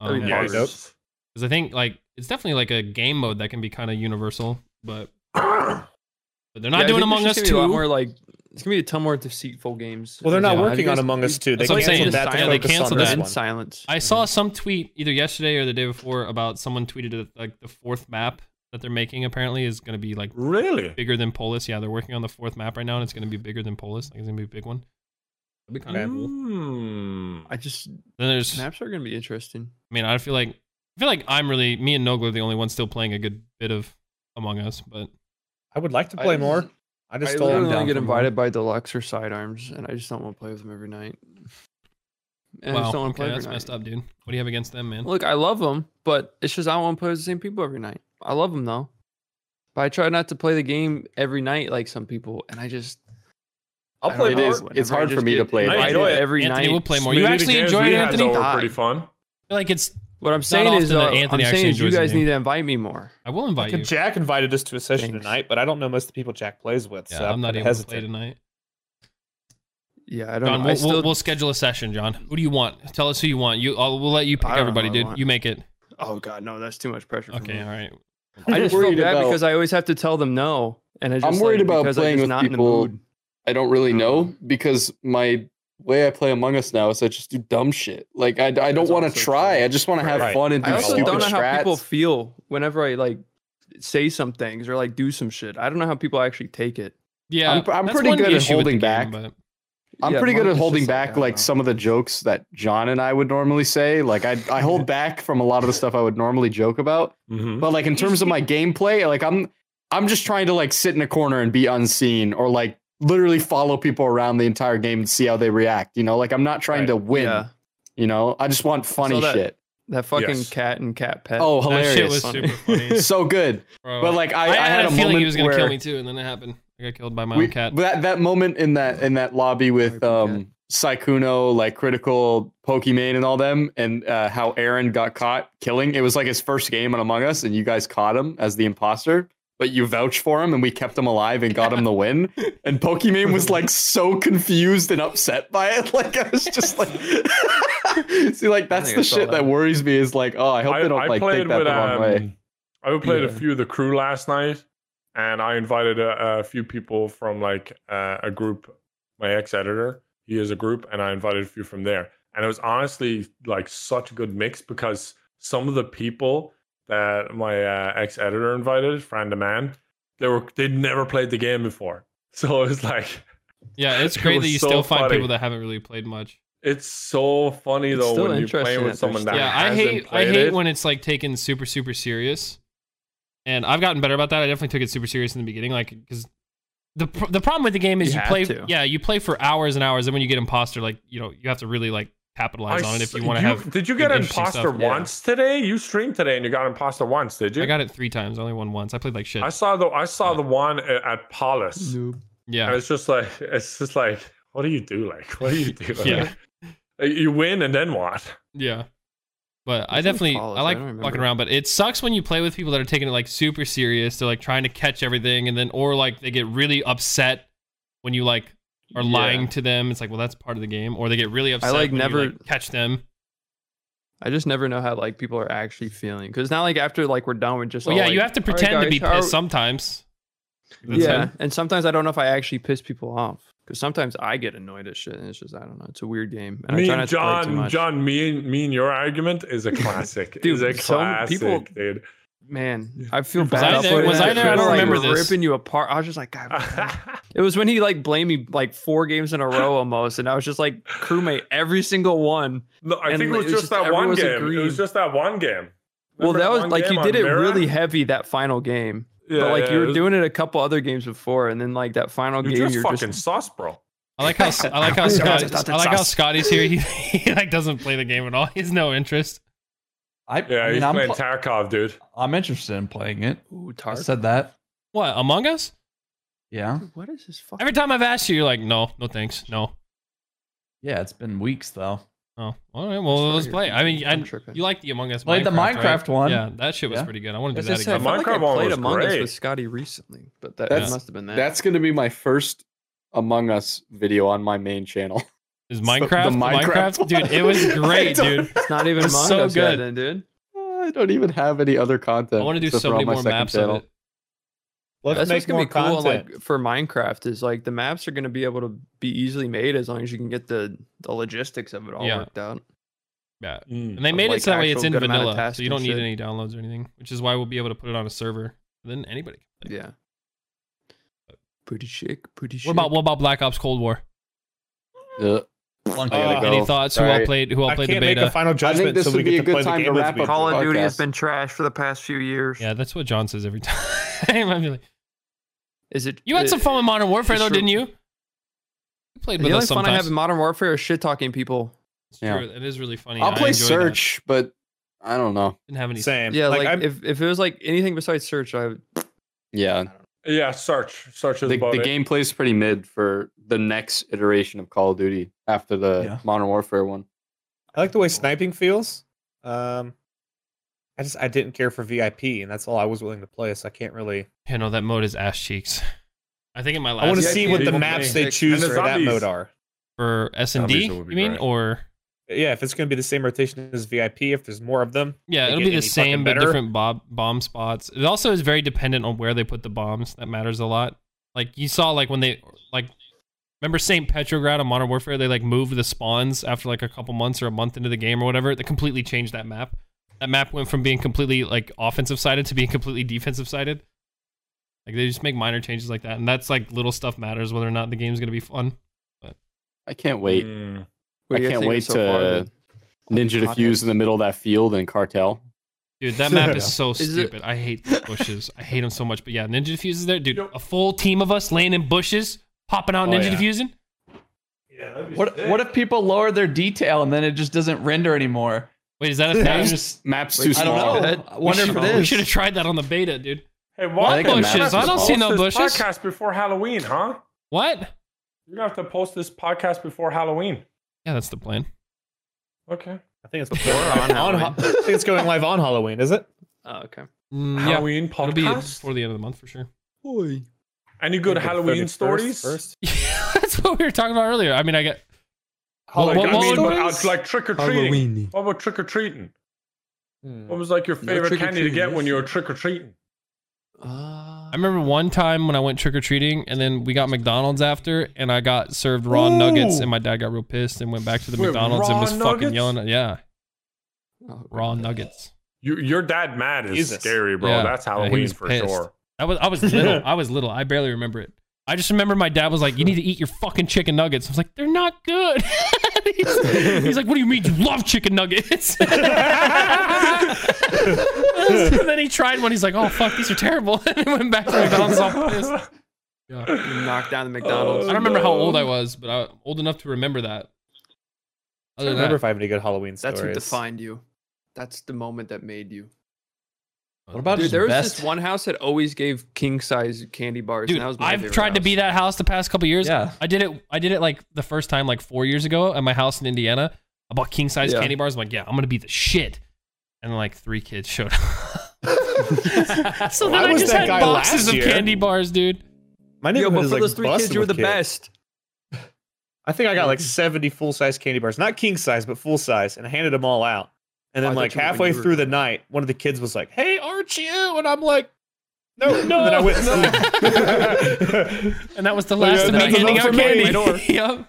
That'd be
Um,
yeah,
Nice.
it's-
Because I think like it's definitely like a game mode that can be kind of universal. but but they're not
Yeah, I
doing
think
Among
there's
Us
just gonna be a lot
two.
More like it's gonna be a ton more deceitful games.
Well, they're not
Yeah,
I
working
think
on
it's-
Among Us 2. They
That's what I'm
canceled
saying.
that. To
Yeah, they
focus on
canceled
this
that.
in
one.
silence.
I saw some tweet either yesterday or the day before about someone tweeted that like the fourth map that they're making apparently is going to be like
Really?
bigger than Polis. Yeah, they're working on the fourth map right now, and it's going to be bigger than Polis. Like it's going to be a big one. That'd be kind of
Okay.
cool.
Hmm.
I just
Then there's, I
maps are gonna be interesting.
mean, I feel like I feel like I'm really me and Nogla are the only ones still playing a good bit of Among Us, but
I would like to play
I-
more. I
I
just told
literally
them
only
down.
get
for more.
invited by deluxe or sidearms, and I just don't want to play with them every night. And
wow,
I just don't want to
okay,
play
that's
every
messed
night.
up, dude. What do you have against them, man?
Look, I love them, but it's just I don't want to play with the same people every night. I love them though, but I try not to play the game every night like some people, and I just
I'll
I
play
don't know,
more.
It is- it's
whenever I
hard for
just
me to
get
play it.
I
invited
enjoy it.
every
Anthony
night.
will play more. You actually enjoy it, Anthony.
Though,
I
were
Die.
pretty fun.
feel like it's.
What I'm saying is,
often that
uh, I'm
Anthony actually
saying is you
enjoys the
guys
game.
need to invite me more.
I will invite you.
Jack invited us to a session
Thanks.
tonight, but I don't know most of the people Jack plays with,
Yeah,
so
I'm not
kinda
able
hesitant.
to play tonight.
Yeah, I don't.
John,
know.
we'll,
I
we'll-
still,
we'll schedule a session, John. Who do you want? Tell us who you want. You, I'll, we'll let you pick
I don't know
everybody,
who I
dude.
want.
You make it.
oh god, no, that's too much pressure. for
Okay,
me.
all right.
I just
worried
feel bad
about-
because I always have to tell them no, and I just
I'm worried
like,
about
because I'm
playing
just
with
not
people
In the mood.
I don't really know because my way I play Among Us now is I just do dumb shit. Like I, I don't
That's
want to
also
try.
true.
I just want to have
Right.
fun and
I
do
also
stupid
don't know how people
strats.
feel whenever I like say some things or like do some shit. I don't know how people actually take it.
Yeah,
I'm pr- I'm
that's
pretty
one
good at
issue with the
holding
game,
back.
but-
I'm
Yeah,
pretty good
Among
at
Us is
holding
just like, I
back
don't
like
know.
some of the jokes that John and I would normally say. Like I, I hold back from a lot of the stuff I would normally joke about.
Mm-hmm.
Hmm?
Mhm.
But like in terms of my gameplay, like I'm I'm just trying to like sit in a corner and be unseen or like literally follow people around the entire game and see how they react. You know, like I'm not trying to win.
Yeah,
You know, I just want funny
So that-
shit.
that fucking
Yes.
cat and cat pet.
Oh, hilarious!
That shit was
Funny.
super funny.
so good.
bro.
But like I, I,
had, a, feeling
moment
he was gonna
where
kill me too, and then it happened. I got killed by my
we-
own cat.
That that moment in that in that lobby with
Sorry,
um Saikuno, like critical Pokimane and all them, and uh, how Aaron got caught killing. It was like his first game on Among Us, and you guys caught him as the imposter. But you vouched for him, and we kept him alive and got him the win. And Pokimane was like so confused and upset by it. Like I was just like, see, like that's
think
the
I saw
shit that.
that.
worries me. Is like, oh, I hope they don't like take that the wrong way.
um, I played a
Yeah.
few of the crew last night, and I invited a, a few people from like uh, a group. My ex editor, he is a group, and I invited a few from there. And it was honestly like such a good mix because some of the people that my uh, ex editor invited, Fran de Man, they were they'd never played the game before, so it was like
yeah, it's
it
great
was
that you
so
still find
funny.
people that haven't really played much.
it's so funny
It's
though
still
when you're
interesting
playing
that
with
there's
someone that
still-
yeah, I
hasn't
hate I
played
hate
it.
when it's like taken super super serious, and I've gotten better about that. I definitely took it super serious in the beginning, like because the pr- the problem with the game is
You
you,
have
play
to.
yeah you play for hours and hours, and when you get imposter, like you know you have to really like capitalize
I
on it if
s-
you want to have.
Did you
good,
get
interesting
imposter
stuff. Yeah.
once today? You streamed today and you got imposter once, did you?
I got it three times. I only won once. I played like shit.
I saw the I saw the one a- at Paulus,
Noob.
and
yeah,
it's just like it's just like what do you do? Like what do you do?
Yeah.
Like, you win and then what?
yeah. But I
Which one's
definitely
Paulus?
I
I
like
don't remember.
fucking around, but it sucks when you play with people that are taking it like super serious. They're like trying to catch everything, and then or like they get really upset when you like are
Yeah.
lying to them. It's like, well, that's part of the game. Or they get really upset.
like,
when you,
never-
catch them.
I just never know how like people are actually feeling because not like after like we're done, we're just
Well,
all,
yeah, you
like,
have to
"All right,
pretend to
guys,
be
how are
pissed
we-"
sometimes. That's
Yeah,
it.
and sometimes I don't know if I actually piss people off because sometimes I get annoyed at shit, and it's just I don't know. It's a weird game, and I
me
try
and
not to play too
John,
much.
John, me and me and your argument is a classic.
Dude,
is a
some
classic,
people-
dude.
man, I feel
Was
bad.
I
about
there?
putting
Was
that
I there?
shit,
I don't
like,
remember
this.
ripping you apart. I was just like, God, man. it was when he like blamed me like four games in a row almost, and I was just like crewmate every single one.
no, I
And
think it was
it's
just,
just
that one
everyone's
game. It
agreed.
was just that one game.
Well,
Remember
that was
one
like
game
you
on
did it
Mira?
really heavy that final game,
Yeah,
but like
yeah,
you
it
were
was-
doing it a couple other games before, and then like that final
You're
game,
just
you're
fucking
just
sauce, bro.
I like how I like how Scott, I like how Scotty's here. He, he like doesn't play the game at all. He has no interest.
I,
Yeah,
I
he's
mean, I'm,
playing
pl-
Tarkov, dude.
I'm interested in playing it.
Ooh,
I
Tark.
said that.
What Among Us?
Yeah.
What is this fucking?
Every time I've asked you, you're like, no, no, thanks, no.
Yeah, it's been weeks though.
Oh, all right. Well,
Sorry,
let's
you're
play. I mean,
confused. I'm
I,
tripping.
you like the Among Us.
Played the
right?
Minecraft one.
Yeah, that shit was
Yeah.
pretty good. I want to
That's
do that
just
again.
I felt like I
Minecraft one
played
was
Among Us
great.
with Scotty recently, but that
That's-
must have been that.
That's going to be my first Among Us video on my main channel.
Is
the- the
Minecraft,
Minecraft
Minecraft,
one.
dude? It was
I
great,
don't-
dude.
it's not even
It's
Among
so
Us yet
good.
then, dude.
I don't even have any other
I
content.
want to do
except
so
for
many
on my
more
second
maps
channel.
of it.
Let's
That's what's
make
gonna
more
be cool
content.
like for Minecraft is like the maps are gonna be able to be easily made as long as you can get the the logistics of it all
Yeah.
worked out.
Yeah.
Mm.
And they made
like,
it so that way it's
actual
in
good amount of
vanilla,
tasks
so you don't
and
need
shit.
any downloads or anything, which is why we'll be able to put it on a server. Then anybody. Can play.
Yeah. Pretty chic, pretty chic.
What about what about Black Ops Cold War?
Ugh.
Flunk
Uh,
I gotta go.
Any thoughts? Who all
Sorry.
played? Who all
I
played
can't
the
make a
beta?
final
think
judgment
this
so we
would be
get to
a
play
good time
the
to
game this
wrap up
week.
Call of Duty has
podcast.
been trash for the past few years.
yeah, that's what John says every time. I feel like-
Is it
you had some fun with Modern Warfare though,
sure.
didn't you? You played
The
with
only
us
fun I have
sometimes.
in Modern Warfare is shit talking people.
It's
Yeah.
true, It is really funny.
I'll
I
play
enjoyed that.
search, but I don't know.
Didn't have any.
Same.
Yeah, like,
I'm-
if, if it was like anything besides search, I would
Yeah,
Yeah, search. Search
the,
is about
the
it.
game plays pretty mid for the next iteration of Call of Duty after the
Yeah.
Modern Warfare one.
I like the way sniping feels. Um, I just I didn't care for VIP, and that's all I was willing to play. So I can't really.
Yeah, no, that mode is ass cheeks. I think in my last
I want to
VIP
see what the
people
maps
play.
they choose
And the
for that
zombies.
mode are.
for S and D.
Zombies
You
would be
mean
great.
or
Yeah, if it's going to be the same rotation as VIP, if there's more of them,
yeah,
They
it'll be
get any
the
fucking
same but
better?
different bomb bomb spots. It also is very dependent on where they put the bombs. That matters a lot. Like you saw, like when they like remember Saint Petrograd on Modern Warfare, they like moved the spawns after like a couple months or a month into the game or whatever. They completely changed that map. That map went from being completely like offensive sided to being completely defensive sided. Like they just make minor changes like that, and that's like little stuff matters whether or not the game's gonna be fun.
I can't wait.
Mm.
I
what do you
can't
guys think of
wait
so
to-
far, the-
Ninja
Hot
Diffuse in the middle of that field and Cartel.
Dude, that map is so
Is it-
stupid. I hate bushes. I hate them so much. But yeah, ninja diffuse is there, dude.
Yep.
A full team of us laying in bushes, popping out
Oh,
ninja
yeah.
diffusing.
What what if people lower their detail and then it just doesn't render anymore?
Wait, is that a
Maps,
thing?
just, maps
Wait,
too
I don't
small.
Small.
know. I wonder if
we
it
should,
is.
have tried that on the beta, dude.
Hey, why
think the
bushes?
map is
I don't see no
bushes.
Podcast before Halloween, huh?
What?
You're gonna have to post this podcast before Halloween.
Yeah, that's the plan.
Okay.
I think it's before on, Halloween. I think it's going live on Halloween, is it?
Oh, okay.
Mm, yeah,
Halloween
it'll be
podcast.
before the end of the month for sure.
Any good
I think the
Halloween
31st
stories?
First.
that's what we were talking about earlier. I mean, I get
Well,
What-
like,
what
I mean,
would-
but out- like trick or treating. What about trick or treating? What was like your favorite candy to get when you were trick or treating?
Uh,
I remember one time when I went trick or treating, and then we got McDonald's after, and I got served raw nuggets, and my dad got real pissed and went back to the
Wait,
McDonald's and
raw
was fucking
nuggets?
yelling. At, yeah,
oh,
raw
God.
nuggets.
You, your dad mad is
Jesus.
scary, bro.
Yeah.
That's
Yeah, he
Halloween
was
for
pissed.
sure.
I was I was little. I was little. I barely remember it. I just remember my dad was like, "You need to eat your fucking chicken nuggets." I was like, "They're not good." he's, he's like, "What do you mean you love chicken nuggets?" and then he tried one. He's like, "Oh fuck, these are terrible." and he went back to McDonald's all pissed. Yeah.
You knocked down the McDonald's.
I don't remember how old I was, but I old enough to remember that.
I
Other
don't
than
remember
that,
if I have any good Halloween
That's what
stories.
defined you. That's the moment that made you.
What about
Dude,
just
there was
best?
this one house that always gave king size candy bars.
dude,
and that was my
I've
favorite
tried to
house.
be that house the past couple years.
Yeah.
I did it. I did it like the first time like four years ago at my house in Indiana. I bought king size
Yeah.
candy bars. I'm like, yeah, I'm gonna be the shit. And then like three kids showed up. so then
Why
I
was
just
that
had
guy
boxes
last
of
year?
candy bars, dude.
My
Yo,
neighborhood
but
is,
for
like,
those three kids,
busted
you were
with
the best.
I think I got like 70 full size candy bars, not king size, but full size, and I handed them all out. And
Oh, I
then,
thought
like,
you meant when
halfway
you were-
through the night, one of the kids was like, Hey, aren't you? And I'm like, No, no. And then I went,
And that was the
Well, yeah,
last of
that's
me handing
enough
out
for me.
candy.
My door.
yep.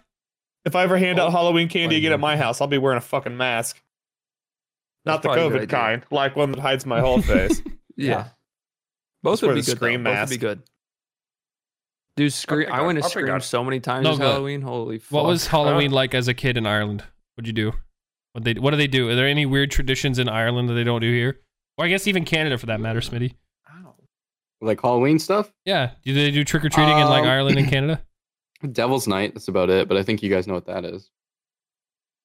if I ever hand out Halloween candy again at my house, I'll be wearing a fucking mask. Not
That's
the
probably a
COVID
good idea.
kind, like one that hides my whole face.
Yeah.
Yeah.
Both
Just
would
wear
be
the
good.
Scream
though. Both would be
mask.
good. Dude, scream!
pick
I
up-
went to
I'll pick
scream
up.
so many times
No
this
good.
Halloween. Holy fuck!
What was Halloween like as a kid in Ireland? What'd you do? What they what do they do? Are there any weird traditions in Ireland that they don't do here? Or I guess even Canada for that matter, Smitty.
Like Halloween stuff?
Yeah. Do they do trick or treating in like
Um,
Ireland and Canada?
Devil's Night, that's about it, but I think you guys know what that is.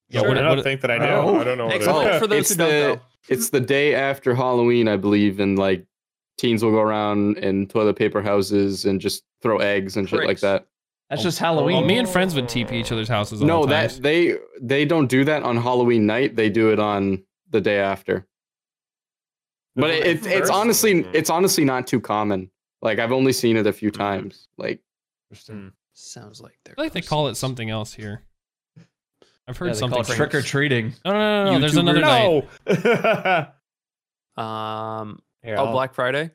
Yeah,
Sure,
what-
I don't
what-
think that I
No,
know.
I don't know what it is.
Explain it Oh, for those
It's
who don't
the-
know.
It's the day after Halloween, I believe, and like teens will go around in toilet paper houses and just throw eggs and shit like
Pricks.
that.
That's just
Oh, Well,
Halloween.
me and friends would TP each other's houses. All
No,
the
that
times.
they they don't do that on Halloween night. They do it on the day after. But it, it's it's honestly it's honestly not too common. Like I've only seen it a few times. Like
Sounds like they're.
I feel like they call it something else here. I've heard
Yeah, they
something.
call it trick or treating.
no, no, no, no. There's
YouTuber-
another night.
No.
Um.
Here,
Oh,
I'll-
Black Friday.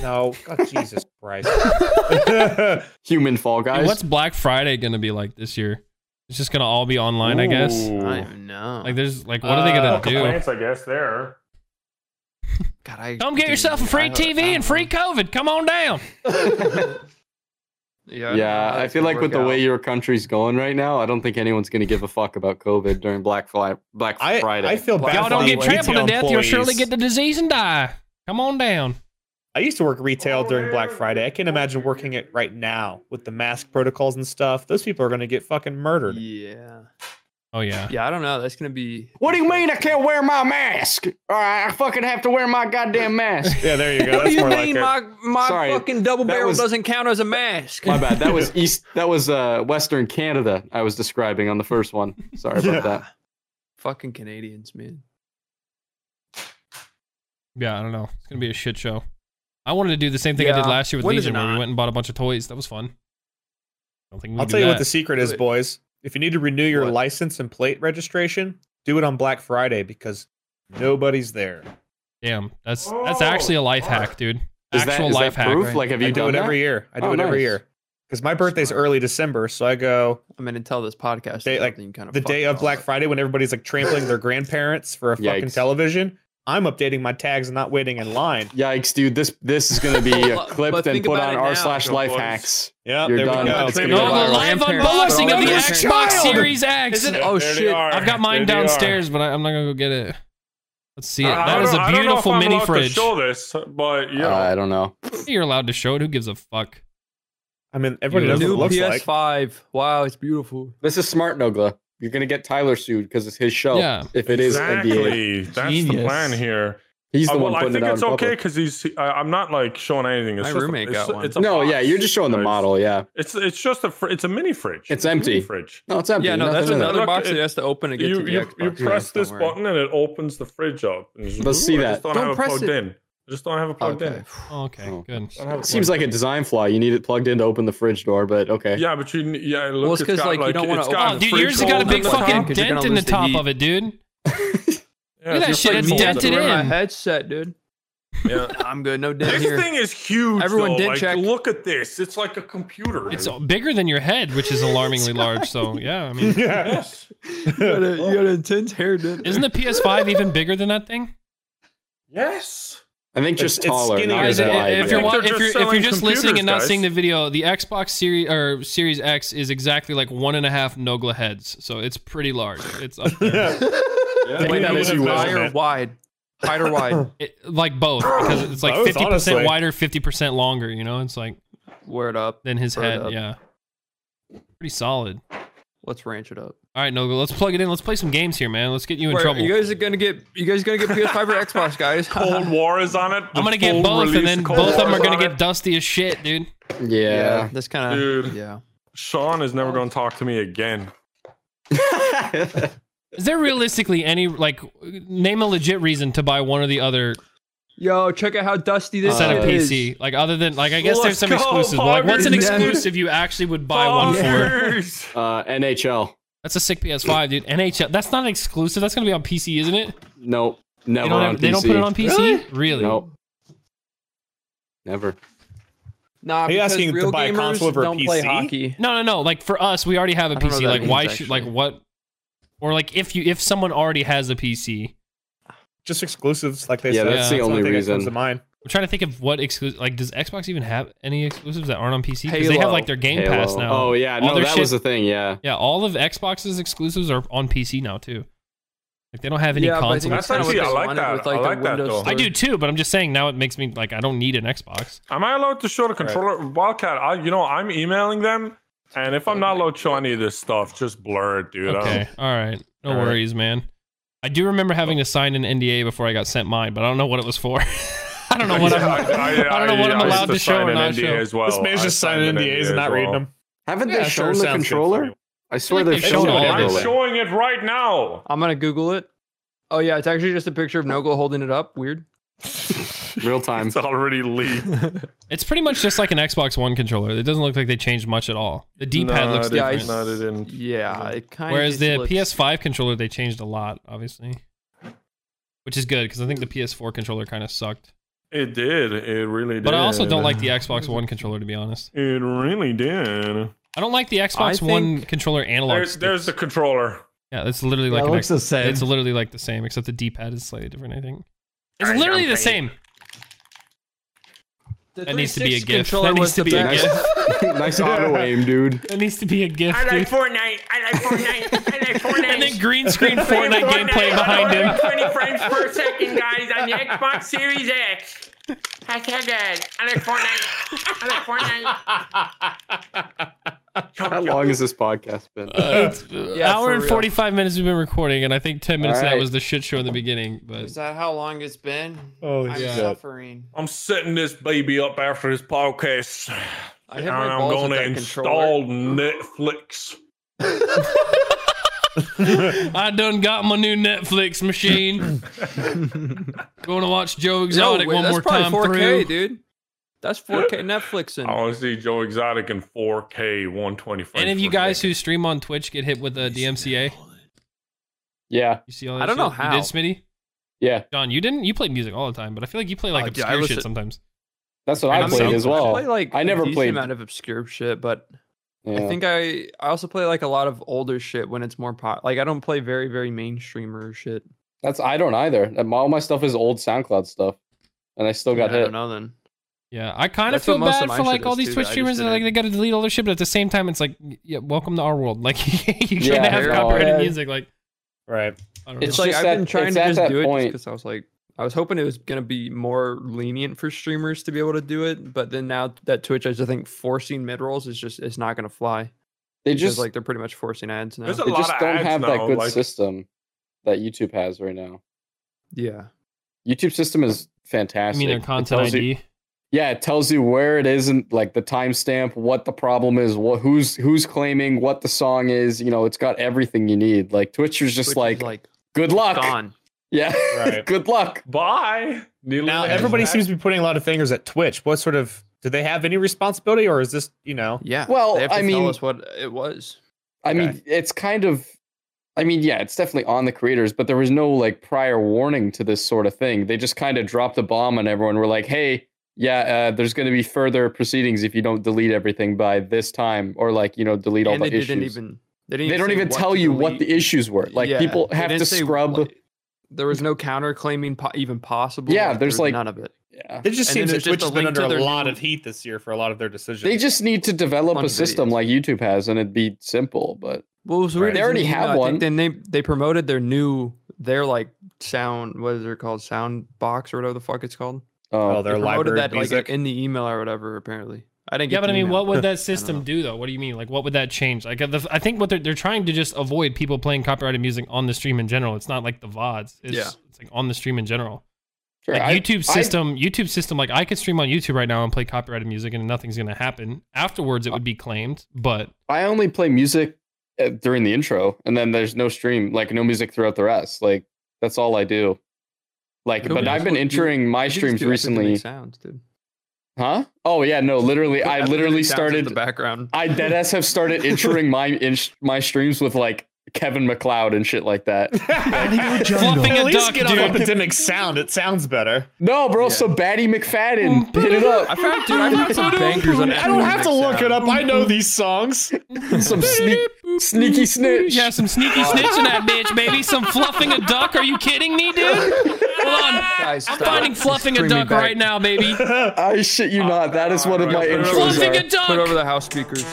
No, God, Jesus Christ.
Human Fall
Dude,
Guys.
what's Black Friday gonna be like this year? It's just gonna all be online, I guess.
Ooh.
I don't know.
Like, there's like, what are they gonna
Uh,
do?
Complaints, I guess. There.
God, I,
Come get
dude,
yourself a free
I-
TV
I
and
don't
free COVID. Come on down.
know.
yeah, I feel like with the way your country's going right now, I don't think anyone's going to give a fuck about COVID during Black, Fri- Black
I,
Friday.
I feel bad.
Y'all
for
don't
the
get trampled to
retail
death. You'll surely
employees.
get the disease and die. Come on down.
I used to work retail during Black Friday. I can't imagine working it right now with the mask protocols and stuff. Those people are going to get fucking murdered.
Yeah.
Oh yeah.
Yeah, I don't know. That's gonna be.
what do you mean I can't wear my mask? All right, I fucking have to wear my goddamn mask.
Yeah, there you go. That's more like it.
my
Sorry,
double
that was-
doesn't count as a mask?
My bad. That was East. That was uh, Western Canada. I was describing on the first one. Sorry about that.
Fucking Canadians, man.
Yeah, I don't know. It's gonna be a shit show. I wanted to do the same thing I did
Yeah.
last year with
When is it
Legion, where we
not?
went and bought a bunch of toys. That was fun. I don't think we
I'll
do
tell you
that.
what the secret is,
Wait.
boys. If you need to renew your
What?
license and plate registration, do it on Black Friday because nobody's there.
Damn, that's
Oh,
that's actually a life hack, dude.
Is that,
Actual
is
life
that
hack.
proof? Like, have you
I do
done
it
that?
every year. I do
Oh,
it every
nice.
year because my birthday's early December, so I go
I mean, until this podcast,
Day-
is
like,
up, then you kind
the day
Oh, fuck
of Black
off.
Friday when everybody's like trampling their grandparents for a fucking
Yikes.
television. I'm updating my tags and not waiting in line.
Yikes, dude! This this is gonna be uh,
But
clipped and
think
put
about
on
it
r
now,
slash
good
life
boys.
hacks.
Yeah,
You're
there
done.
we go.
It's gonna
No,
go
the
viral.
live
Grandparents,
unboxing of the
grandparents.
Xbox
Child!
Series X.
Is it- oh,
There they
shit.
are.
I've got mine
There they are. Uh,
downstairs, but I, I'm not gonna go get it. Let's see it.
I- I
That is
don't-
a
I don't know if
beautiful
I'm
mini
allowed to
fridge.
Show this, but yeah,
I don't know.
You're allowed to show it. Who gives a fuck?
I mean, everybody knows what
New
it looks like.
PS5. Wow, it's beautiful.
This is smart, Nogla. You're gonna get Tyler sued because it's his show.
Yeah.
If it is NBA,
exactly. That's the
Genius.
plan here.
he's the
Uh,
one
well, I
putting
think
it out.
it's
in
okay
public.
because he's. I, I'm not like showing anything. It's
My
just a-
roommate
it's,
got one.
It's a
No,
box.
yeah, you're just showing the
Nice.
model. Yeah.
It's it's just a. fr- It's a mini fridge.
It's
a mini
empty.
fridge.
No, it's empty.
Yeah, no, that's
Nothing in it.
another
Look,
box
it-
that has to open to get
You
to the
you,
Xbox.
you press
Don't
this
worry.
button and it opens the fridge up. And just-
Let's see
I
that.
Just don't,
Don't
have
press
it plugged
it.
in. I just don't have it plugged
Okay.
Oh, okay,
Oh.
good.
in. I don't have it
Seems
plugged
like a design flaw. You need it plugged in to open the fridge door, but okay.
in. Yeah, but you n- yeah. Look,
Well, it's 'cause,
got,
like, you don't wanna
it's
open
got
Oh,
the
dude,
fridge
fridge
yours has got a
holes
big
in the top.
fucking
because you're
dent
gonna
in the
lose the
top
heat.
of it, dude.
Yeah,
Look at that
it's
shit. It's
like
That's
dented
where my
in.
headset, dude.
Yeah.
I'm good. No dent
This
here.
thing is huge.
Everyone
though.
did
like,
check.
Look at this. It's like a computer.
It's bigger than your head, which is alarmingly large. So yeah, I mean,
Yeah.
Yes.
you, got a, you got an intense hair, did
isn't the PS5 even bigger than that thing?
Yes.
I think just
It's- it's
taller,
skinnier
not
Guys,
as
than
if,
that.
wide.
if you're,
yeah.
wa-
They're
if
just
you're if you're
selling
just listening and not
computers,
seeing the
guys.
video, the Xbox Series or Series X is exactly like one and a half Nogla heads, so it's pretty large. It's up there.
Yeah.
Wait,
Wait,
that
that
was
was
you,
high
wasn't
or
it?
wide? Wide or wide?
It- like both because it's like
Both,
fifty
honestly.
percent wider, fifty percent longer. You know, it's like
Word up.
than his
Word
head.
up.
Yeah, pretty solid.
Let's ranch it up.
All right, Nogla, let's plug it in. Let's play some games here, man. Let's get you in
Wait,
trouble.
You guys are gonna get. You guys gonna get PS5 or Xbox, guys?
Cold War is on it. The
I'm gonna get
full
both,
release
and then
Cold
both of them
War's
are gonna
on
get
it.
dusty as shit, dude.
yeah.
That's kind of.
Dude.
Yeah.
Sean is never gonna talk to me again.
Is there realistically any like name a legit reason to buy one or the other
Yo, check out how dusty this
instead
Uh,
of
shit is.
PC? Like other than like I guess there's
Let's
some
go,
exclusives. But, like what's an
Barbie.
exclusive you actually would buy one for?
Fuckers.
uh, NHL.
That's a sick PS5, dude. NHL. That's not an exclusive. That's gonna be on PC, isn't it?
Nope. Never
They don't,
on
have,
PC.
they don't put it on PC. Really?
Nope. Never.
Nah,
Are you
because
asking to
real
buy a
gamers
console over a
don't play
PC?
hockey.
No, no, no. Like for us, we already have a
I don't know
PC.
what that
Like why
means,
should like
actually.
what? Or like if you if someone already has a PC,
Just exclusives, like they
Yeah,
said.
that's the
the
only
thing that
reason.
comes to mind.
I'm trying to think of what exclusive. Like does Xbox even have any exclusives that aren't on PC? Because they have
Halo.
like their Game
Halo.
Pass now.
Oh yeah,
All
no,
their
that
shit-
was the thing. Yeah.
Yeah, all of Xbox's exclusives are on PC now too. Like they don't have any
Yeah, but I
console.
think
That's
exclusives.
kinda
actually, I
what
like
they wanted
that.
with,
I
like, the
like that
Windows
though.
I do too, but I'm just saying now it makes me like I don't need an Xbox.
Am I allowed to show the controller? Wildcat, I, you know, I'm emailing them, and if I'm not allowed to show any of this stuff, just blur it, dude. I don't-
Okay, all right, no
All right.
worries, man. I do remember having to sign an NDA before I got sent mine, but I don't know what it was for. I don't know what I'm. I don't know what I'm
I used
allowed to show
sign
or
an
not
NDA
show.
As well.
this man's
I
just
signed
signing
an
NDAs and
as
not
well.
reading them.
Haven't
Yeah,
they
sure,
shown the
sounds good for
controller?
you.
I swear
like
they've
they've
shown
shown
it
all of
I'm
Really?
everywhere.
showing it right now.
I'm gonna Google it. Oh yeah, it's actually just a picture of Nogla holding it up. Weird.
Real time.
It's already leaked.
It's pretty much just like an Xbox One controller. It doesn't look like they changed much at all. The D-pad
No,
looks
it didn't.
different.
No, they didn't.
Yeah, it kind of.
Whereas the PS5 controller they changed a lot, obviously, which is good because I think the PS4 controller kind of sucked.
It did. It really did.
But I also don't like the Xbox One controller, to be honest.
It really did.
I don't like the Xbox
think-
One controller analog.
There's,
stick.
there's the controller.
yeah, it's literally
That
like an
looks the same.
It's literally like the same, except the D-pad is slightly different. I think it's literally the same. That needs to be a gift. That needs to be a
Nice,
gift.
nice auto aim, dude.
That needs to be a gift, dude.
Fortnite. I like Fortnite. I like Fortnite.
And then green screen Fortnite gameplay behind him.
20 frames per second, guys, on the Xbox Series X. Hashtag that. I like Fortnite. I like Fortnite.
How long has this podcast been?
Yeah,
Uh, hour
for
and
real.
45 minutes we've been recording, and I think 10 minutes of that
Alright.
was the shit show in the beginning. But
Is that how long it's been?
Holy
I'm
shit.
suffering.
I'm setting this baby up after this podcast,
I
and
hit my
I'm
balls with
going to
that
install
controller.
Netflix.
I done got my new Netflix machine. Going to watch Joe
No,
Exotic
wait,
one
that's
more
probably
time
4K,
through.
dude. That's 4K Netflixing.
Oh, I want to see Joe Exotic in 4K 120 frames.
Any of you
per
guys
second.
who stream on Twitch get hit with a DMCA?
Yeah,
You see all that
I don't
shit?
know how.
You did, Smitty?
Yeah.
John, you didn't? You played music all the time, but I feel like you play like
Uh, dude, I
obscure
was
shit
a-
sometimes.
that's what
I
I,
mean,
played
so-
as
I
well.
play like
I never
a decent
played.
amount of obscure shit, but
Yeah.
I think I I also play like a lot of older shit when it's more pop. Like I don't play very very mainstreamer shit.
that's I don't either. Um, All my stuff is old SoundCloud stuff, and I still got
I
hit.
don't know then.
Yeah, I kind of
That's what
feel
most of
bad
my
for
shit
like all
is,
these
too,
Twitch
that I just
streamers. That, like
didn't-
they got to delete all their shit, but at the same time, it's like, yeah, welcome to our world. Like you shouldn't
Yeah,
have
they're all-
copyrighted music. Like
Right.
I don't know.
It's,
It's
like
just
I've
that-
been trying
it's
to
at
just
that
do it
point-
because I was like I was hoping it was gonna be more lenient for streamers to be able to do it, but then now that Twitch I just think forcing mid rolls is just it's not gonna fly.
They
Because
just
like they're pretty much forcing ads now.
There's a
they
lot
just
of
don't
ads
have that
now,
good
like-
system that YouTube has right now.
yeah.
YouTube system is
I
fantastic.
mean, their
It
content
tells you-
ID.
yeah, it tells you where it isn't, like the timestamp, what the problem is, what who's who's claiming, what the song is. You know, it's got everything you need. Like Twitch is just
Twitch is,
like, good luck.
gone.
Yeah,
Right.
good luck.
Bye. Neil
Now
Lennon's
everybody
back.
seems to be putting a lot of fingers at Twitch. What sort of do they have any responsibility, or is this you know?
Yeah.
Well,
they have to
I
tell
mean-
us what it was.
I mean, it's kind of, I mean, yeah, it's definitely on the creators, but there was no like prior warning to this sort of thing. They just kind of dropped a bomb on everyone. We're like, hey, yeah, uh, there's going to be further proceedings if you don't delete everything by this time, or like you know, delete all
and
the
they didn't
issues.
even they didn't
they don't
say
even
what
tell
to
you what the
delete.
issues were. Like
Yeah,
people
they
have
didn't
to
say,
scrub.
like, there was no counterclaiming po- even possible.
Yeah,
there
there's,
was
like-
none of it.
yeah.
It just
And
seems
then
that
there's just
Twitch
a
has been
link
under
to
a
their
lot
new-
of heat this year for a lot of their decisions.
They just need to develop
Fun
a system
videos.
like YouTube has, and it'd be simple. But
Well, it was weird.
They
is
already
in the
have
email, I think
one.
uh, Then they they promoted their new their like sound what is it called sound box or whatever the fuck it's called.
oh,
oh,
their
they promoted
library
that
that, music.
like in the email or whatever. Apparently, I didn't.
Yeah,
get
but
the
I mean,
email.
what would that
know.
system do though? What do you mean? Like, what would that change? Like, the, I think what they're they're trying to just avoid people playing copyrighted music on the stream in general. It's not like the vods. It's,
Yeah.
it's like on the stream in general.
sure,
Like
I-
YouTube
I-
system, YouTube system. Like, I could stream on YouTube right now and play copyrighted music, and nothing's gonna happen. Afterwards, it would be claimed, but
I only play music uh, during the intro, and then there's no stream, like no music throughout the rest. Like that's all I do. Like,
Could
but
we
I've
just
been
do-
entering my
You just
streams
do everything to make
recently,
Sounds, dude.
huh? Oh yeah, no, literally, I
Everything
literally
sounds in the
started.
background.
I deadass have started entering my in, my streams with like Kevin McLeod and shit like that.
fluffing
At
a
least
duck,
get on
dude.
epidemic sound. It sounds better.
No, bro,
Yeah.
so Batty McFadden hit it up.
I found dude, I found some bangers on.
I don't have to look it
up.
up. I know these songs.
Some sneak, sneaky snitch.
Yeah, some sneaky snitch in that bitch, baby. Some fluffing a duck. Are you kidding me, dude? Hold on.
Guys,
I'm
stop.
finding
This is
fluffing a
screaming
duck
back.
right now, baby.
I shit
Uh,
you not. That is one of my
Fluffing
intros.
Fluffing
Are.
a duck.
uh, Put over the house speakers.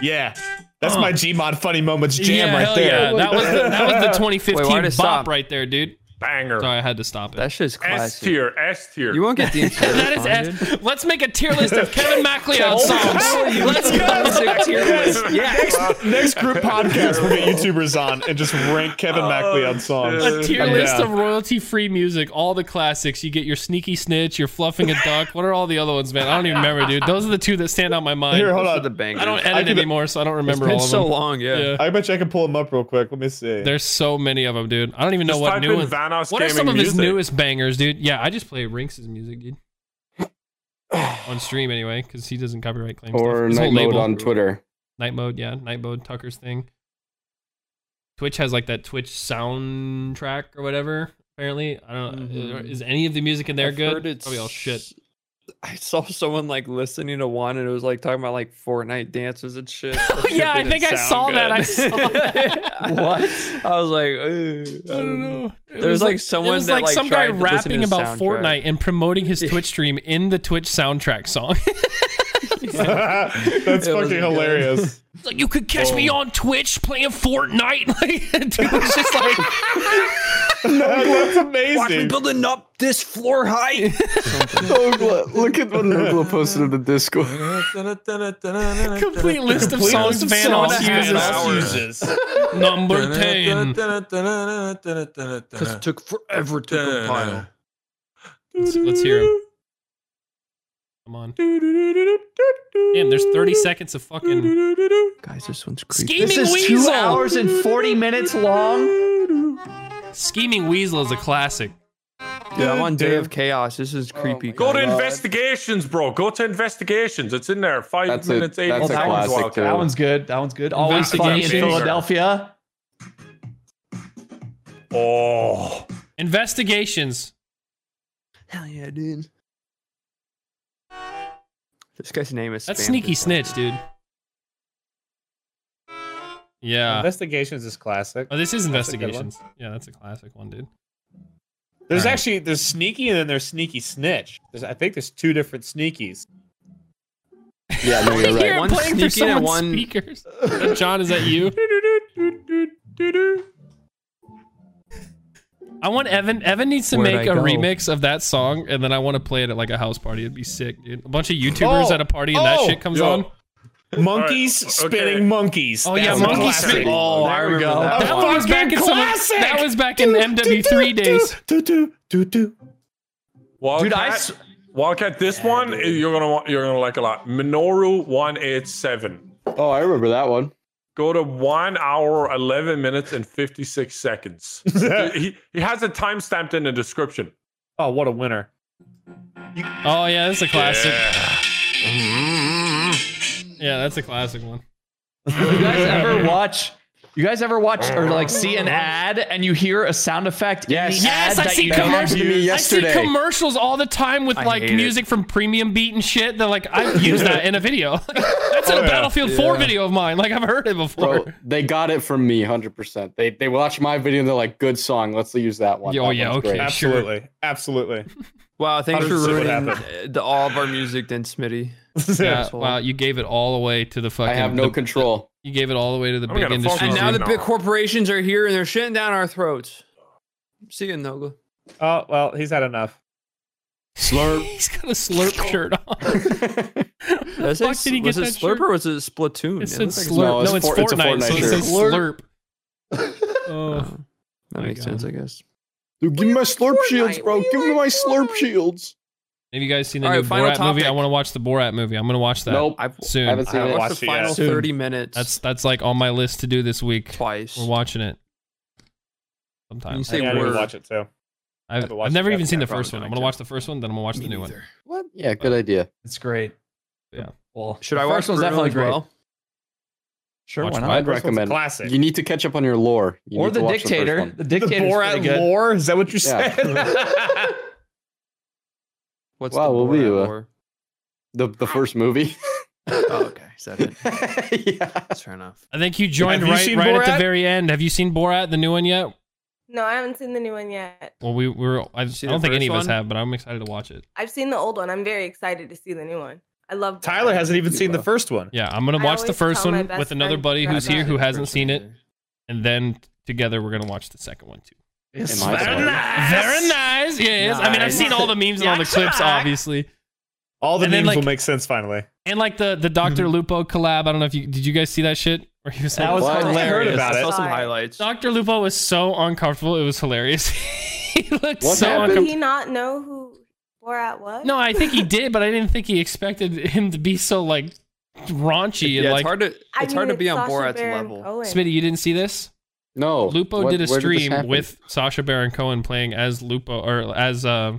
Yeah, that's my Gmod funny moments jam
yeah,
right
hell
there.
Yeah. That was the, that was the 2015
Wait, why'd
bop
it stop?
right there, dude.
banger.
Sorry, I had to stop it.
That shit's
S
classic.
tier, S tier.
You won't get the entire
that is
song, dude.
S. Let's make a tier list of Kevin MacLeod songs. Let's go.
Next, next group podcast, we'll get YouTubers on and just rank Kevin MacLeod songs.
Oh, A tier
Uh, Yeah.
list of royalty-free music, all the classics. You get your sneaky snitch, your fluffing a duck. What are all the other ones, man? I don't even remember, dude. Those are the two that stand out in my mind.
Here, hold
Those are
on.
the bangers.
I don't edit
I could-
anymore, so I don't remember all
It's
of
been
them.
so long, yeah.
Yeah.
I bet you I can pull them up real quick. Let me see.
There's so many of them, dude. I don't even know
Just
what
type
new
in
ones.
Vanos
What are
Gaming
some of his
music.
newest bangers, dude? Yeah, I just play Rinx's music, dude. on stream anyway, because he doesn't copyright claim
Or
stuff. His whole
night mode
label-
on Twitter.
Night mode, yeah, night mode Tucker's thing. Twitch has like that Twitch soundtrack or whatever. Apparently, I don't. uh,
Mhm.
Is any of the music in there
I've
good?
heard it's-
Probably all shit.
I saw someone like listening to one, and it was like talking about like Fortnite dances and shit. That shit
yeah, I
didn't
think I
sound
saw that. I
good.
saw that.
what? I was like, "Ugh, I don't know. Um, There was, like, someone
It was
that,
like
like,
some guy
tried to listen to
rapping
the
about
soundtrack.
Fortnite and promoting his Twitch stream in the Twitch soundtrack song.
That's
It
fucking
wasn't good.
hilarious.
It's like you could catch me on Twitch playing Fortnite. Like, dude was just like,
That's
Watch me
amazing.
building up this floor height.
Nogla, look at what Nogla posted in the Discord.
complete list of
Complete
songs
list of
Thanos
songs
uses.
Thanos uses.
Number ten.
Because it took forever to compile.
Let's, let's hear him. Come on. Damn, there's 30 seconds of fucking
Guys, this one's creepy.
scheming
This is two
weasel.
hours and 40 minutes long.
Scheming weasel is a classic.
Dude, I'm on Day of Chaos. This
Oh
is creepy.
Go to
guys.
investigations, bro. Go to investigations. It's in there. Five
That's a-
minutes, eight
that's a
seconds.
classic,
Wild
too.
Cat.
That one's good. That one's good. Always funny in
Investigations.
Philadelphia.
Oh,
Investigations.
Hell yeah, dude. This guy's name is.
That's
Spam
sneaky
Fisher.
snitch, dude. Yeah.
Investigations is classic.
Oh, this is
a good one.
investigations. Yeah, that's a classic one, dude.
There's
Alright.
actually there's sneaky and then there's sneaky snitch. There's, I think there's two different sneakies.
Yeah, no, you're
Here,
right.
One
playing through
sneaking and
someone's
one-
speakers. John, is that you? I want Evan. Evan needs to
Where'd
make
I
a
go?
remix of that song, and then I want to play it at like a house party. It'd be sick, dude. A bunch of YouTubers
Oh,
at a party, and that
oh,
shit comes
yo.
on.
Monkeys
All right, okay.
spinning monkeys.
Oh, yeah,
That's a
monkey
classic.
spin-
Oh, there we go.
That
That one was back in some.
classic!
That was back in MW3 days.
Wildcat,
Dude, I s-
Wildcat. This one eh, you're gonna wa- you're gonna like a lot. Minoru one eight seven.
Oh, I remember that one.
Go to one hour eleven minutes and fifty six seconds. he he has a timestamp in the description.
Oh, what a winner.
Oh yeah, that's a classic.
Yeah.
Yeah, that's a classic one.
You guys ever watch? You guys ever watch or like see
Oh.
an ad and you hear a sound effect? in
Yes.
the
Yes,
ad
I
that
see
you don't
commercials.
commercial- to me
use?
I see
yesterday.
commercials all the time with
I
like
hate it.
music from Premium Beat and shit. They're like, I've used that in a video. that's in a
Oh,
yeah.
Battlefield 4 video of mine. Like I've heard it before.
Bro, they got it from me, hundred percent. They they watched my video and they're like, "Good song, let's use that one."
Oh,
That
yeah,
one's
okay.
great.
Sure.
Absolutely. Absolutely.
Wow, thanks
I'll
for
just see what
ruining
happened.
uh, the, all of our music, then Smitty.
Yeah,
asshole.
wow, you gave it all away to the fucking.
I have no
the-
control.
You gave it all away to the
I'm
big
gonna
industry.
fucking-
And now
no.
the big corporations are here and they're shitting down our throats. See you, Nogla.
Oh, well, he's had enough.
Slurp. He's got a slurp shirt on.
That's
fuck
it,
did he
was
get
it
that
Slurp
shirt?
or was it Splatoon?
It said
looks
slurp.
like
No,
No,
it's
it's,
Fort-
Fortnite,
it's a Fortnite
so it
shirt.
says slurp.
Uh,
oh,
that
my
makes
God.
sense, I guess.
Dude, give me my slurp shields, bro. Give me my slurp shields.
have you guys seen the
All
new
right, final
Borat movie? I
topic.
want to watch the Borat movie. I'm gonna watch that
Nope,
I've,
I
soon.
haven't
I
seen it.
watched
watched
the
it
final
yet.
Soon.
30 minutes
that's that's like on my list to do this week.
twice.
We're watching it
When
sometime.
you say
Yeah, I need to
word,
watch it too.
I've,
haven't
I've
watched
never
it
even
yet,
seen
yeah,
the first one.
probably
I'm gonna
not.
watch the first one, then I'm gonna watch the new one.
What? Yeah, good idea.
It's great.
Yeah.
Well,
should
the
I watch
first one's definitely
as
great.
well?
Sure,
Watch
why
Borat.
not?
I'd
First one's
recommend. it.
classic.
You need to catch up on your lore. You
Or
need to
the
watch first
dictator.
one.
The
The
dictator is pretty
Borat
good.
lore? Is that what you're
Yeah.
saying?
What's
Wow,
the
we'll be,
Borat
uh,
lore?
The the first movie.
Oh, okay. Is that it?
yeah.
That's fair enough.
I think you joined
Have you
right
seen
right at the
Borat?
very end. Have you seen Borat the new one yet?
No, I haven't seen the new one yet.
Well, we we were. I, I
see
don't
the
think any of
first
us
one?
have, but I'm excited to watch it.
I've seen the old one. I'm very excited to see the new one. I love Borat.
Tyler hasn't even seen the first one.
Yeah, I'm gonna
I
watch the
always
first
tell my
one
best
with another
friend
buddy
to
who's
grab
here
that.
who hasn't seen it, and then together we're gonna watch the second one too.
Am I the one?
Very nice. Yes, I mean I've
Nice.
seen all the memes and all the clips, obviously,
All the
And then,
names
like-
will make sense finally.
and like the the Doctor Lupo collab. I don't know if you did. You guys see that shit? Where he was
That
like,
was
What? I
hilarious.
heard about
I saw
it.
some highlights.
Doctor Lupo was so uncomfortable. It was hilarious. he looked
What
so
happened?
uncomfortable.
Did he not know who Borat was?
No, I think he did, but I didn't think he expected him to be so like raunchy and
Yeah,
like.
it's hard to
I
it's hard
mean,
to be on
Sacha
Borat's
Baron
level.
Cohen.
Smitty, you didn't see this?
No.
Lupo
What-
did a
where this
stream
happen?
with Sasha Baron Cohen playing as Lupo or as uh,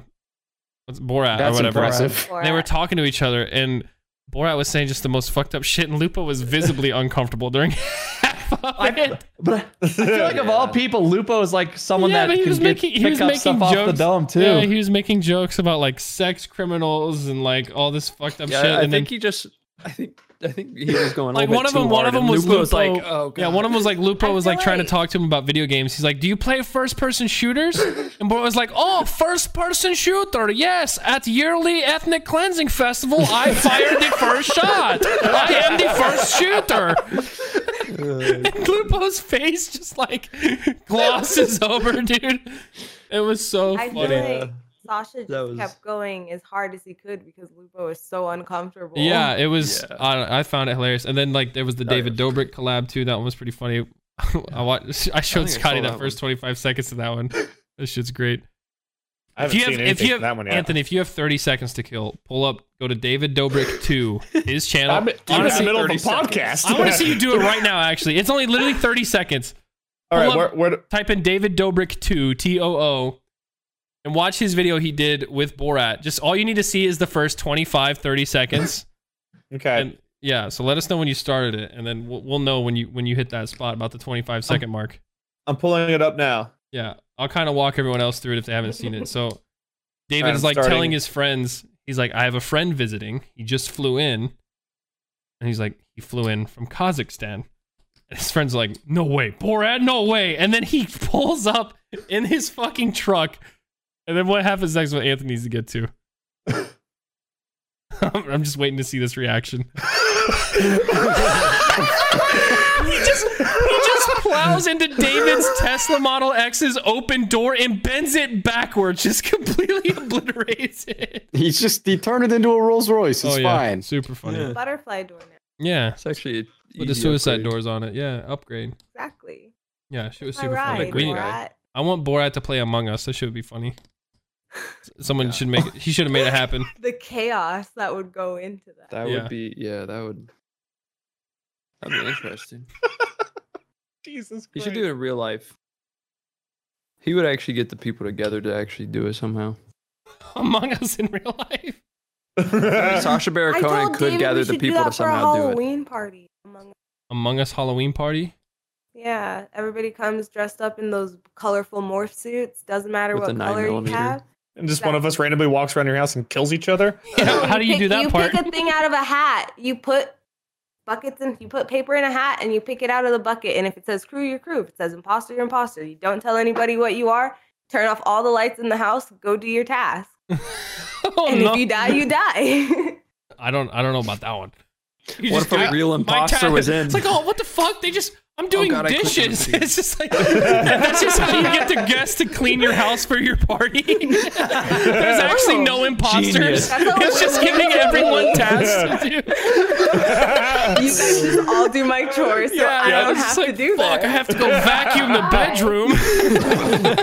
what's Borat
That's
or whatever.
impressive.
Borat.
They were talking to each other, and Borat was saying just the most fucked up shit, and Lupo was visibly uncomfortable during half I,
but I feel like of all people, Lupo is like someone
yeah,
that
but he
can
was
get,
making he
pick
was
up
making
stuff
jokes.
off the dome too.
Yeah, he was making jokes about like sex criminals and like all this fucked up
Yeah,
shit.
I
and
think
then
he just. I think. I think he was going. a
like one
little bit
of them,
too
one
hard,
of them
and
was
Lupo was
Lupo-
like, oh god.
yeah, one of them was like Lupo
I
was
feel
like trying to
like-
talk to him about video games. He's like, "Do you play first person shooters?" And boy was like, "Oh, first person shooter, yes. At yearly ethnic cleansing festival, I fired the first shot. I am the first shooter." and Lupo's face just like glosses over, dude. It was so
I feel
funny.
like Sasha just
That was-
kept going as hard as he could because Lupo is so uncomfortable.
Yeah, it was.
Yeah.
I, don't- I found it hilarious. And then like there was the David Dobrik collab too. That one was pretty funny. I watched. I showed
think I
Scotty
saw
that,
that
first twenty five seconds of that one. This shit's great.
I haven't
if you
seen
have,
anything
if you
from
have,
that one yet.
Anthony, if you have thirty seconds to kill, pull up. Go to David Dobrik two, his channel.
I'm, I'm in the
Honestly,
middle of a
30 seconds.
podcast.
I want to see you do it right now. Actually, it's only literally thirty seconds.
All right,
Pull
where,
up-
where, do-
Type in David Dobrik two T O O. And watch his video he did with Borat. Just all you need to see is the first 25, 30 seconds.
okay.
and yeah, so let us know when you started it, and then we'll, we'll know when you when you hit that spot about the 25 second mark.
I'm pulling it up now.
Yeah, I'll kind of walk everyone else through it if they haven't seen it. So David
Alright,
is
I'm
like telling
starting.
his friends, he's like, I have a friend visiting. He just flew in, and he's like, he flew in from Kazakhstan. And his friends are like, no way, Borat, no way. And then he pulls up in his fucking truck. And then what happens next? is What Anthony needs to get to. I'm I'm just waiting to see this reaction. he just he just plows into David's Tesla Model X's open door and bends it backwards, just completely obliterates it.
He's just he turned it into a Rolls Royce. It's fine.
Oh, super funny. Yeah,
Butterfly door now.
It's actually a
with the
easy
suicide
upgrade.
doors on it. Yeah, upgrade.
Exactly.
Yeah, she was
My
super funny.
ride,
We-
Borat.
I want Borat to play Among Us. That should be funny. S- Someone should make it. He should have made it happen.
The chaos that would go into that.
That
Yeah.
would be. Yeah, that would. That'd be interesting.
Jesus
He should do it in real life. He would actually get the people together to actually do it somehow.
Among Us in real life.
Sasha Baron
I
Cohen
told
could
David
gather
we
the
should do
people
that
to
for a
somehow do it.
Halloween party. Among Us.
Among Us Halloween party.
yeah, everybody comes dressed up in those colorful morph suits. Doesn't matter
With
what
the nine
color you
millimeter.
have.
and just one of us randomly walks around your house and kills each other.
Yeah, how do you
pick-
do that
you
part?
pick a thing out of a hat. You put buckets and you put paper in a hat and you pick it out of the bucket. And if it says crew, you're crew. If it says imposter, you're imposter. You don't tell anybody what you are. Turn off all the lights in the house. Go do your task.
Oh,
and
no.
if you die, you die.
I don't. I don't know about that one. You
What
just
if a
do it.
real
My
imposter
cat-
was in?
It's like, oh, what the fuck? They just. I'm doing
God, I clicked on
dishes.
the
It's just like that's just how you get the guests to clean your house for your party. There's actually no imposters.
Genius.
That's how
It's just
it
giving
works.
everyone tasks to do.
you guys just all do my chores, so I
I
don't
was
have
just
to
like,
do
fuck. I
that.
have to go vacuum the bedroom.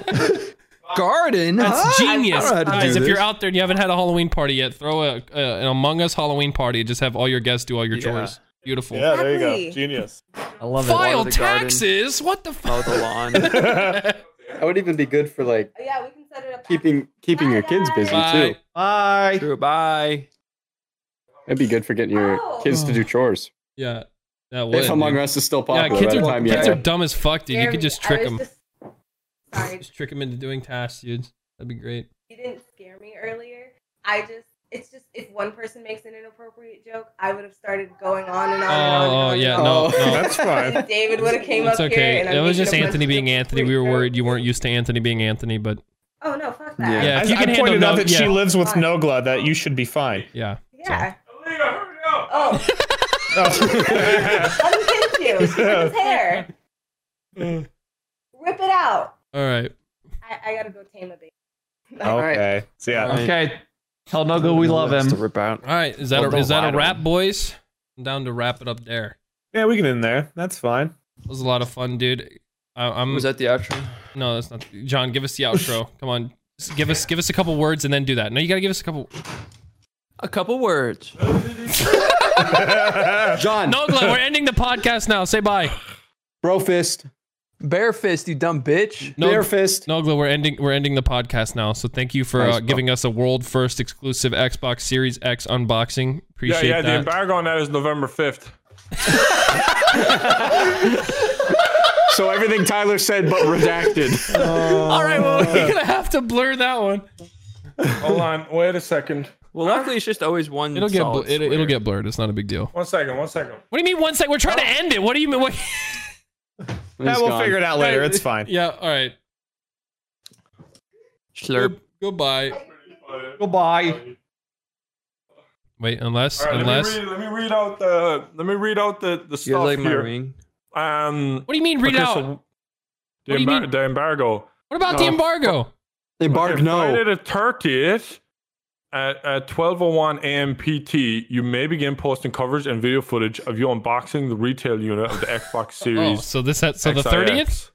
Garden.
That's
huh?
genius,
Oh, I don't know how to
guys.
do
If you're
this.
out there and you haven't had a Halloween party yet, throw a, uh, an Among Us Halloween party. Just have all your guests do all your
Yeah.
chores. Beautiful.
Yeah, there you
Exactly.
go. Genius.
I love it.
File
Water the garden.
taxes. What the
Mow
fuck?
the lawn.
That would even be good for like
Oh, yeah, we can set it up.
keeping keeping your kids busy
Bye.
too.
Bye.
True. Bye.
That'd be good for getting your
Oh.
kids to do chores.
Yeah, that would.
If Among
dude.
Us is still
yeah,
popular
kids,
by the
are,
time you
kids
have
are dumb as fuck, dude. You
Scare
could
me.
just
I
trick
was
them.
just- Sorry,
Just trick them into doing tasks, dude. That'd be great.
you didn't scare me earlier. I just, it's just if one person makes an inappropriate joke, I would have started going on and
Oh,
on. and on
oh,
and
yeah,
on.
no,
Oh.
no.
That's fine.
And David would have came
It's
up here.
okay.
And I'm
It was
making
just
a bunch
Anthony
of
being
jokes.
Anthony. We were worried you weren't used to Anthony being Anthony, but
Oh no, fuck that.
Yeah,
I,
if you
I
can handle
pointed out
no-
that she
yeah.
lives with
Fine.
Nogla, that you should be fine.
yeah.
Yeah.
Alina, hurry up!
Oh, let him pinch you. Rip his hair. Rip it out.
All right.
I, I gotta go tame a baby.
okay. So yeah.
Okay, tell Nogo we love
That's to
him.
rip out.
All right. Is that
Well,
a, is
don't
that
lie
a
to
wrap,
him.
boys? I'm down to wrap it up there.
Yeah, we can in there. That's fine.
It was a lot of fun, dude. I, I'm
Was that the outro?
no, that's not John. Give us the outro. Come on, Just give us give us a couple words and then do that. No, you gotta give us a couple.
A couple words.
John,
No, Glenn, we're ending the podcast now. Say bye.
bro fist,
Bare fist, you dumb bitch.
No,
bear fist.
Nogla, we're ending we're ending the podcast now. So thank you for
Nice,
uh,
bro.
giving us a world first exclusive Xbox Series X unboxing.
Yeah,
Appreciate
yeah, the
that.
embargo on that is November 5th.
so everything Tyler said, but redacted.
All right, well, we're gonna have to blur that one.
Hold on. Wait a second.
Well, luckily it's just always one.
It'll get bl-
solid
it,
square.
it'll get blurred. It's not a big deal.
One second. One second.
What do you mean? One sec. We're trying to end it. What do you mean? What?
Yeah, we'll figure it out later.
Hey,
It's fine.
Yeah. All right.
Slurp.
Goodbye.
Goodbye.
Wait, unless
All right,
unless.
let, me read, let me read out the let me read out the the
You're
stuff
like my
here.
ring.
Um,
What do you mean? Read
okay,
out.
so the,
What do you
embar-
mean?
the embargo.
what about the
No.
embargo?
They bark
Okay, Friday
no.
the thirtieth at at twelve oh one a.m. PT, you may begin posting coverage and video footage of you unboxing the retail unit of the Xbox
Oh,
Series.
so this so the
XIX.
thirtieth.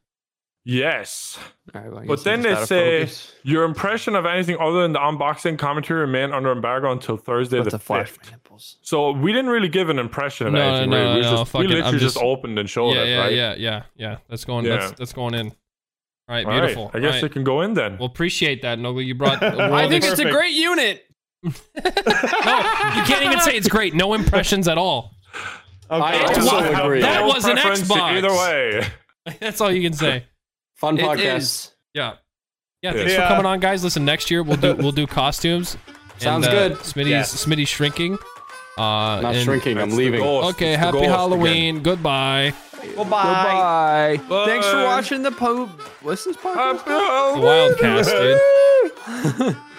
Yes.
All right, well, I
But
guess
then
it's
they
out of
say-
focus.
Your impression of anything other than the unboxing commentary remain under embargo until Thursday
That's
the
a flash
fifth.
for nipples.
So we didn't really give an impression of
No,
anything.
no,
really. we
no,
just,
fucking-
we literally
I'm
just,
just-
opened and showed
Yeah,
it,
yeah,
right?
yeah, yeah, yeah. That's going.
Yeah.
That's that's going in. All right,
All right,
beautiful.
I guess
All right.
it can go in then.
Well, appreciate that, Noggle. You brought.
I
I
think it's a
Perfect.
great unit.
no, you can't even say it's great. No impressions at all.
I
It's
also
wild.
agree.
That
No
was an
preference
Xbox.
Either way.
That's all you can say.
Fun
It
podcast.
is.
Yeah. Yeah, thanks
Yeah.
for coming on, guys. Listen, next year we'll do we'll do costumes. And,
Sounds
uh,
good.
Smitty's
Yeah.
Smitty's shrinking. Uh,
Not
and-
shrinking. I'm
That's the
leaving.
goal. It's
Okay,
the
happy
goal again.
Halloween. Goodbye.
Goodbye.
Bye.
Thanks for watching the Pope. What's this podcast?
Happy Halloween.
Wildcast, dude.